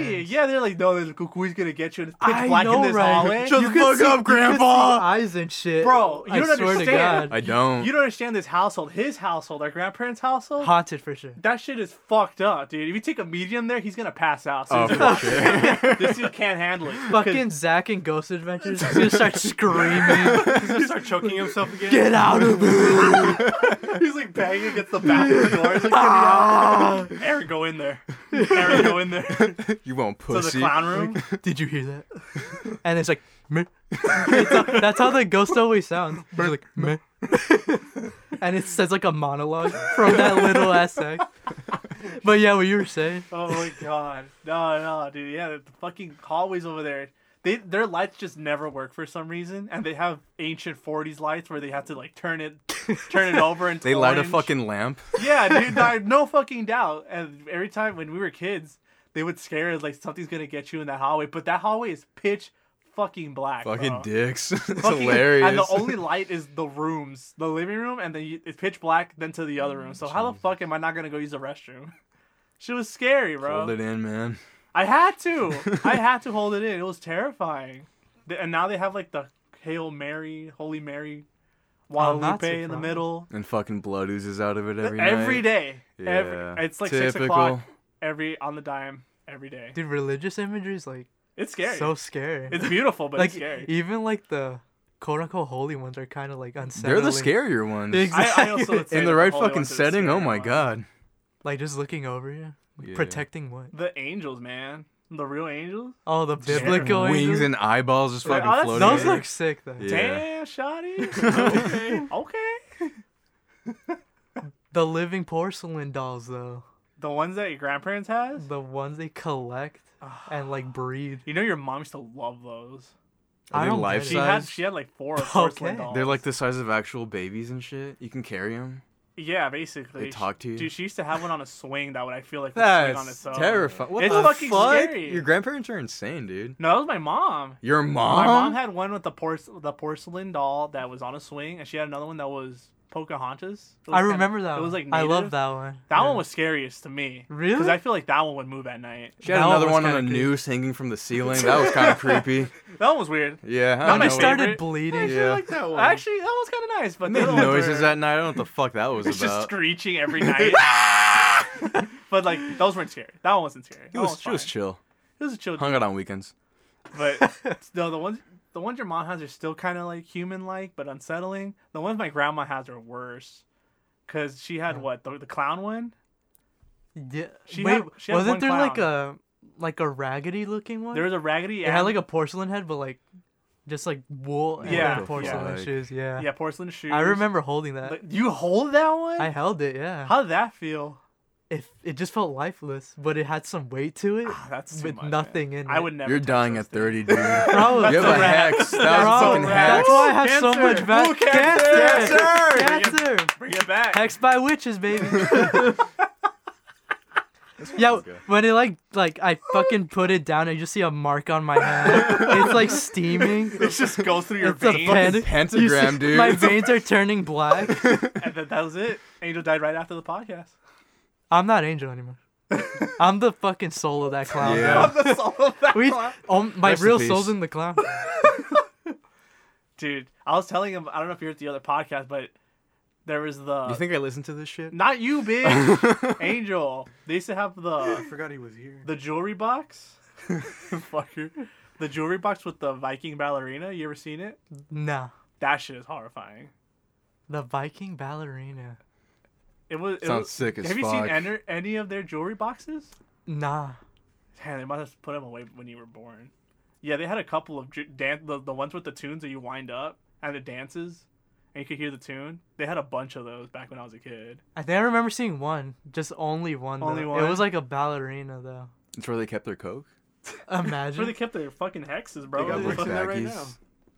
Speaker 3: grandparents.
Speaker 1: Yeah, they're like, no, the cuckoo's gonna get you. And it's pitch
Speaker 3: I
Speaker 1: black in
Speaker 3: know,
Speaker 1: this
Speaker 3: right? *laughs*
Speaker 1: hallway.
Speaker 2: Shut the
Speaker 3: could
Speaker 2: fuck
Speaker 3: see- you
Speaker 2: up,
Speaker 3: could see
Speaker 2: Grandpa.
Speaker 3: eyes and shit.
Speaker 1: Bro, you
Speaker 3: I
Speaker 1: don't
Speaker 3: swear
Speaker 1: understand.
Speaker 3: to
Speaker 2: I
Speaker 3: God.
Speaker 2: don't.
Speaker 1: you don't understand this household. His household, our grandparents' household.
Speaker 3: Haunted for sure.
Speaker 1: that shit is fucked up, dude. If you take a medium there, he's gonna pass out. So
Speaker 2: Oh,
Speaker 1: he's
Speaker 2: for
Speaker 1: like, *laughs*
Speaker 2: sure.
Speaker 1: this dude can't handle it. *laughs* 'Cause
Speaker 3: Fucking Zack and Ghost Adventures. He's gonna
Speaker 1: *laughs*
Speaker 3: start screaming.
Speaker 4: He's gonna start choking himself
Speaker 2: *laughs*
Speaker 4: again.
Speaker 3: Get out of here.
Speaker 1: He's like banging against the back of the door. He's like, "Get me
Speaker 2: Ah.
Speaker 1: out." Aaron, go in *laughs* there. Aaron, go *laughs* in there. To
Speaker 2: You won't
Speaker 1: the
Speaker 2: pussy.
Speaker 1: clown room.
Speaker 3: Did you hear that?
Speaker 2: *laughs*
Speaker 3: And it's like, meh. It's a- that's how the ghost always sounds.
Speaker 1: *laughs*
Speaker 3: It's like, meh. and it says like a monologue from that little ass act. But yeah, what you were saying.
Speaker 1: *laughs* Oh my god. No, no, dude. Yeah, the fucking hallways over there. They their lights just never work for some reason, and they have ancient '40s lights where they have to like turn
Speaker 2: *laughs*
Speaker 1: it, turn it over and
Speaker 2: They light a
Speaker 1: orange.
Speaker 2: fucking lamp.
Speaker 1: *laughs* yeah, dude. I have no fucking doubt. And every time when we were kids, they would scare us like something's gonna get you in that hallway, but that hallway is pitch fucking black.
Speaker 2: Fucking
Speaker 1: bro.
Speaker 2: dicks. *laughs* It's
Speaker 1: Oh. Fucking-
Speaker 2: hilarious.
Speaker 1: And the only light is the rooms, the living room, and then you- it's pitch black. Then to the other room. So how the fuck am I not gonna go use the restroom? *laughs* She was scary, *laughs* bro.
Speaker 2: Hold it in, man.
Speaker 1: I had to.
Speaker 2: *laughs*
Speaker 1: I had to hold it in. It was terrifying. Th- And now they have like the Hail Mary, Holy Mary, Guadalupe in the
Speaker 3: surprised.
Speaker 1: middle.
Speaker 2: And fucking blood oozes out of it Oh, every night.
Speaker 1: Every day.
Speaker 2: Yeah.
Speaker 1: Every, it's like six
Speaker 2: Typical.
Speaker 1: o'clock every on the dime every day.
Speaker 3: Dude, religious imagery is like
Speaker 1: It's scary.
Speaker 3: so scary. *laughs*
Speaker 1: it's beautiful, but
Speaker 3: like
Speaker 1: it's
Speaker 2: *laughs*
Speaker 1: scary.
Speaker 3: even like the quote unquote holy ones are kind of like
Speaker 2: They're
Speaker 3: unsettling.
Speaker 2: the scarier ones.
Speaker 3: Ex-
Speaker 1: I, I also would say
Speaker 2: *laughs* In
Speaker 1: that
Speaker 2: the right
Speaker 1: Holy
Speaker 2: fucking
Speaker 1: Ones are the
Speaker 2: setting. Oh
Speaker 1: scary
Speaker 2: my
Speaker 1: ones.
Speaker 2: god.
Speaker 3: Like just looking over you, like,
Speaker 2: Yeah.
Speaker 3: protecting what?
Speaker 1: The angels, man. The real angels.
Speaker 3: Oh, the biblical
Speaker 2: Wings
Speaker 3: angels.
Speaker 2: and eyeballs just
Speaker 1: Yeah,
Speaker 2: fucking
Speaker 1: oh, that's-
Speaker 2: floating.
Speaker 3: Those
Speaker 2: in there.
Speaker 3: look sick though.
Speaker 2: Yeah.
Speaker 1: Damn,
Speaker 3: *laughs*
Speaker 1: shotty. okay. okay.
Speaker 3: The living porcelain dolls though,
Speaker 1: The ones that your grandparents has.
Speaker 3: the ones they collect
Speaker 1: Ah.
Speaker 3: and like breed.
Speaker 1: You know your mom used to love those.
Speaker 2: Are
Speaker 3: I
Speaker 2: they
Speaker 3: don't
Speaker 2: life
Speaker 3: get it.
Speaker 1: She
Speaker 2: size?
Speaker 3: *laughs*
Speaker 1: had she had like four porcelain
Speaker 3: Okay.
Speaker 1: dolls.
Speaker 2: They're like the size of actual babies and shit. You can carry them.
Speaker 1: Yeah, basically.
Speaker 2: They talk to you?
Speaker 1: Dude, she used to have one on a swing that would I feel like would swing on
Speaker 2: That's
Speaker 1: its own.
Speaker 2: terrifying. What
Speaker 1: It's
Speaker 2: the
Speaker 1: fucking
Speaker 2: fuck?
Speaker 1: scary.
Speaker 2: Your grandparents are insane, dude.
Speaker 1: No, that was my mom.
Speaker 2: Your mom?
Speaker 1: My mom had one with the porce- the porcelain doll that was on a swing, and she had another one that was Pocahontas. It was
Speaker 3: I
Speaker 1: kinda-
Speaker 3: remember that.
Speaker 1: It was like
Speaker 3: one. I love
Speaker 1: native.
Speaker 3: that one.
Speaker 1: That
Speaker 3: Yeah.
Speaker 1: one was scariest to me. Because
Speaker 3: Really?
Speaker 1: I feel like that one would move at
Speaker 3: *laughs*
Speaker 1: night.
Speaker 2: she had
Speaker 3: That one
Speaker 2: another
Speaker 3: was
Speaker 2: one on a
Speaker 3: kinda creepy.
Speaker 2: noose hanging from the ceiling. That was kind of creepy.
Speaker 1: That one was weird.
Speaker 2: Yeah. I
Speaker 1: Not
Speaker 2: don't
Speaker 1: my
Speaker 2: know
Speaker 3: I
Speaker 2: what-
Speaker 1: favorite.
Speaker 3: started bleeding.
Speaker 4: I
Speaker 2: Yeah.
Speaker 4: like that one.
Speaker 1: Actually, that was kind of nice, but
Speaker 2: It
Speaker 1: the
Speaker 2: *laughs* made
Speaker 1: other ones
Speaker 2: noises
Speaker 1: were-
Speaker 2: that night. I don't know what the fuck that was
Speaker 1: It's just
Speaker 2: about.
Speaker 1: screeching every night.
Speaker 2: *laughs*
Speaker 1: but like those weren't scary. That one wasn't scary.
Speaker 2: It
Speaker 1: That
Speaker 2: was,
Speaker 1: one
Speaker 2: she
Speaker 1: Oh,
Speaker 2: was
Speaker 1: fine.
Speaker 2: chill.
Speaker 1: It was a chill.
Speaker 2: Hung out on weekends.
Speaker 1: But
Speaker 2: *laughs*
Speaker 1: no, the ones the ones your mom has are still kind of like human like, but unsettling. The ones my grandma has are worse, cause she had what the, the clown one.
Speaker 3: Yeah.
Speaker 1: She
Speaker 3: Wait,
Speaker 1: had- she had one
Speaker 3: wasn't there like a like a raggedy looking one?
Speaker 1: There was a raggedy.
Speaker 3: it had
Speaker 1: Ann-
Speaker 3: like a porcelain head, but like just like wool and
Speaker 1: Yeah.
Speaker 3: like, porcelain
Speaker 2: Like-
Speaker 3: shoes. Yeah.
Speaker 1: yeah porcelain shoes.
Speaker 3: I remember holding that.
Speaker 1: Like, you hold that one.
Speaker 3: I held it. Yeah.
Speaker 1: How did that feel?
Speaker 3: It it just felt lifeless, but it had some weight to it
Speaker 1: Ah, That's too
Speaker 3: with
Speaker 1: much, man.
Speaker 3: nothing in it.
Speaker 1: I would never.
Speaker 2: You're
Speaker 1: touch
Speaker 2: dying
Speaker 1: those
Speaker 2: at
Speaker 1: things.
Speaker 2: 30, dude. you have
Speaker 3: Bro,
Speaker 2: a
Speaker 3: that's
Speaker 1: a rat.
Speaker 2: hex. That
Speaker 3: Bro,
Speaker 2: was a fucking
Speaker 3: that's
Speaker 2: hex.
Speaker 3: why I have so
Speaker 1: Cancer.
Speaker 3: much back.
Speaker 1: Ooh, cancer.
Speaker 3: Cancer. Cancer.
Speaker 1: Bring it back.
Speaker 3: Hex by
Speaker 2: *laughs*
Speaker 3: witches, baby. *laughs* yeah, when it like like I fucking put it down, I just see a mark on my hand. it's like steaming.
Speaker 1: It just goes through *laughs*
Speaker 2: *laughs*
Speaker 1: your
Speaker 3: It's a
Speaker 1: veins,
Speaker 3: pen- *laughs*
Speaker 2: Pentagram, dude. *laughs*
Speaker 3: My veins are turning black.
Speaker 1: and then that was it. Angel died right after the podcast.
Speaker 3: I'm not Angel
Speaker 2: *laughs*
Speaker 3: anymore. I'm the fucking soul of that clown.
Speaker 2: Yeah.
Speaker 3: bro. We, oh, my
Speaker 2: Rest in
Speaker 3: real
Speaker 2: peace.
Speaker 3: soul's in the clown.
Speaker 1: Dude, I was telling him. I don't know if you're at the other podcast, but there was the
Speaker 2: You think I listened to this shit?
Speaker 1: not
Speaker 2: *laughs*
Speaker 1: you, bitch, Angel. They used to have the
Speaker 4: I forgot he was here.
Speaker 1: the jewelry box. *laughs* Fucker. The jewelry box with the Viking ballerina. You ever seen it?
Speaker 3: Nah,
Speaker 1: That shit is horrifying.
Speaker 3: the Viking ballerina.
Speaker 1: It was. It
Speaker 2: Sounds
Speaker 1: was-
Speaker 2: sick as
Speaker 1: Have you
Speaker 2: fuck.
Speaker 1: seen any, any of their jewelry boxes?
Speaker 3: Nah,
Speaker 1: Damn, they must have put them away when you were born. Yeah, they had a couple of ju- dan- the, the ones with the tunes that you wind up and the dances, and you could hear the tune. They had a bunch of those back when I was a kid.
Speaker 3: I think I remember seeing one, just only one.
Speaker 1: Only
Speaker 3: though.
Speaker 1: one?
Speaker 3: It was like a ballerina though.
Speaker 2: That's where they kept their coke.
Speaker 1: That's where
Speaker 3: Imagine.
Speaker 1: they kept their fucking hexes, bro.
Speaker 4: They got
Speaker 1: They're
Speaker 4: Rick
Speaker 1: fucking there right
Speaker 2: Backies.
Speaker 1: now.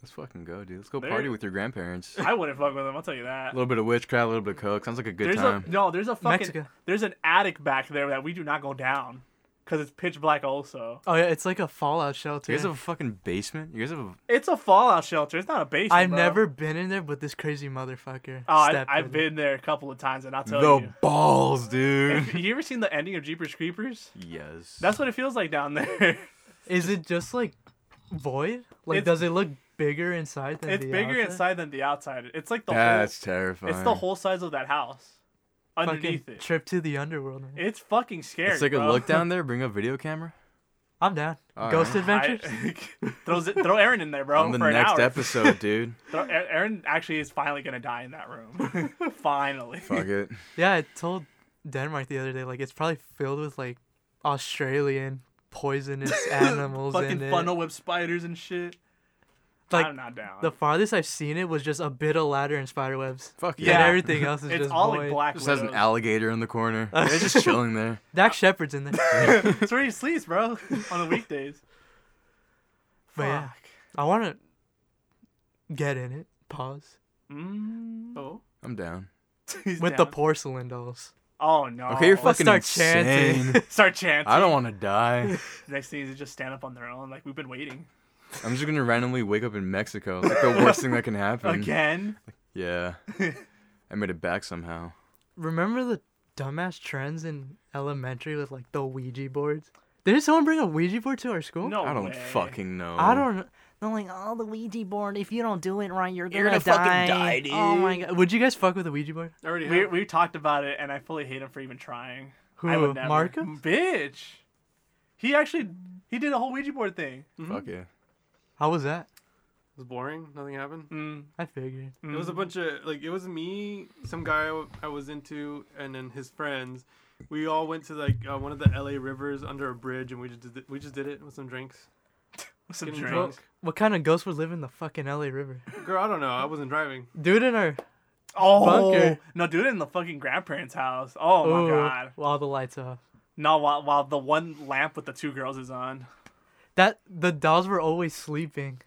Speaker 2: Let's fucking go, dude. Let's go
Speaker 1: There-
Speaker 2: party with
Speaker 1: *laughs*
Speaker 2: your grandparents. A
Speaker 1: I wouldn't fuck with them. I'll tell you that.
Speaker 2: little bit of witchcraft, a little bit of coke. Sounds like a good
Speaker 1: there's
Speaker 2: time.
Speaker 1: a no. There's a fucking.
Speaker 3: Mexico.
Speaker 1: There's an attic back there that we do not go down, cause it's pitch black. Also,
Speaker 3: Oh yeah, it's like a fallout shelter.
Speaker 2: you guys have a fucking basement. You guys have a
Speaker 1: it's a fallout shelter. It's not a basement.
Speaker 3: I've
Speaker 1: bro.
Speaker 3: never been in there, but this crazy motherfucker.
Speaker 1: Oh, I,
Speaker 3: stepped in
Speaker 1: I've
Speaker 3: it.
Speaker 1: been there a couple of times, and I'll tell
Speaker 2: the
Speaker 1: you. *laughs*
Speaker 2: balls, dude.
Speaker 1: Have you ever seen the ending of Jeepers Creepers?
Speaker 2: yes.
Speaker 1: That's what it feels like down *laughs* there.
Speaker 3: Is it just like void? Like,
Speaker 1: It's-
Speaker 3: does it look bigger inside than
Speaker 1: it's
Speaker 3: the
Speaker 1: bigger
Speaker 3: outside?
Speaker 1: inside than the outside. It's like the
Speaker 2: That's
Speaker 1: whole.
Speaker 2: terrifying.
Speaker 1: It's the whole size of that house.
Speaker 3: Fucking
Speaker 1: Underneath it,
Speaker 3: trip to the underworld. man.
Speaker 1: it's fucking scary.
Speaker 2: Let's take
Speaker 1: bro.
Speaker 2: a
Speaker 1: *laughs*
Speaker 2: look down there. Bring a video camera.
Speaker 3: I'm down.
Speaker 2: All
Speaker 3: Ghost
Speaker 2: right.
Speaker 3: Adventures.
Speaker 1: *laughs* throw, Z- throw Aaron in there, bro,
Speaker 2: On the
Speaker 1: for an
Speaker 2: next
Speaker 1: hour. *laughs*
Speaker 2: episode, dude.
Speaker 1: Throw- Aaron- Aaron actually is finally gonna die in that room. *laughs* finally.
Speaker 2: Fuck it.
Speaker 3: Yeah, I told Denmark the other day. Like, it's probably filled with like Australian
Speaker 1: *laughs*
Speaker 3: poisonous animals
Speaker 1: *laughs* Fucking
Speaker 3: in it.
Speaker 1: funnel web spiders and shit. I'm
Speaker 3: Like
Speaker 1: not down.
Speaker 3: the farthest I've seen it was just a bit of ladder and spider webs.
Speaker 2: Fuck
Speaker 3: And
Speaker 1: Yeah.
Speaker 2: yeah.
Speaker 3: everything else
Speaker 1: *laughs*
Speaker 3: is
Speaker 1: it's
Speaker 3: just
Speaker 1: all
Speaker 3: void.
Speaker 1: like black.
Speaker 2: Just has an
Speaker 1: widows.
Speaker 2: alligator in the corner. They're
Speaker 1: *laughs*
Speaker 2: just chilling there.
Speaker 3: Dak Shepherd's in there.
Speaker 1: That's where he sleeps,
Speaker 2: *laughs*
Speaker 1: bro. On the weekdays.
Speaker 3: but yeah,
Speaker 1: Fuck.
Speaker 3: I want to get in it. Pause.
Speaker 1: Mm,
Speaker 4: Oh,
Speaker 2: I'm down.
Speaker 1: *laughs* he's
Speaker 3: With the
Speaker 1: down.
Speaker 3: porcelain dolls.
Speaker 1: oh no.
Speaker 2: Okay, you're
Speaker 3: Let's
Speaker 2: fucking
Speaker 3: start
Speaker 2: insane.
Speaker 3: chanting.
Speaker 1: Start chanting.
Speaker 2: I don't want
Speaker 1: *laughs*
Speaker 2: to die.
Speaker 1: Next thing is they just stand up on their own. Like we've been waiting
Speaker 2: I'm just gonna randomly wake up in Mexico. It's
Speaker 1: *laughs*
Speaker 2: like the worst thing that can happen.
Speaker 1: again. *laughs*
Speaker 2: Yeah. I made it back somehow.
Speaker 3: Remember the dumbass trends in elementary with like the Ouija boards? Didn't someone bring a Ouija board to our school?
Speaker 1: No
Speaker 2: I don't
Speaker 1: way.
Speaker 2: fucking know.
Speaker 3: I don't know. They're like, oh, the Ouija board. If you don't do it right, you're gonna,
Speaker 5: You're gonna
Speaker 3: die.
Speaker 5: fucking die, dude.
Speaker 3: Oh my god. Would you guys fuck with a Ouija board?
Speaker 4: I already
Speaker 1: We
Speaker 4: have.
Speaker 1: we talked about it, and I fully hate him for even trying. I
Speaker 3: Who,
Speaker 1: would never. Mm.
Speaker 3: Marcus?
Speaker 1: Bitch. He actually he did a whole Ouija board thing.
Speaker 2: Fuck yeah.
Speaker 3: How was that?
Speaker 4: It was boring. Nothing happened.
Speaker 1: Mm,
Speaker 3: I figured.
Speaker 4: It was a bunch of like it was me, some guy I- I was into, and then his friends. We all went to like uh, one of the LA rivers under a bridge, and we just did it, we just did it with some drinks.
Speaker 1: some
Speaker 4: Getting
Speaker 1: drinks.
Speaker 4: drunk.
Speaker 3: What kind of ghost would live in the fucking LA River?
Speaker 4: Girl, I don't know. I wasn't driving.
Speaker 3: Dude in our.
Speaker 1: Oh
Speaker 3: bunker.
Speaker 1: no, do it in the fucking grandparents' house. Oh my
Speaker 3: Ooh,
Speaker 1: god.
Speaker 3: All the lights off.
Speaker 1: No, while while the one lamp with the two girls is on.
Speaker 3: That the dolls were always sleeping.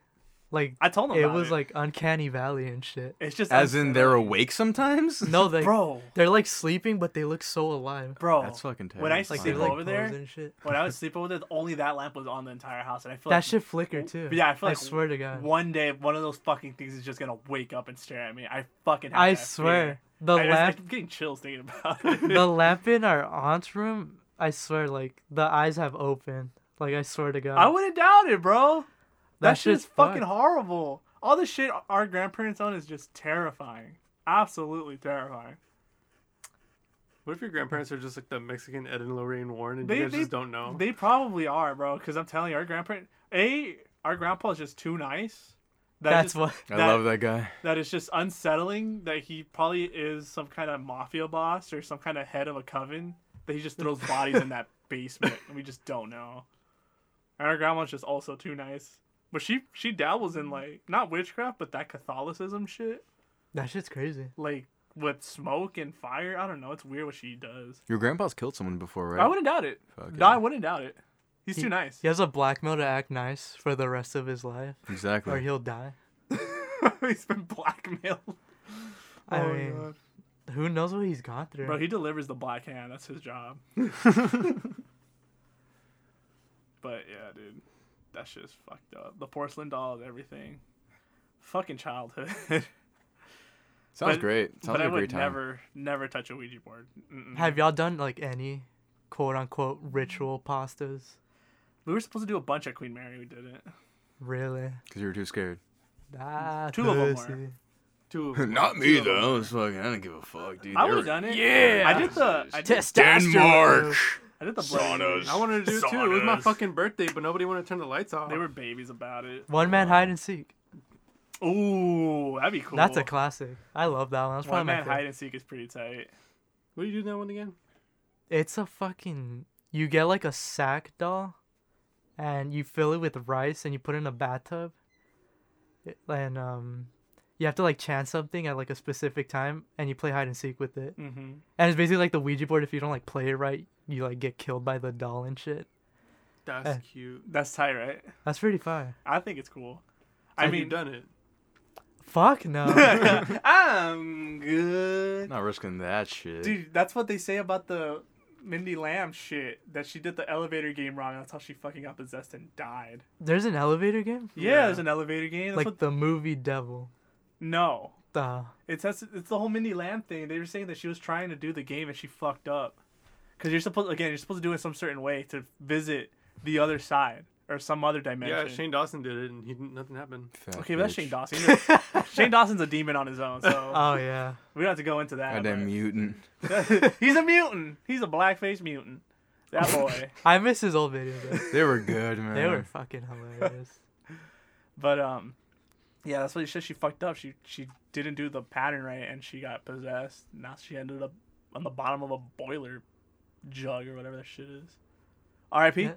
Speaker 3: Like
Speaker 1: I told him
Speaker 3: it
Speaker 1: about
Speaker 3: was like uncanny valley and shit.
Speaker 1: it's just
Speaker 2: As in, they're
Speaker 1: unsettling.
Speaker 2: awake sometimes.
Speaker 3: No, they
Speaker 1: bro,
Speaker 3: they're like sleeping, but they look so alive.
Speaker 1: bro.
Speaker 2: That's fucking terrible.
Speaker 1: When I
Speaker 3: Like
Speaker 1: sleep
Speaker 3: they're like
Speaker 1: over there,
Speaker 3: posed and shit.
Speaker 1: when I
Speaker 3: *laughs*
Speaker 1: would sleep over there, only that lamp was on the entire house, and I feel
Speaker 3: That
Speaker 1: like
Speaker 3: shit flickered too.
Speaker 1: Yeah, I feel like
Speaker 3: swear to God.
Speaker 1: one day one of those fucking things is just gonna wake up and stare at me. I fucking. Have
Speaker 3: I
Speaker 1: that
Speaker 3: swear.
Speaker 1: fear.
Speaker 3: The
Speaker 1: I, I,
Speaker 3: lamp
Speaker 1: I'm getting chills thinking
Speaker 3: *laughs*
Speaker 1: about it. *laughs*
Speaker 3: the lamp in our aunt's room, I swear, like the eyes have opened. Like I swear to God.
Speaker 1: I wouldn't doubt it, bro. That,
Speaker 3: That
Speaker 1: shit is
Speaker 3: shit's
Speaker 1: fucking
Speaker 3: fucked.
Speaker 1: horrible. All the shit our grandparents own is just terrifying. Absolutely terrifying.
Speaker 4: What if your grandparents are just like the Mexican Ed and Lorraine Warren and
Speaker 1: They-
Speaker 4: you guys
Speaker 1: they-
Speaker 4: just don't know?
Speaker 1: They probably are, bro. Because I'm telling you, our grandparent, a, our grandpa is just too nice. That
Speaker 3: That's
Speaker 1: just-
Speaker 3: what *laughs*
Speaker 2: I
Speaker 1: that-
Speaker 2: love that guy.
Speaker 1: that is just unsettling that he probably is some kind of mafia boss or some kind of head of a coven that he just
Speaker 3: *laughs*
Speaker 1: throws bodies in that basement and we just don't know. And our grandma's just also too nice. But she she dabbles in like not witchcraft but that Catholicism shit.
Speaker 3: that shit's crazy.
Speaker 1: Like with smoke and fire. I don't know, it's weird what she does.
Speaker 2: Your grandpa's killed someone before, right?
Speaker 1: I wouldn't doubt it.
Speaker 2: Fuck
Speaker 1: No,
Speaker 2: yeah.
Speaker 1: I wouldn't doubt it. He's too nice.
Speaker 3: He has a blackmail to act nice for the rest of his life, or
Speaker 2: Exactly.
Speaker 3: he'll die.
Speaker 1: *laughs* he's been blackmailed.
Speaker 3: I
Speaker 1: Oh,
Speaker 3: mean,
Speaker 1: God.
Speaker 3: who knows what he's gone through?
Speaker 1: Bro, he delivers the black hand. That's his
Speaker 2: *laughs*
Speaker 1: job. but yeah, dude, that shit's fucked up. The porcelain dolls, everything. Fucking childhood. *laughs*
Speaker 2: Sounds
Speaker 1: but-
Speaker 2: great. Sounds
Speaker 1: but
Speaker 2: like
Speaker 1: I
Speaker 2: a great
Speaker 1: would
Speaker 2: time.
Speaker 1: never, never touch a Ouija board. Mm-mm.
Speaker 3: Have y'all done like any quote unquote ritual pastas?
Speaker 1: We were supposed to do a bunch at Queen Mary. We didn't.
Speaker 3: Really?
Speaker 2: Because you were
Speaker 1: *laughs*
Speaker 2: too scared.
Speaker 3: Ah,
Speaker 1: Two of 'em were.
Speaker 3: pussy.
Speaker 1: Two. of 'em.
Speaker 2: Not
Speaker 1: Two
Speaker 2: me
Speaker 1: of 'em.
Speaker 2: though. I was fucking. I didn't give a fuck, dude.
Speaker 1: I
Speaker 2: They
Speaker 1: would have
Speaker 2: were-
Speaker 1: done it.
Speaker 2: Yeah.
Speaker 1: I did the. I did,
Speaker 2: Denmark.
Speaker 1: I did the blood.
Speaker 2: Saunas.
Speaker 4: I wanted to do it too. It was my
Speaker 2: Saunas.
Speaker 4: fucking birthday, but nobody wanted to turn the lights off.
Speaker 1: They were babies about it.
Speaker 3: One man hide and seek.
Speaker 1: Ooh, that'd be cool.
Speaker 3: That's a eh? classic. I love that one. That's probably
Speaker 1: one
Speaker 3: my
Speaker 1: man hide
Speaker 3: favorite.
Speaker 1: and seek is pretty tight.
Speaker 4: what do you do in that one again?
Speaker 3: It's a fucking. You get like a sack doll, and you fill it with rice, and you put it in a bathtub. It- And um, you have to like chant something at like a specific time, and you play hide and seek with it.
Speaker 1: hmm
Speaker 3: And it's basically like the Ouija board. If you don't like play it right, you like get killed by the doll and shit.
Speaker 4: That's
Speaker 3: Eh.
Speaker 4: cute.
Speaker 1: That's tight, right?
Speaker 3: That's pretty fire.
Speaker 1: I think it's cool.
Speaker 4: I
Speaker 1: I
Speaker 4: mean,
Speaker 1: mean,
Speaker 4: you've done it.
Speaker 1: *laughs*
Speaker 3: Fuck no.
Speaker 1: I'm good.
Speaker 2: Not risking that shit.
Speaker 1: Dude, that's what they say about the Mindy Lamb shit. That she did the elevator game wrong. and That's how she fucking got possessed and died.
Speaker 3: There's an elevator game.
Speaker 1: Yeah, there's an elevator game. That's
Speaker 3: like
Speaker 1: what,
Speaker 3: the movie Devil.
Speaker 1: no,
Speaker 3: Duh.
Speaker 1: it's that's, it's the whole Mindy Lamb thing. They were saying that she was trying to do the game and she fucked up. Cause you're supposed again, you're supposed to do it some certain way to visit the other side or some other dimension.
Speaker 4: Yeah, Shane Dawson did it, and he didn't, nothing happened.
Speaker 2: Fat
Speaker 1: Okay, but that's
Speaker 2: bitch.
Speaker 1: Shane Dawson. He's a- Shane Dawson's a demon on his own, so
Speaker 3: *laughs* Oh yeah.
Speaker 1: we don't have to go into that. but-
Speaker 2: Goddamn mutant.
Speaker 1: He's a mutant. He's a blackface mutant. That boy.
Speaker 3: I miss his old videos. though.
Speaker 2: They
Speaker 1: *laughs*
Speaker 2: were good, man.
Speaker 3: They were fucking hilarious.
Speaker 1: but um, yeah, that's what she said. She fucked up. She she didn't do the pattern right, and she got possessed. Now she ended up on the bottom of a boiler jug or whatever that shit is. R.I.P.
Speaker 3: Yeah.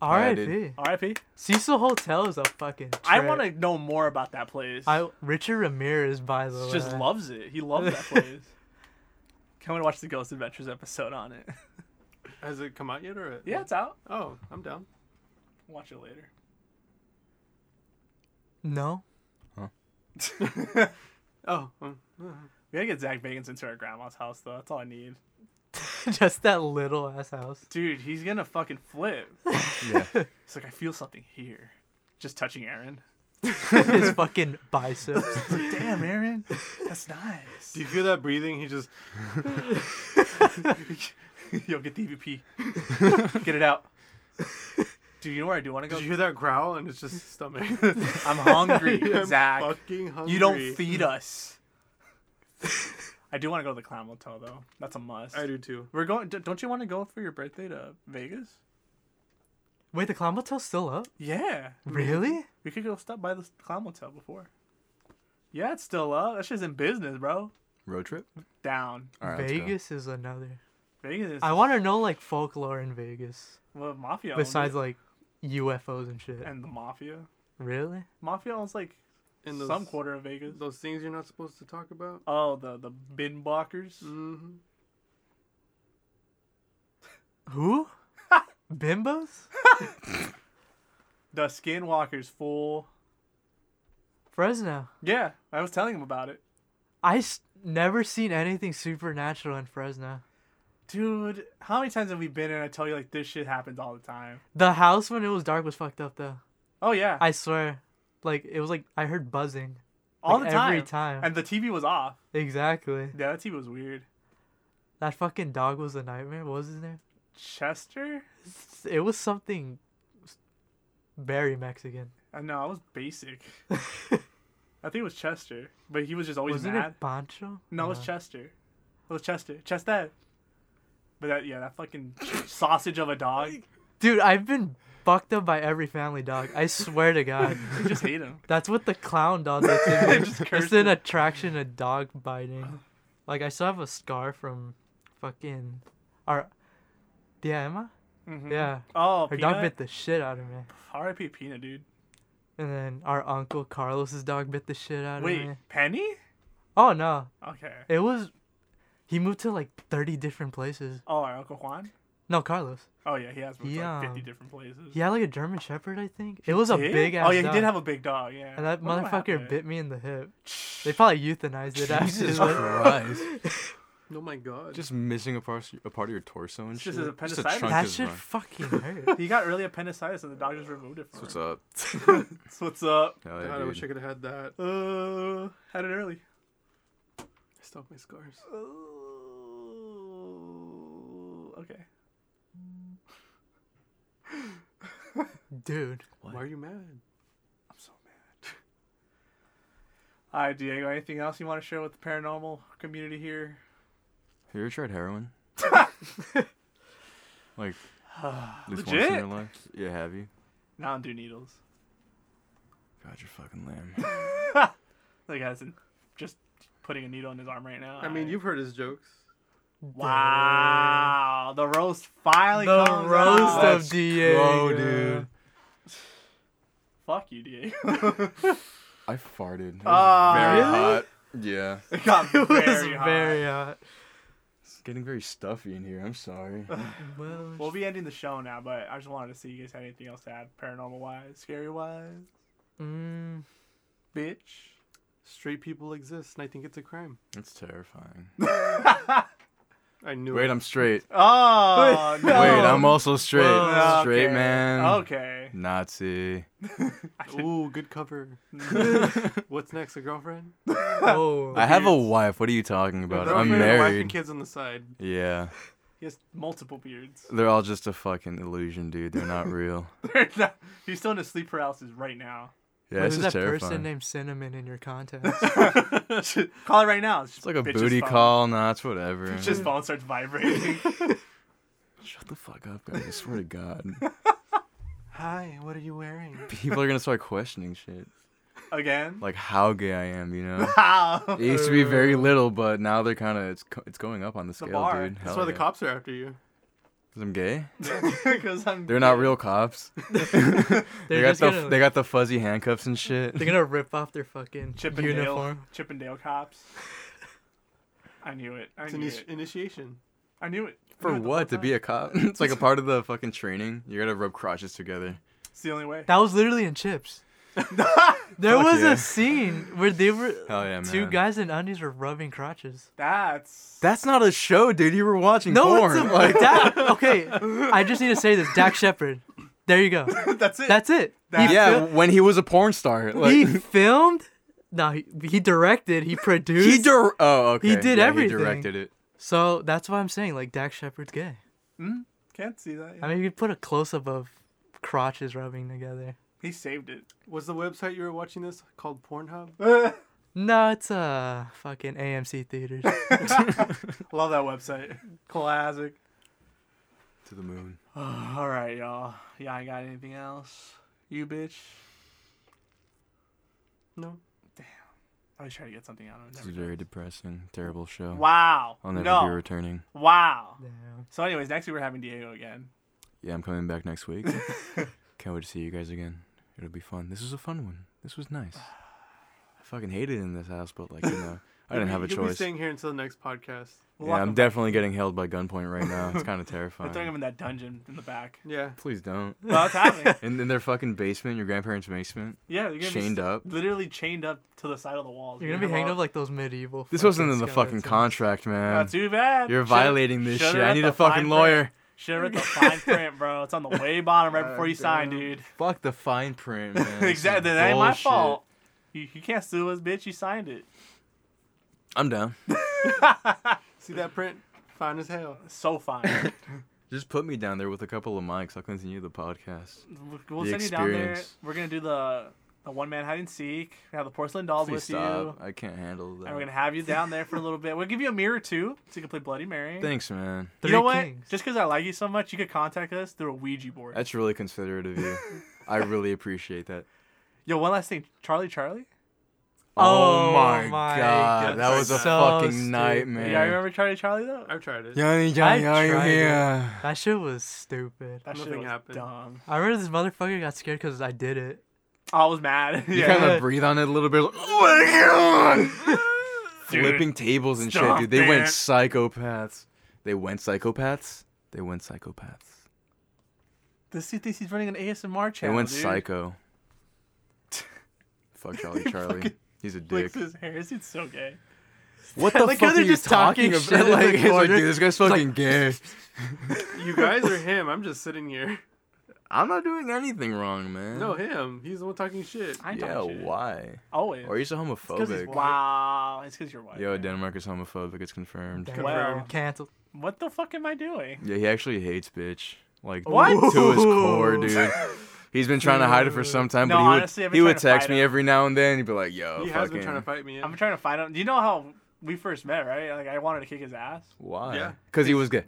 Speaker 2: I did.
Speaker 3: R.I.P.
Speaker 1: R.I.P.
Speaker 3: Cecil Hotel is a fucking. Trip.
Speaker 1: I want to know more about that place.
Speaker 3: I Richard Ramirez, by the way.
Speaker 1: just loves it. He loves *laughs* that place. Come and watch the Ghost Adventures episode on it. *laughs*
Speaker 4: Has it come out yet, or
Speaker 1: Yeah, it's out.
Speaker 4: Oh, I'm down.
Speaker 1: Watch it later.
Speaker 3: No. *laughs*
Speaker 4: Oh, mm.
Speaker 1: We gotta get Zach Bagans into our grandma's house though. That's all I need.
Speaker 3: just that little
Speaker 1: *laughs*
Speaker 3: ass house.
Speaker 1: Dude, he's gonna fucking *laughs* flip.
Speaker 2: Yeah.
Speaker 1: It's like I feel something here. Just touching *laughs* Aaron.
Speaker 3: His fucking biceps.
Speaker 1: *laughs* Damn, Aaron. That's nice.
Speaker 4: do you feel that breathing?
Speaker 1: *laughs*
Speaker 4: He just
Speaker 1: Yo, get the
Speaker 4: *laughs*
Speaker 1: EVP. get it out. Dude, you know where I do want to go?
Speaker 4: did you hear that growl, and it's
Speaker 1: *laughs*
Speaker 4: just stomach.
Speaker 1: I'm
Speaker 4: *laughs*
Speaker 1: hungry,
Speaker 4: I'm
Speaker 1: Zach.
Speaker 4: fucking hungry.
Speaker 1: you don't feed
Speaker 4: *laughs*
Speaker 1: us. I do want to go to the Clown Motel though. That's a must.
Speaker 4: I do too.
Speaker 1: We're going. d- Don't you want to go for your birthday to Vegas?
Speaker 3: Wait, the clown motel's still up?
Speaker 1: Yeah.
Speaker 3: Really?
Speaker 1: We could go stop by the Clown Motel before. Yeah, it's still up. That shit's in business, bro.
Speaker 2: Road trip.
Speaker 1: Down.
Speaker 2: All right, let's go.
Speaker 3: Vegas is another.
Speaker 1: Vegas. is-
Speaker 3: I want to know like folklore in Vegas.
Speaker 1: well, mafia. owns
Speaker 3: Besides
Speaker 1: it.
Speaker 3: like UFOs and shit.
Speaker 1: and the mafia. *laughs*
Speaker 3: Really?
Speaker 1: Mafia owns like
Speaker 4: And those,
Speaker 1: some quarter of Vegas.
Speaker 4: those things you're not supposed to talk about.
Speaker 1: Oh, the the bin blockers.
Speaker 4: Mm-hmm.
Speaker 3: Who? Bimbos?
Speaker 1: The skinwalkers, fool.
Speaker 3: Fresno.
Speaker 1: Yeah, I was telling him about it.
Speaker 3: I s- never seen anything supernatural in Fresno.
Speaker 1: Dude, how many times have we been in? I tell you, like this shit happens all the time.
Speaker 3: The house when it was dark was fucked up though.
Speaker 1: Oh yeah,
Speaker 3: I swear. Like it was like I heard buzzing.
Speaker 1: all
Speaker 3: like,
Speaker 1: the time.
Speaker 3: every time.
Speaker 1: And the TV was off.
Speaker 3: Exactly.
Speaker 1: Yeah, that TV was weird.
Speaker 3: That fucking dog was a nightmare. What was his name?
Speaker 1: Chester?
Speaker 3: S- It was something s- very Mexican. *laughs*
Speaker 1: I know, Uh, I was basic. I think it was Chester, but he was Uh-huh. just always
Speaker 3: Wasn't
Speaker 1: mad.
Speaker 3: it Pancho?
Speaker 1: No, it was Chester. It was Chester. Chester. But that, yeah, that fucking sausage of a dog. *laughs*
Speaker 3: Dude, I've been bucked up by every family dog. I swear to God.
Speaker 1: I just hate *laughs* him.
Speaker 3: That's what the clown does. It's,
Speaker 1: *laughs*
Speaker 3: in,
Speaker 1: Just
Speaker 3: it's
Speaker 1: cursed
Speaker 3: an attraction of dog biting. Like I still have a scar from fucking our yeah Emma yeah
Speaker 1: Oh,
Speaker 3: her
Speaker 1: Peanut.
Speaker 3: dog bit the shit out of me.
Speaker 1: R.I.P. Peanut, dude.
Speaker 3: And then our uncle Carlos's dog bit the shit out of
Speaker 1: Wait,
Speaker 3: me.
Speaker 1: Penny?
Speaker 3: Oh no,
Speaker 1: Okay.
Speaker 3: it was he moved to like thirty different places.
Speaker 1: Oh, our Uncle Juan?
Speaker 3: No, Carlos.
Speaker 1: Oh, yeah, he has moved to like
Speaker 3: Yeah.
Speaker 1: 50 different places.
Speaker 3: He had like a German Shepherd, I think. It was a
Speaker 1: Did?
Speaker 3: big ass.
Speaker 1: Oh, yeah,
Speaker 3: dog.
Speaker 1: he did have a big dog, yeah.
Speaker 3: And that
Speaker 1: Wonder what
Speaker 3: motherfucker
Speaker 1: happened to it.
Speaker 3: bit me in the hip. They probably euthanized it after.
Speaker 2: Jesus
Speaker 3: like-
Speaker 2: Christ.
Speaker 4: Oh my god.
Speaker 2: Just missing a part, a part of your torso and shit.
Speaker 1: just his
Speaker 2: a
Speaker 1: appendicitis.
Speaker 2: chunk
Speaker 3: *laughs* That
Speaker 2: is
Speaker 3: shit
Speaker 2: mine.
Speaker 1: *laughs*
Speaker 3: fucking hurt.
Speaker 1: He got really appendicitis and the doctors removed it from
Speaker 2: What's
Speaker 1: him.
Speaker 2: up?
Speaker 1: That's what's up.
Speaker 2: Hell yeah,
Speaker 4: God, I wish I
Speaker 2: dude.
Speaker 4: could have had that. I
Speaker 1: Uh, had it early. Uh,
Speaker 4: still have my scars.
Speaker 1: Oh, okay.
Speaker 3: Dude.
Speaker 4: Why are you mad?
Speaker 1: I'm so mad. All right, Diego. Anything else you want to share with the paranormal community here?
Speaker 2: Have you ever tried *laughs* heroin? *sighs* like, at least once in
Speaker 1: Legit?
Speaker 2: your life? Yeah, have you?
Speaker 1: No, I don't do needles.
Speaker 2: God, you're fucking lame.
Speaker 1: Like, as in just putting a needle in his arm right now.
Speaker 4: I mean, you've heard his jokes.
Speaker 1: Wow, the roast finally
Speaker 3: The
Speaker 1: comes
Speaker 3: roast
Speaker 1: out.
Speaker 3: of
Speaker 2: Let's
Speaker 3: Diego.
Speaker 2: go, dude.
Speaker 1: Fuck you, Diego. *laughs*
Speaker 2: I farted. It was
Speaker 1: Ah.
Speaker 2: very
Speaker 1: Really?
Speaker 2: hot. Yeah. *laughs*
Speaker 1: It got
Speaker 3: *laughs* It was
Speaker 1: very hot.
Speaker 3: very hot.
Speaker 2: It's getting very stuffy in here. I'm *laughs* sorry.
Speaker 3: Well,
Speaker 1: We'll be ending the show now, but I just wanted to see you guys had anything else to add, paranormal wise, scary wise, *laughs*
Speaker 3: mm,
Speaker 2: *laughs*
Speaker 1: bitch.
Speaker 4: Straight people exist, and I think it's a crime.
Speaker 2: That's terrifying.
Speaker 4: I knew
Speaker 2: Wait,
Speaker 4: it.
Speaker 2: I'm *laughs* straight.
Speaker 1: Oh no.
Speaker 2: Wait, I'm also straight.
Speaker 1: Okay.
Speaker 2: Straight man. *laughs*
Speaker 1: Okay.
Speaker 2: Nazi.
Speaker 4: Ooh,
Speaker 1: *laughs*
Speaker 4: good cover. What's next, a girlfriend?
Speaker 3: oh.
Speaker 2: I have a wife. What are you talking about? I'm
Speaker 4: Girlfriend, a Wife and
Speaker 2: married.
Speaker 4: kids on the side.
Speaker 2: Yeah.
Speaker 1: He has multiple beards. *laughs*
Speaker 2: They're all just a fucking illusion, dude. They're not real.
Speaker 1: He's still in a sleep paralysis right
Speaker 2: *laughs*
Speaker 1: now.
Speaker 2: Yeah,
Speaker 3: Who's
Speaker 2: this
Speaker 3: that
Speaker 2: is
Speaker 3: person
Speaker 2: terrifying.
Speaker 3: named Cinnamon in
Speaker 2: *laughs*
Speaker 3: your contacts?
Speaker 1: Call it right now.
Speaker 2: It's like a booty call. Nah, it's whatever.
Speaker 1: His phone starts
Speaker 2: *laughs*
Speaker 1: vibrating.
Speaker 2: Shut the fuck up, guys. I swear to God.
Speaker 4: Hi, what are you wearing?
Speaker 2: People are going to start questioning shit. *laughs*
Speaker 1: Again.
Speaker 2: Like how gay I am,
Speaker 1: *laughs*
Speaker 2: you know?
Speaker 1: Wow.
Speaker 2: *laughs* It used to be very little, but now they're kind of, it's, co- it's going up on the
Speaker 1: The
Speaker 2: scale,
Speaker 1: bar.
Speaker 2: dude.
Speaker 4: That's
Speaker 2: Hell
Speaker 4: why the
Speaker 2: yeah.
Speaker 4: cops are after you.
Speaker 2: Cause I'm gay?
Speaker 1: Because I'm.
Speaker 2: They're not real cops. they
Speaker 3: They're
Speaker 2: got
Speaker 3: just
Speaker 2: the
Speaker 3: gonna-
Speaker 2: they got the fuzzy handcuffs and shit.
Speaker 3: They're gonna rip off their fucking
Speaker 1: Chippendale.
Speaker 3: uniform.
Speaker 1: Chippendale
Speaker 2: *laughs*
Speaker 1: cops. I knew it. I
Speaker 4: It's
Speaker 1: knew
Speaker 4: an
Speaker 1: it.
Speaker 4: initiation.
Speaker 1: I knew it.
Speaker 2: *laughs* For what? To be a cop? *laughs* it's like a part of the fucking training. You gotta rub crotches together.
Speaker 1: It's the only way.
Speaker 3: That was literally in Chips. there
Speaker 2: Fuck
Speaker 3: was
Speaker 2: yeah.
Speaker 3: a scene where they were
Speaker 2: Hell yeah, man.
Speaker 3: two guys in undies were rubbing crotches.
Speaker 1: That's. *laughs*
Speaker 2: That's not a show, dude. You were watching
Speaker 3: No,
Speaker 2: porn.
Speaker 3: *laughs* it's a,
Speaker 2: like,
Speaker 3: Dak, okay. I just need to say this, Dak Shepard. There you go.
Speaker 1: That's it.
Speaker 3: That's it. He
Speaker 2: yeah,
Speaker 3: fil-
Speaker 2: when he was a porn star. Like,
Speaker 3: he
Speaker 2: *laughs* he
Speaker 3: filmed. No, he, he directed. He produced.
Speaker 2: dir- Oh, okay.
Speaker 3: He did
Speaker 2: yeah,
Speaker 3: everything.
Speaker 2: He directed it.
Speaker 3: So that's why I'm saying like Dak Shepard's gay.
Speaker 1: Can't see that.
Speaker 3: I mean, you could put a close up of crotches rubbing together.
Speaker 1: He saved
Speaker 2: *laughs*
Speaker 1: it.
Speaker 4: Was the website you were watching this called Pornhub?
Speaker 3: No, it's uh fucking AMC theaters.
Speaker 1: Love that website. Classic.
Speaker 2: To the moon.
Speaker 1: All right, y'all. Y'all ain't got anything else? You bitch.
Speaker 4: No.
Speaker 1: I was trying to get something out of it.
Speaker 2: This
Speaker 1: Never
Speaker 2: is
Speaker 1: did.
Speaker 2: very depressing. Terrible show.
Speaker 1: Wow.
Speaker 2: I'll never
Speaker 1: no.
Speaker 2: be returning.
Speaker 1: wow.
Speaker 3: Damn.
Speaker 1: So, anyways, next week we're having Diego again.
Speaker 2: Yeah, I'm coming back
Speaker 1: *laughs*
Speaker 2: next week. Can't wait to see you guys again. It'll be fun. This was a fun one. This was nice. I fucking hated in this house, but like you know,
Speaker 1: *laughs*
Speaker 2: I didn't have a
Speaker 4: You'll be
Speaker 2: choice.
Speaker 4: staying here until the next podcast.
Speaker 2: Yeah, I'm definitely getting held by gunpoint right now. It's kind of
Speaker 1: *laughs* They're throwing
Speaker 2: terrifying.
Speaker 1: him in that dungeon in the
Speaker 2: *laughs*
Speaker 1: back.
Speaker 4: Yeah.
Speaker 2: Please don't.
Speaker 1: Well, that's happening.
Speaker 2: And in their fucking basement, your grandparents' basement,
Speaker 1: Yeah, they're gonna
Speaker 2: chained
Speaker 1: be *laughs*
Speaker 2: up.
Speaker 1: literally chained up to the side of the walls.
Speaker 3: You're gonna be hanged up like those medieval.
Speaker 2: This wasn't in the fucking
Speaker 3: skeletons.
Speaker 2: contract, man.
Speaker 1: Not too bad.
Speaker 2: You're
Speaker 1: Should've-
Speaker 2: violating this
Speaker 1: should've
Speaker 2: shit.
Speaker 1: read
Speaker 2: I need
Speaker 1: the
Speaker 2: a fucking
Speaker 1: fine
Speaker 2: lawyer.
Speaker 1: Should have read the fine print, bro. It's on the way bottom right
Speaker 3: *laughs*
Speaker 1: before you sign, dude.
Speaker 2: Fuck the fine print, man. This
Speaker 1: *laughs*
Speaker 2: is
Speaker 1: exactly. That ain't my
Speaker 2: bullshit.
Speaker 1: fault. You, you can't sue us, bitch. You signed
Speaker 2: *laughs*
Speaker 1: it.
Speaker 2: I'm down.
Speaker 4: See that print? Fine as hell.
Speaker 1: So fine.
Speaker 2: Just put me down there with a couple of mics. I'll continue the podcast.
Speaker 1: We'll- we'll
Speaker 2: The
Speaker 1: send you down there.
Speaker 2: experience.
Speaker 1: We're gonna do the the one man hide and seek. We have the porcelain dolls
Speaker 2: Please
Speaker 1: with
Speaker 2: stop.
Speaker 1: you,
Speaker 2: I can't handle
Speaker 1: and we're gonna
Speaker 2: that.
Speaker 1: have you down there for a little bit. We'll give you a mirror too, so you can play Bloody Mary.
Speaker 2: Thanks, man.
Speaker 3: Three
Speaker 1: you know what?
Speaker 3: kings.
Speaker 1: Just because I like you so much, you could contact us through a Ouija board.
Speaker 2: That's really considerate of you.
Speaker 1: *laughs*
Speaker 2: I really appreciate that.
Speaker 1: Yo, one last thing, Charlie, Charlie.
Speaker 3: Oh my
Speaker 2: god,
Speaker 3: God,
Speaker 2: that was a
Speaker 3: so
Speaker 2: fucking
Speaker 3: stupid.
Speaker 2: nightmare.
Speaker 1: Yeah, I remember Charlie, Charlie though.
Speaker 4: I've tried it.
Speaker 2: Johnny,
Speaker 3: I
Speaker 2: Johnny, are you
Speaker 3: tried it.
Speaker 2: here?
Speaker 3: That shit was stupid.
Speaker 1: That shit
Speaker 4: Nothing
Speaker 1: was
Speaker 4: happened.
Speaker 1: dumb.
Speaker 3: I remember this motherfucker got scared because I did it.
Speaker 1: I was mad. *laughs*
Speaker 2: You
Speaker 1: yeah.
Speaker 2: kind of breathe on it a little bit. Like, oh my god!
Speaker 1: *laughs* Dude,
Speaker 2: Flipping tables and shit,
Speaker 1: stop
Speaker 2: dude. They went
Speaker 1: it.
Speaker 2: psychopaths. They went psychopaths. They went psychopaths.
Speaker 1: This dude thinks he's running an ASMR
Speaker 2: They
Speaker 1: channel.
Speaker 2: went
Speaker 1: dude.
Speaker 2: psycho. Fuck Charlie Charlie. He's a dick.
Speaker 1: Flicks his hair. This dude's so gay.
Speaker 2: What the
Speaker 3: Like how
Speaker 2: fuck are
Speaker 3: they're
Speaker 2: you
Speaker 3: just
Speaker 2: talking
Speaker 3: talking shit
Speaker 2: about?
Speaker 3: in the
Speaker 2: Like, it's like,
Speaker 3: corner.
Speaker 2: dude, this guy's fucking gay.
Speaker 4: You guys
Speaker 2: *laughs*
Speaker 4: or him? I'm just sitting here.
Speaker 2: I'm not doing anything wrong, man.
Speaker 4: No, him. He's the one talking shit.
Speaker 1: I ain't
Speaker 2: Yeah,
Speaker 1: talking shit.
Speaker 2: why?
Speaker 1: Always.
Speaker 2: Or are you so
Speaker 1: Because he's
Speaker 2: homophobic?
Speaker 1: wow. It's because you're white.
Speaker 2: Yo,
Speaker 1: man.
Speaker 2: Denmark is homophobic. It's confirmed.
Speaker 3: Damn,
Speaker 1: Confirmed.
Speaker 3: canceled.
Speaker 1: What the fuck am I doing?
Speaker 2: Yeah, he actually hates bitch. Like
Speaker 1: What?
Speaker 2: to his core, dude. He's been trying to hide it for some time,
Speaker 1: No,
Speaker 2: but he would
Speaker 1: honestly, I've been
Speaker 2: he would
Speaker 1: trying to
Speaker 2: text
Speaker 1: fight
Speaker 2: me
Speaker 1: him.
Speaker 2: every now and then. He'd be like, "Yo,
Speaker 4: He
Speaker 2: fucking,
Speaker 4: has been trying to fight me. Yeah.
Speaker 1: I'm trying to find him. Do you know how we first met, right? Like I wanted to kick his ass. *laughs*
Speaker 2: why?
Speaker 4: Yeah.
Speaker 2: because he was gay."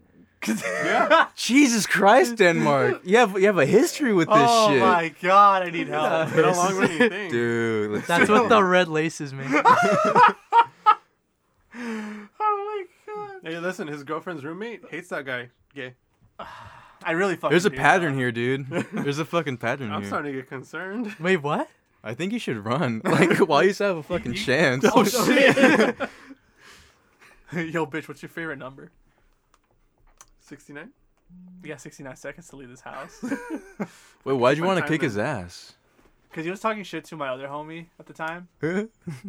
Speaker 4: yeah.
Speaker 2: Jesus Christ, Denmark! *laughs* You have you have a history with this
Speaker 1: oh
Speaker 2: shit,
Speaker 1: my god, I need help.
Speaker 4: Been a long running thing.
Speaker 2: dude. let's
Speaker 3: That's
Speaker 2: see.
Speaker 3: what the red
Speaker 1: *laughs*
Speaker 3: laces mean.
Speaker 1: oh my god.
Speaker 4: Hey, listen, his girlfriend's roommate hates that guy. Gay.
Speaker 1: I really fucking. *laughs*
Speaker 2: There's a
Speaker 1: do,
Speaker 2: pattern
Speaker 1: though.
Speaker 2: here, dude. There's a fucking pattern
Speaker 4: I'm
Speaker 2: here.
Speaker 4: starting to get concerned. *laughs*
Speaker 3: Wait, what?
Speaker 2: I think you should run. Like, while you still have a fucking chance. *laughs*
Speaker 1: Oh shit. *laughs* Yo, bitch, what's your favorite number?
Speaker 4: 69?
Speaker 1: We got 69 seconds to leave this house. *laughs*
Speaker 2: Wait, why'd you
Speaker 4: My
Speaker 2: want to
Speaker 4: time
Speaker 2: kick
Speaker 4: then.
Speaker 2: his ass? *laughs*
Speaker 1: Because he was talking shit to my other homie at the time. *laughs*
Speaker 2: Huh?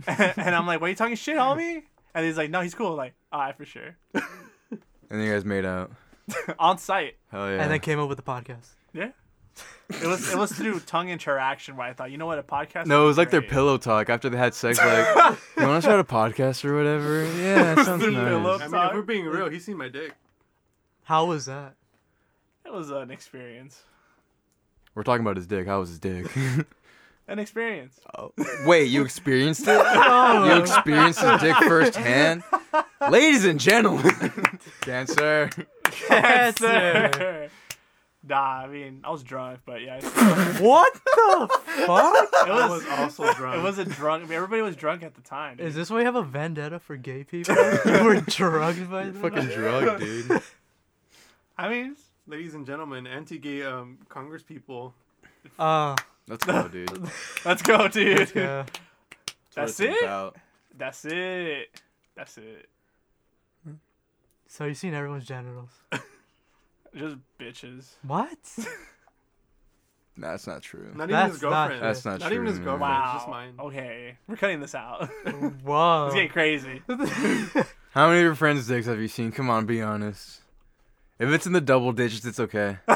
Speaker 1: and I'm like, why are you talking shit, homie? And he's like, no, he's cool. I'm like, all right, for sure. *laughs*
Speaker 2: And then you guys made out.
Speaker 1: On site.
Speaker 2: Hell yeah.
Speaker 3: And then came up with the podcast.
Speaker 1: Yeah. It was it was through tongue interaction where I thought, you know what, a podcast.
Speaker 2: No, it
Speaker 1: would
Speaker 2: was
Speaker 1: be
Speaker 2: like their
Speaker 1: great.
Speaker 2: pillow talk after they had sex. Like, you want to start a podcast or whatever? Yeah, that sounds
Speaker 1: Their
Speaker 2: nice.
Speaker 1: pillow.
Speaker 4: I mean, if
Speaker 1: Sorry.
Speaker 4: we're being real, he's seen my dick.
Speaker 3: How
Speaker 1: *laughs*
Speaker 3: was that?
Speaker 1: It was an experience.
Speaker 2: We're talking about his dick. How was his dick? *laughs*
Speaker 1: An
Speaker 4: *laughs*
Speaker 1: experience.
Speaker 2: Wait, you experienced it? You experienced his dick firsthand? Ladies and gentlemen, dancer.
Speaker 3: Yes,
Speaker 1: *laughs* nah, I mean, I was drunk, but yeah.
Speaker 4: *laughs*
Speaker 1: It
Speaker 3: What the fuck?
Speaker 4: I
Speaker 1: was
Speaker 4: was
Speaker 2: *laughs*
Speaker 4: also drunk.
Speaker 1: it was a drunk. I mean, everybody was drunk at the time.
Speaker 3: Is this why you have a vendetta for gay people? you
Speaker 2: *laughs*
Speaker 3: were drugged by them?
Speaker 2: Fucking drug, dude.
Speaker 1: I mean,
Speaker 4: Ladies and gentlemen, anti gay um, Congress people.
Speaker 3: Uh,
Speaker 2: Let's go, dude.
Speaker 1: let's go, dude.
Speaker 3: yeah.
Speaker 1: That's
Speaker 2: what it's
Speaker 1: it?
Speaker 2: about.
Speaker 1: *laughs* That's it. That's it.
Speaker 3: So you've seen everyone's genitals.
Speaker 1: Just bitches.
Speaker 3: What?
Speaker 2: Nah, that's not true.
Speaker 4: Not even his
Speaker 3: That's not
Speaker 4: girlfriend.
Speaker 2: That's not,
Speaker 4: Not
Speaker 2: true.
Speaker 4: even his
Speaker 2: man.
Speaker 4: girlfriend.
Speaker 1: Wow.
Speaker 4: It's just mine.
Speaker 1: Okay, we're cutting this out. *laughs*
Speaker 3: Whoa.
Speaker 1: it's getting crazy.
Speaker 4: *laughs*
Speaker 2: How many of your friends' dicks have you seen? Come on, be honest. If it's in the double digits, it's okay. it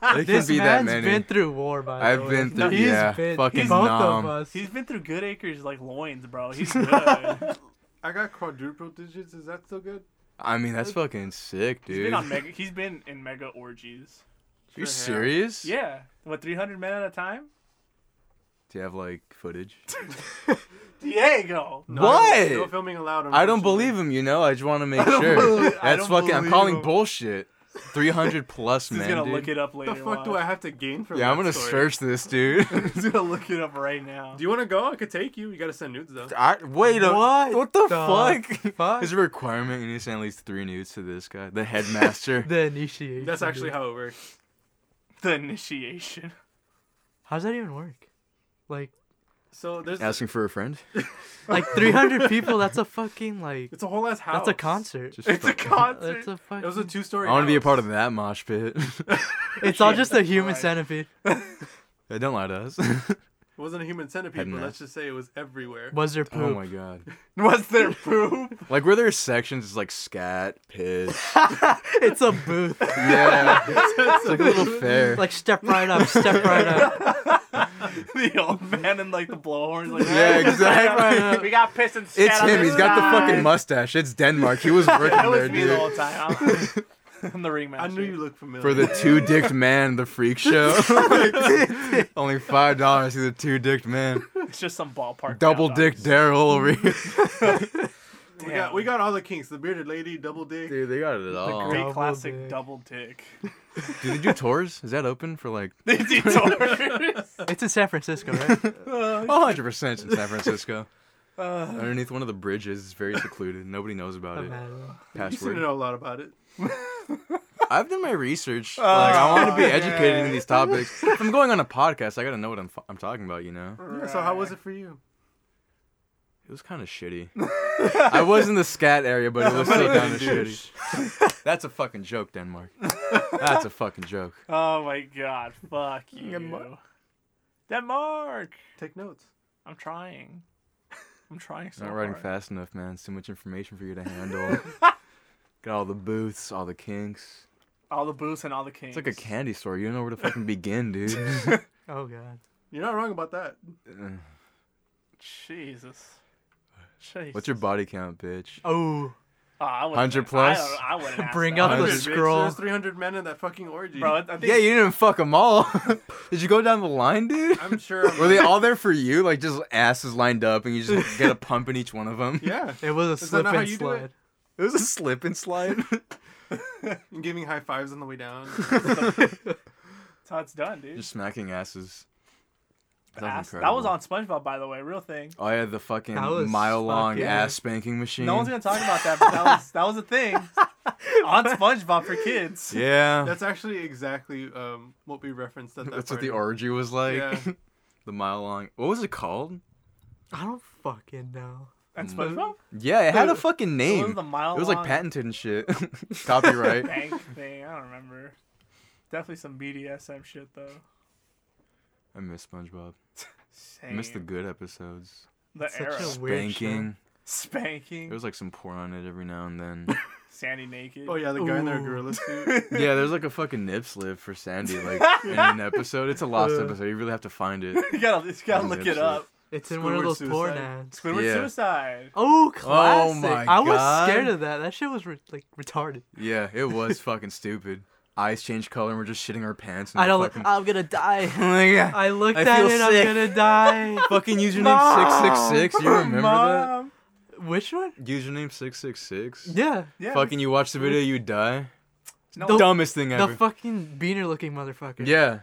Speaker 2: can
Speaker 3: This
Speaker 2: be that
Speaker 3: man's
Speaker 2: many.
Speaker 3: been through war, by the
Speaker 2: I've
Speaker 3: way.
Speaker 2: been through-
Speaker 3: He's
Speaker 2: yeah,
Speaker 3: been-
Speaker 2: fucking
Speaker 3: both
Speaker 2: nom.
Speaker 3: of us.
Speaker 1: He's been through good acres like loins, bro.
Speaker 4: *laughs*
Speaker 1: He's good.
Speaker 4: I got quadruple digits. Is that still good?
Speaker 2: I mean, that's fucking sick,
Speaker 1: he's
Speaker 2: dude.
Speaker 1: been
Speaker 2: Are
Speaker 1: on mega. He's been in mega orgies.
Speaker 2: you
Speaker 4: Sure have.
Speaker 2: serious?
Speaker 1: Yeah, what 300 men at a time?
Speaker 2: Do you have like footage?
Speaker 1: Diego.
Speaker 4: No,
Speaker 2: What?
Speaker 4: No filming allowed.
Speaker 2: I don't believe him. You know, I just want to make sure.
Speaker 1: believe- I
Speaker 2: that's
Speaker 1: don't
Speaker 2: fucking. I'm
Speaker 1: believe
Speaker 2: calling
Speaker 1: him.
Speaker 2: bullshit. Three hundred plus,
Speaker 1: He's
Speaker 2: man.
Speaker 1: gonna
Speaker 2: dude.
Speaker 1: look it up
Speaker 4: What
Speaker 1: later.
Speaker 4: the fuck do I
Speaker 1: watch.
Speaker 4: have to gain from
Speaker 2: yeah, I'm
Speaker 4: that
Speaker 2: gonna
Speaker 4: story?
Speaker 2: search this, dude.
Speaker 1: *laughs*
Speaker 2: *laughs*
Speaker 1: He's gonna look it up right now.
Speaker 4: Do you want to go? I could take you. You gotta send nudes though.
Speaker 2: I, wait a
Speaker 3: What
Speaker 2: What the,
Speaker 3: the
Speaker 2: fuck?
Speaker 3: fuck?
Speaker 2: Is a requirement you need to send at least three nudes to this guy, the
Speaker 3: *laughs*
Speaker 2: headmaster.
Speaker 3: The initiation.
Speaker 4: That's actually
Speaker 3: dude.
Speaker 4: how it works.
Speaker 1: The initiation.
Speaker 3: How does that even work? Like,
Speaker 4: So there's
Speaker 2: Asking for a friend?
Speaker 3: Like 300 people, that's a fucking like
Speaker 4: It's a whole ass house.
Speaker 3: that's a concert.
Speaker 2: Just
Speaker 4: It's a
Speaker 2: fuck-
Speaker 4: concert.
Speaker 3: That's a
Speaker 4: It
Speaker 3: fucking.
Speaker 4: was a two
Speaker 2: I
Speaker 4: story.
Speaker 2: want to be a part of that mosh pit. *laughs*
Speaker 3: it's all just a human centipede.
Speaker 2: Hey, don't lie to us. *laughs* Oh
Speaker 4: It wasn't a human centipede,
Speaker 2: Hadn't
Speaker 4: but
Speaker 2: I?
Speaker 4: let's just say it was everywhere.
Speaker 3: Was there poop?
Speaker 2: oh my god.
Speaker 1: Was there poop? *laughs*
Speaker 2: Like, were there sections it's like scat, piss?
Speaker 3: it's a booth.
Speaker 2: yeah.
Speaker 4: It's
Speaker 2: *laughs* It's like a little fair.
Speaker 3: Like step right up, step right
Speaker 4: *laughs*
Speaker 3: up.
Speaker 1: the old man and like the blowhorns, like *laughs*
Speaker 2: yeah, exactly.
Speaker 1: we got piss and scat
Speaker 2: It's
Speaker 1: on
Speaker 2: him.
Speaker 1: the
Speaker 2: He's got the
Speaker 1: side."
Speaker 2: fucking mustache. It's Denmark. He was working
Speaker 1: That was
Speaker 2: there,
Speaker 1: me
Speaker 2: dude.
Speaker 1: the whole time. I'm,
Speaker 2: *laughs*
Speaker 1: I'm the ringmaster.
Speaker 4: I knew you looked familiar.
Speaker 2: For the two dicked man, the freak show. *laughs* Only five dollars to the two dicked man.
Speaker 1: It's just some ballpark.
Speaker 2: *laughs* Double
Speaker 1: down
Speaker 2: dick
Speaker 1: dogs.
Speaker 2: Daryl over here.
Speaker 4: we got we got all the kinks. The bearded lady, double dick.
Speaker 2: Dude, they got it all.
Speaker 1: Great
Speaker 3: Double
Speaker 1: classic
Speaker 3: dick.
Speaker 1: double
Speaker 2: *laughs*
Speaker 1: dick. *laughs*
Speaker 2: Do they do tours? Is that open for like
Speaker 3: It's in San Francisco,
Speaker 4: *laughs*
Speaker 3: right?
Speaker 2: 100 percent in San Francisco? Underneath one of the bridges, it's very secluded. Nobody knows about it.
Speaker 3: Imagine.
Speaker 4: You seem to
Speaker 2: Password.
Speaker 4: know a lot about it.
Speaker 2: I've done my research. like I want to be educated in these topics. If I'm going on a podcast. I got to know what I'm, f- I'm talking about. You know.
Speaker 4: Yeah, So how was it for you?
Speaker 2: It was kind of shitty. I was in the scat area, but it was still kind
Speaker 4: *laughs*
Speaker 2: of shitty. That's a fucking joke, Denmark. That's a fucking joke.
Speaker 1: Oh my god! Fuck you. Denmark.
Speaker 4: Take notes.
Speaker 1: I'm trying. I'm trying so
Speaker 2: Not writing
Speaker 1: hard.
Speaker 2: fast enough, man. It's too much information for you to
Speaker 4: *laughs*
Speaker 2: handle. Got all the booths, all the kinks.
Speaker 1: All the booths and all the kings.
Speaker 2: It's like a candy store. You don't know where to fucking begin, dude.
Speaker 4: *laughs*
Speaker 3: Oh god.
Speaker 4: You're not wrong about that.
Speaker 1: Jesus. Jesus.
Speaker 2: What's your body count, bitch?
Speaker 3: Oh,
Speaker 1: Oh, I wouldn't-
Speaker 2: 100
Speaker 1: I,
Speaker 2: plus?
Speaker 1: don't- I wouldn't ask
Speaker 3: Bring
Speaker 1: that.
Speaker 2: *laughs*
Speaker 3: up the
Speaker 4: 300, bitch.
Speaker 3: scroll.
Speaker 4: There's 300 men in that fucking orgy.
Speaker 1: Bro, I think
Speaker 2: Yeah, you didn't fuck them all. *laughs* Did you go down the line, dude?
Speaker 4: I'm *laughs* sure. I'm
Speaker 2: Were they all there for you? Like just asses lined up, and you just
Speaker 4: *laughs*
Speaker 2: get a pump in each one of them.
Speaker 4: yeah.
Speaker 3: it was a
Speaker 4: that
Speaker 3: slip
Speaker 4: not how
Speaker 3: and
Speaker 4: you do it?
Speaker 3: slide.
Speaker 2: It was a slip and
Speaker 4: *laughs*
Speaker 2: slide.
Speaker 4: And *laughs* giving high fives on the way
Speaker 1: *laughs*
Speaker 4: down.
Speaker 1: that's how it's done, dude.
Speaker 2: Just smacking asses. That was,
Speaker 1: Ass- that
Speaker 2: incredible.
Speaker 1: was on SpongeBob, by the way, real thing.
Speaker 2: Oh yeah, the fucking
Speaker 3: That was
Speaker 2: mile long
Speaker 3: fucking-
Speaker 2: ass spanking machine.
Speaker 1: No one's gonna talk about that, but that was that was a thing on SpongeBob for kids.
Speaker 2: *laughs* Yeah, that's,
Speaker 4: That's actually exactly um, what we referenced at that
Speaker 2: what the
Speaker 4: party.
Speaker 2: orgy was like. *laughs*
Speaker 4: Yeah.
Speaker 2: the mile long. What was it called?
Speaker 3: I don't fucking know.
Speaker 1: And SpongeBob,
Speaker 2: Yeah, it had a fucking name.
Speaker 1: it was the mile.
Speaker 2: it was like
Speaker 1: long
Speaker 2: patented and shit. *laughs* Copyright.
Speaker 1: bank thing. I don't remember. Definitely some BDSM shit though.
Speaker 2: I miss SpongeBob. I
Speaker 1: Same.
Speaker 2: miss the good episodes.
Speaker 1: the
Speaker 3: Such
Speaker 1: era.
Speaker 3: a weird show.
Speaker 2: Banking.
Speaker 1: Spanking.
Speaker 2: There was like some porn on it every now and then.
Speaker 1: *laughs* Sandy naked.
Speaker 4: Oh yeah, the guy in their
Speaker 3: Ooh.
Speaker 2: *laughs*
Speaker 4: gorilla suit.
Speaker 2: yeah, there's like a fucking nip slip for Sandy
Speaker 1: *laughs*
Speaker 2: like in an episode. It's a lost
Speaker 1: Uh.
Speaker 2: episode. You really have to find it.
Speaker 1: *laughs* You gotta, you gotta
Speaker 2: Yeah,
Speaker 1: look
Speaker 2: shit.
Speaker 1: it up.
Speaker 3: It's in one
Speaker 4: Squidward
Speaker 3: of those porn
Speaker 4: suicide.
Speaker 3: ads.
Speaker 1: Squidward
Speaker 2: Yeah.
Speaker 1: suicide.
Speaker 3: Oh, classic.
Speaker 2: my
Speaker 3: I was
Speaker 2: God.
Speaker 3: scared of that. That shit was re- like retarded.
Speaker 2: Yeah, it was fucking stupid. Eyes change color and we're just shitting our pants. And
Speaker 3: I don't. uh,
Speaker 2: Fucking,
Speaker 3: I'm
Speaker 2: *laughs*
Speaker 3: gonna die.
Speaker 2: yeah.
Speaker 3: I looked
Speaker 2: I
Speaker 3: at
Speaker 2: feel
Speaker 3: it.
Speaker 2: sick.
Speaker 3: I'm gonna
Speaker 2: *laughs*
Speaker 3: die. *laughs*
Speaker 2: fucking username six six six. You remember that?
Speaker 1: Mom.
Speaker 3: Which one?
Speaker 2: Username six six six.
Speaker 3: Yeah.
Speaker 1: Yeah.
Speaker 2: Fucking, you watch the video, you die.
Speaker 1: No.
Speaker 3: The-
Speaker 2: Dumbest thing ever.
Speaker 3: The fucking beaner looking motherfucker. *laughs*
Speaker 2: yeah.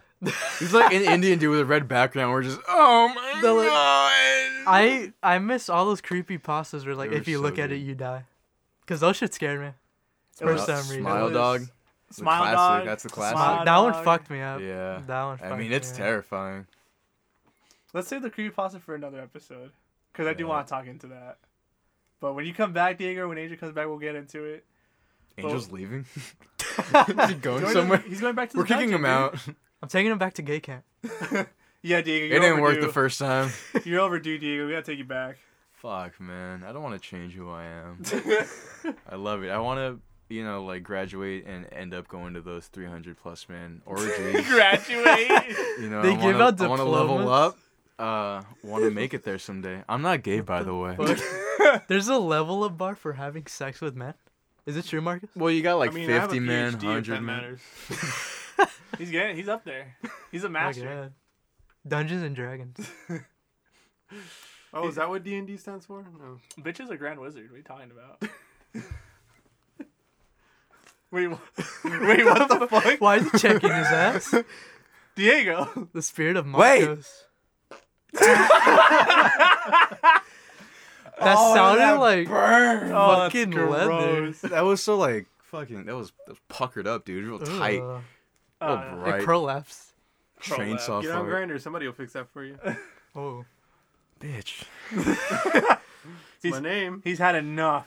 Speaker 2: He's like an Indian dude with a red background. We're just, oh my
Speaker 3: The-
Speaker 2: god.
Speaker 3: I I miss all those creepy pastas where like
Speaker 2: They were
Speaker 3: if you
Speaker 2: so
Speaker 3: look at
Speaker 2: good.
Speaker 3: it you die, cause those shit scared me. For
Speaker 1: was-
Speaker 3: some reason.
Speaker 2: Uh, Smile
Speaker 1: It was-
Speaker 2: dog. The
Speaker 1: Smile
Speaker 2: classic,
Speaker 1: dog.
Speaker 2: that's the
Speaker 1: Smile
Speaker 2: classic.
Speaker 3: Fuck, that one
Speaker 1: dog.
Speaker 3: fucked me up.
Speaker 2: Yeah.
Speaker 3: That one.
Speaker 2: I
Speaker 3: fucked
Speaker 2: mean,
Speaker 3: me
Speaker 2: it's
Speaker 3: up.
Speaker 2: terrifying.
Speaker 1: Let's save the creepypasta for another episode. Because I do
Speaker 2: Yeah.
Speaker 1: want to talk into that. But when you come back, Diego, when Angel comes back, we'll get into it.
Speaker 2: Angel's leaving.
Speaker 3: *laughs*
Speaker 2: Is he going
Speaker 1: Going to-
Speaker 2: somewhere?
Speaker 1: he's going back to the
Speaker 2: We're kicking
Speaker 1: dungeon,
Speaker 2: him
Speaker 1: dude.
Speaker 2: out.
Speaker 3: I'm taking him back to gay camp.
Speaker 1: Yeah, Diego,
Speaker 2: It
Speaker 1: you're
Speaker 2: didn't work
Speaker 1: overdue.
Speaker 2: the first time.
Speaker 1: You're overdue, Diego. We gotta take you
Speaker 2: *laughs*
Speaker 1: back.
Speaker 2: Fuck, man. I don't want to change who I am. I love it. I want to, you know, like graduate and end up going to those 300 plus
Speaker 3: *laughs*
Speaker 2: man orgies. *laughs*
Speaker 1: Graduate.
Speaker 2: You know,
Speaker 3: They
Speaker 2: I
Speaker 3: give
Speaker 2: wanna,
Speaker 3: out
Speaker 2: I want to level
Speaker 3: diplomas?
Speaker 2: up. Uh, want to make it there someday. I'm not gay, by the way.
Speaker 3: Fuck. There's a level up bar for having sex with men. Is it true, Marcus?
Speaker 2: Well, you got like
Speaker 4: I mean, 50 I have a
Speaker 2: 50 men,
Speaker 4: PhD if
Speaker 2: 100
Speaker 4: that
Speaker 2: men.
Speaker 4: matters.
Speaker 1: he's getting. He's up there. He's a
Speaker 3: Oh,
Speaker 1: master.
Speaker 3: God. Dungeons and Dragons.
Speaker 4: Oh, is that what D and D stands for? No.
Speaker 1: Bitch is a grand wizard. What are you talking about? wait, wh- *laughs* wait, what
Speaker 4: *laughs*
Speaker 1: the fuck,
Speaker 3: Why is he
Speaker 2: *laughs*
Speaker 3: checking his ass?
Speaker 1: Diego?
Speaker 3: The spirit of
Speaker 2: Wait. *laughs*
Speaker 3: Marcos. that sounded like
Speaker 1: Oh,
Speaker 3: fucking
Speaker 1: that's
Speaker 3: leather.
Speaker 1: gross.
Speaker 2: Oh, That was so like fucking. That was, that was puckered up, dude. Real tight,
Speaker 3: Ugh.
Speaker 2: real
Speaker 1: Uh,
Speaker 3: It
Speaker 2: bright.
Speaker 3: prolapsed.
Speaker 2: Train
Speaker 1: prolapsed.
Speaker 2: saw
Speaker 4: Get on
Speaker 1: *laughs*
Speaker 2: fart.
Speaker 4: Grinder. Somebody will fix that for you.
Speaker 3: Oh.
Speaker 2: Bitch.
Speaker 4: It's my name.
Speaker 1: He's had enough.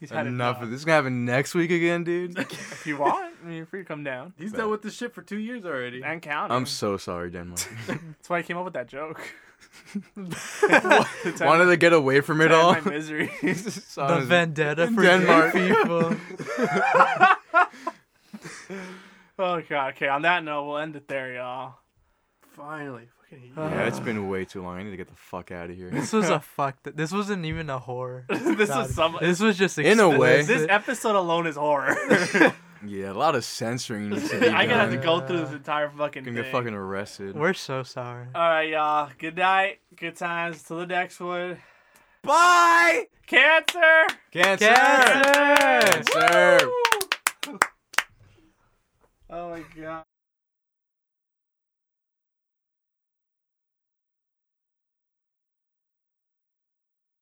Speaker 1: He's had enough.
Speaker 2: Enough of this. Is gonna happen next week again, dude.
Speaker 4: *laughs*
Speaker 1: If you want, I mean, you're free to come down
Speaker 4: He's dealt with this shit for two years already.
Speaker 1: and count.
Speaker 2: I'm so sorry, Denmark.
Speaker 1: That's why I came up with that joke.
Speaker 2: *laughs*
Speaker 1: *laughs*
Speaker 2: Wanted to get away from it
Speaker 1: to
Speaker 2: all. *laughs*
Speaker 1: end my misery. *laughs*
Speaker 3: The
Speaker 2: Son of a-
Speaker 3: vendetta for
Speaker 2: Denmark.
Speaker 3: Denmark
Speaker 2: *laughs*
Speaker 3: people.
Speaker 1: oh god. Okay. On that note, we'll end it there, y'all. *laughs*
Speaker 4: Finally. Fucking hate you.
Speaker 2: yeah,
Speaker 1: Uh-huh.
Speaker 2: it's been way too long. I need to get the fuck out of here.
Speaker 3: This was a fuck. Th- this wasn't even a horror.
Speaker 1: this is some.
Speaker 3: This was just
Speaker 2: In a way.
Speaker 1: This
Speaker 3: explicit.
Speaker 1: episode alone is
Speaker 2: *laughs*
Speaker 1: horror. *laughs*
Speaker 2: Yeah, a lot of censoring needs to be
Speaker 1: I'm gonna have to
Speaker 2: done.
Speaker 1: go through this entire fucking
Speaker 2: Gonna
Speaker 1: thing.
Speaker 2: get fucking arrested.
Speaker 3: We're so sorry.
Speaker 1: All right, y'all. Good night. Good times. Till the next one.
Speaker 2: Bye.
Speaker 1: Cancer.
Speaker 2: Cancer.
Speaker 3: Cancer!
Speaker 2: Cancer.
Speaker 1: *laughs* Oh my god.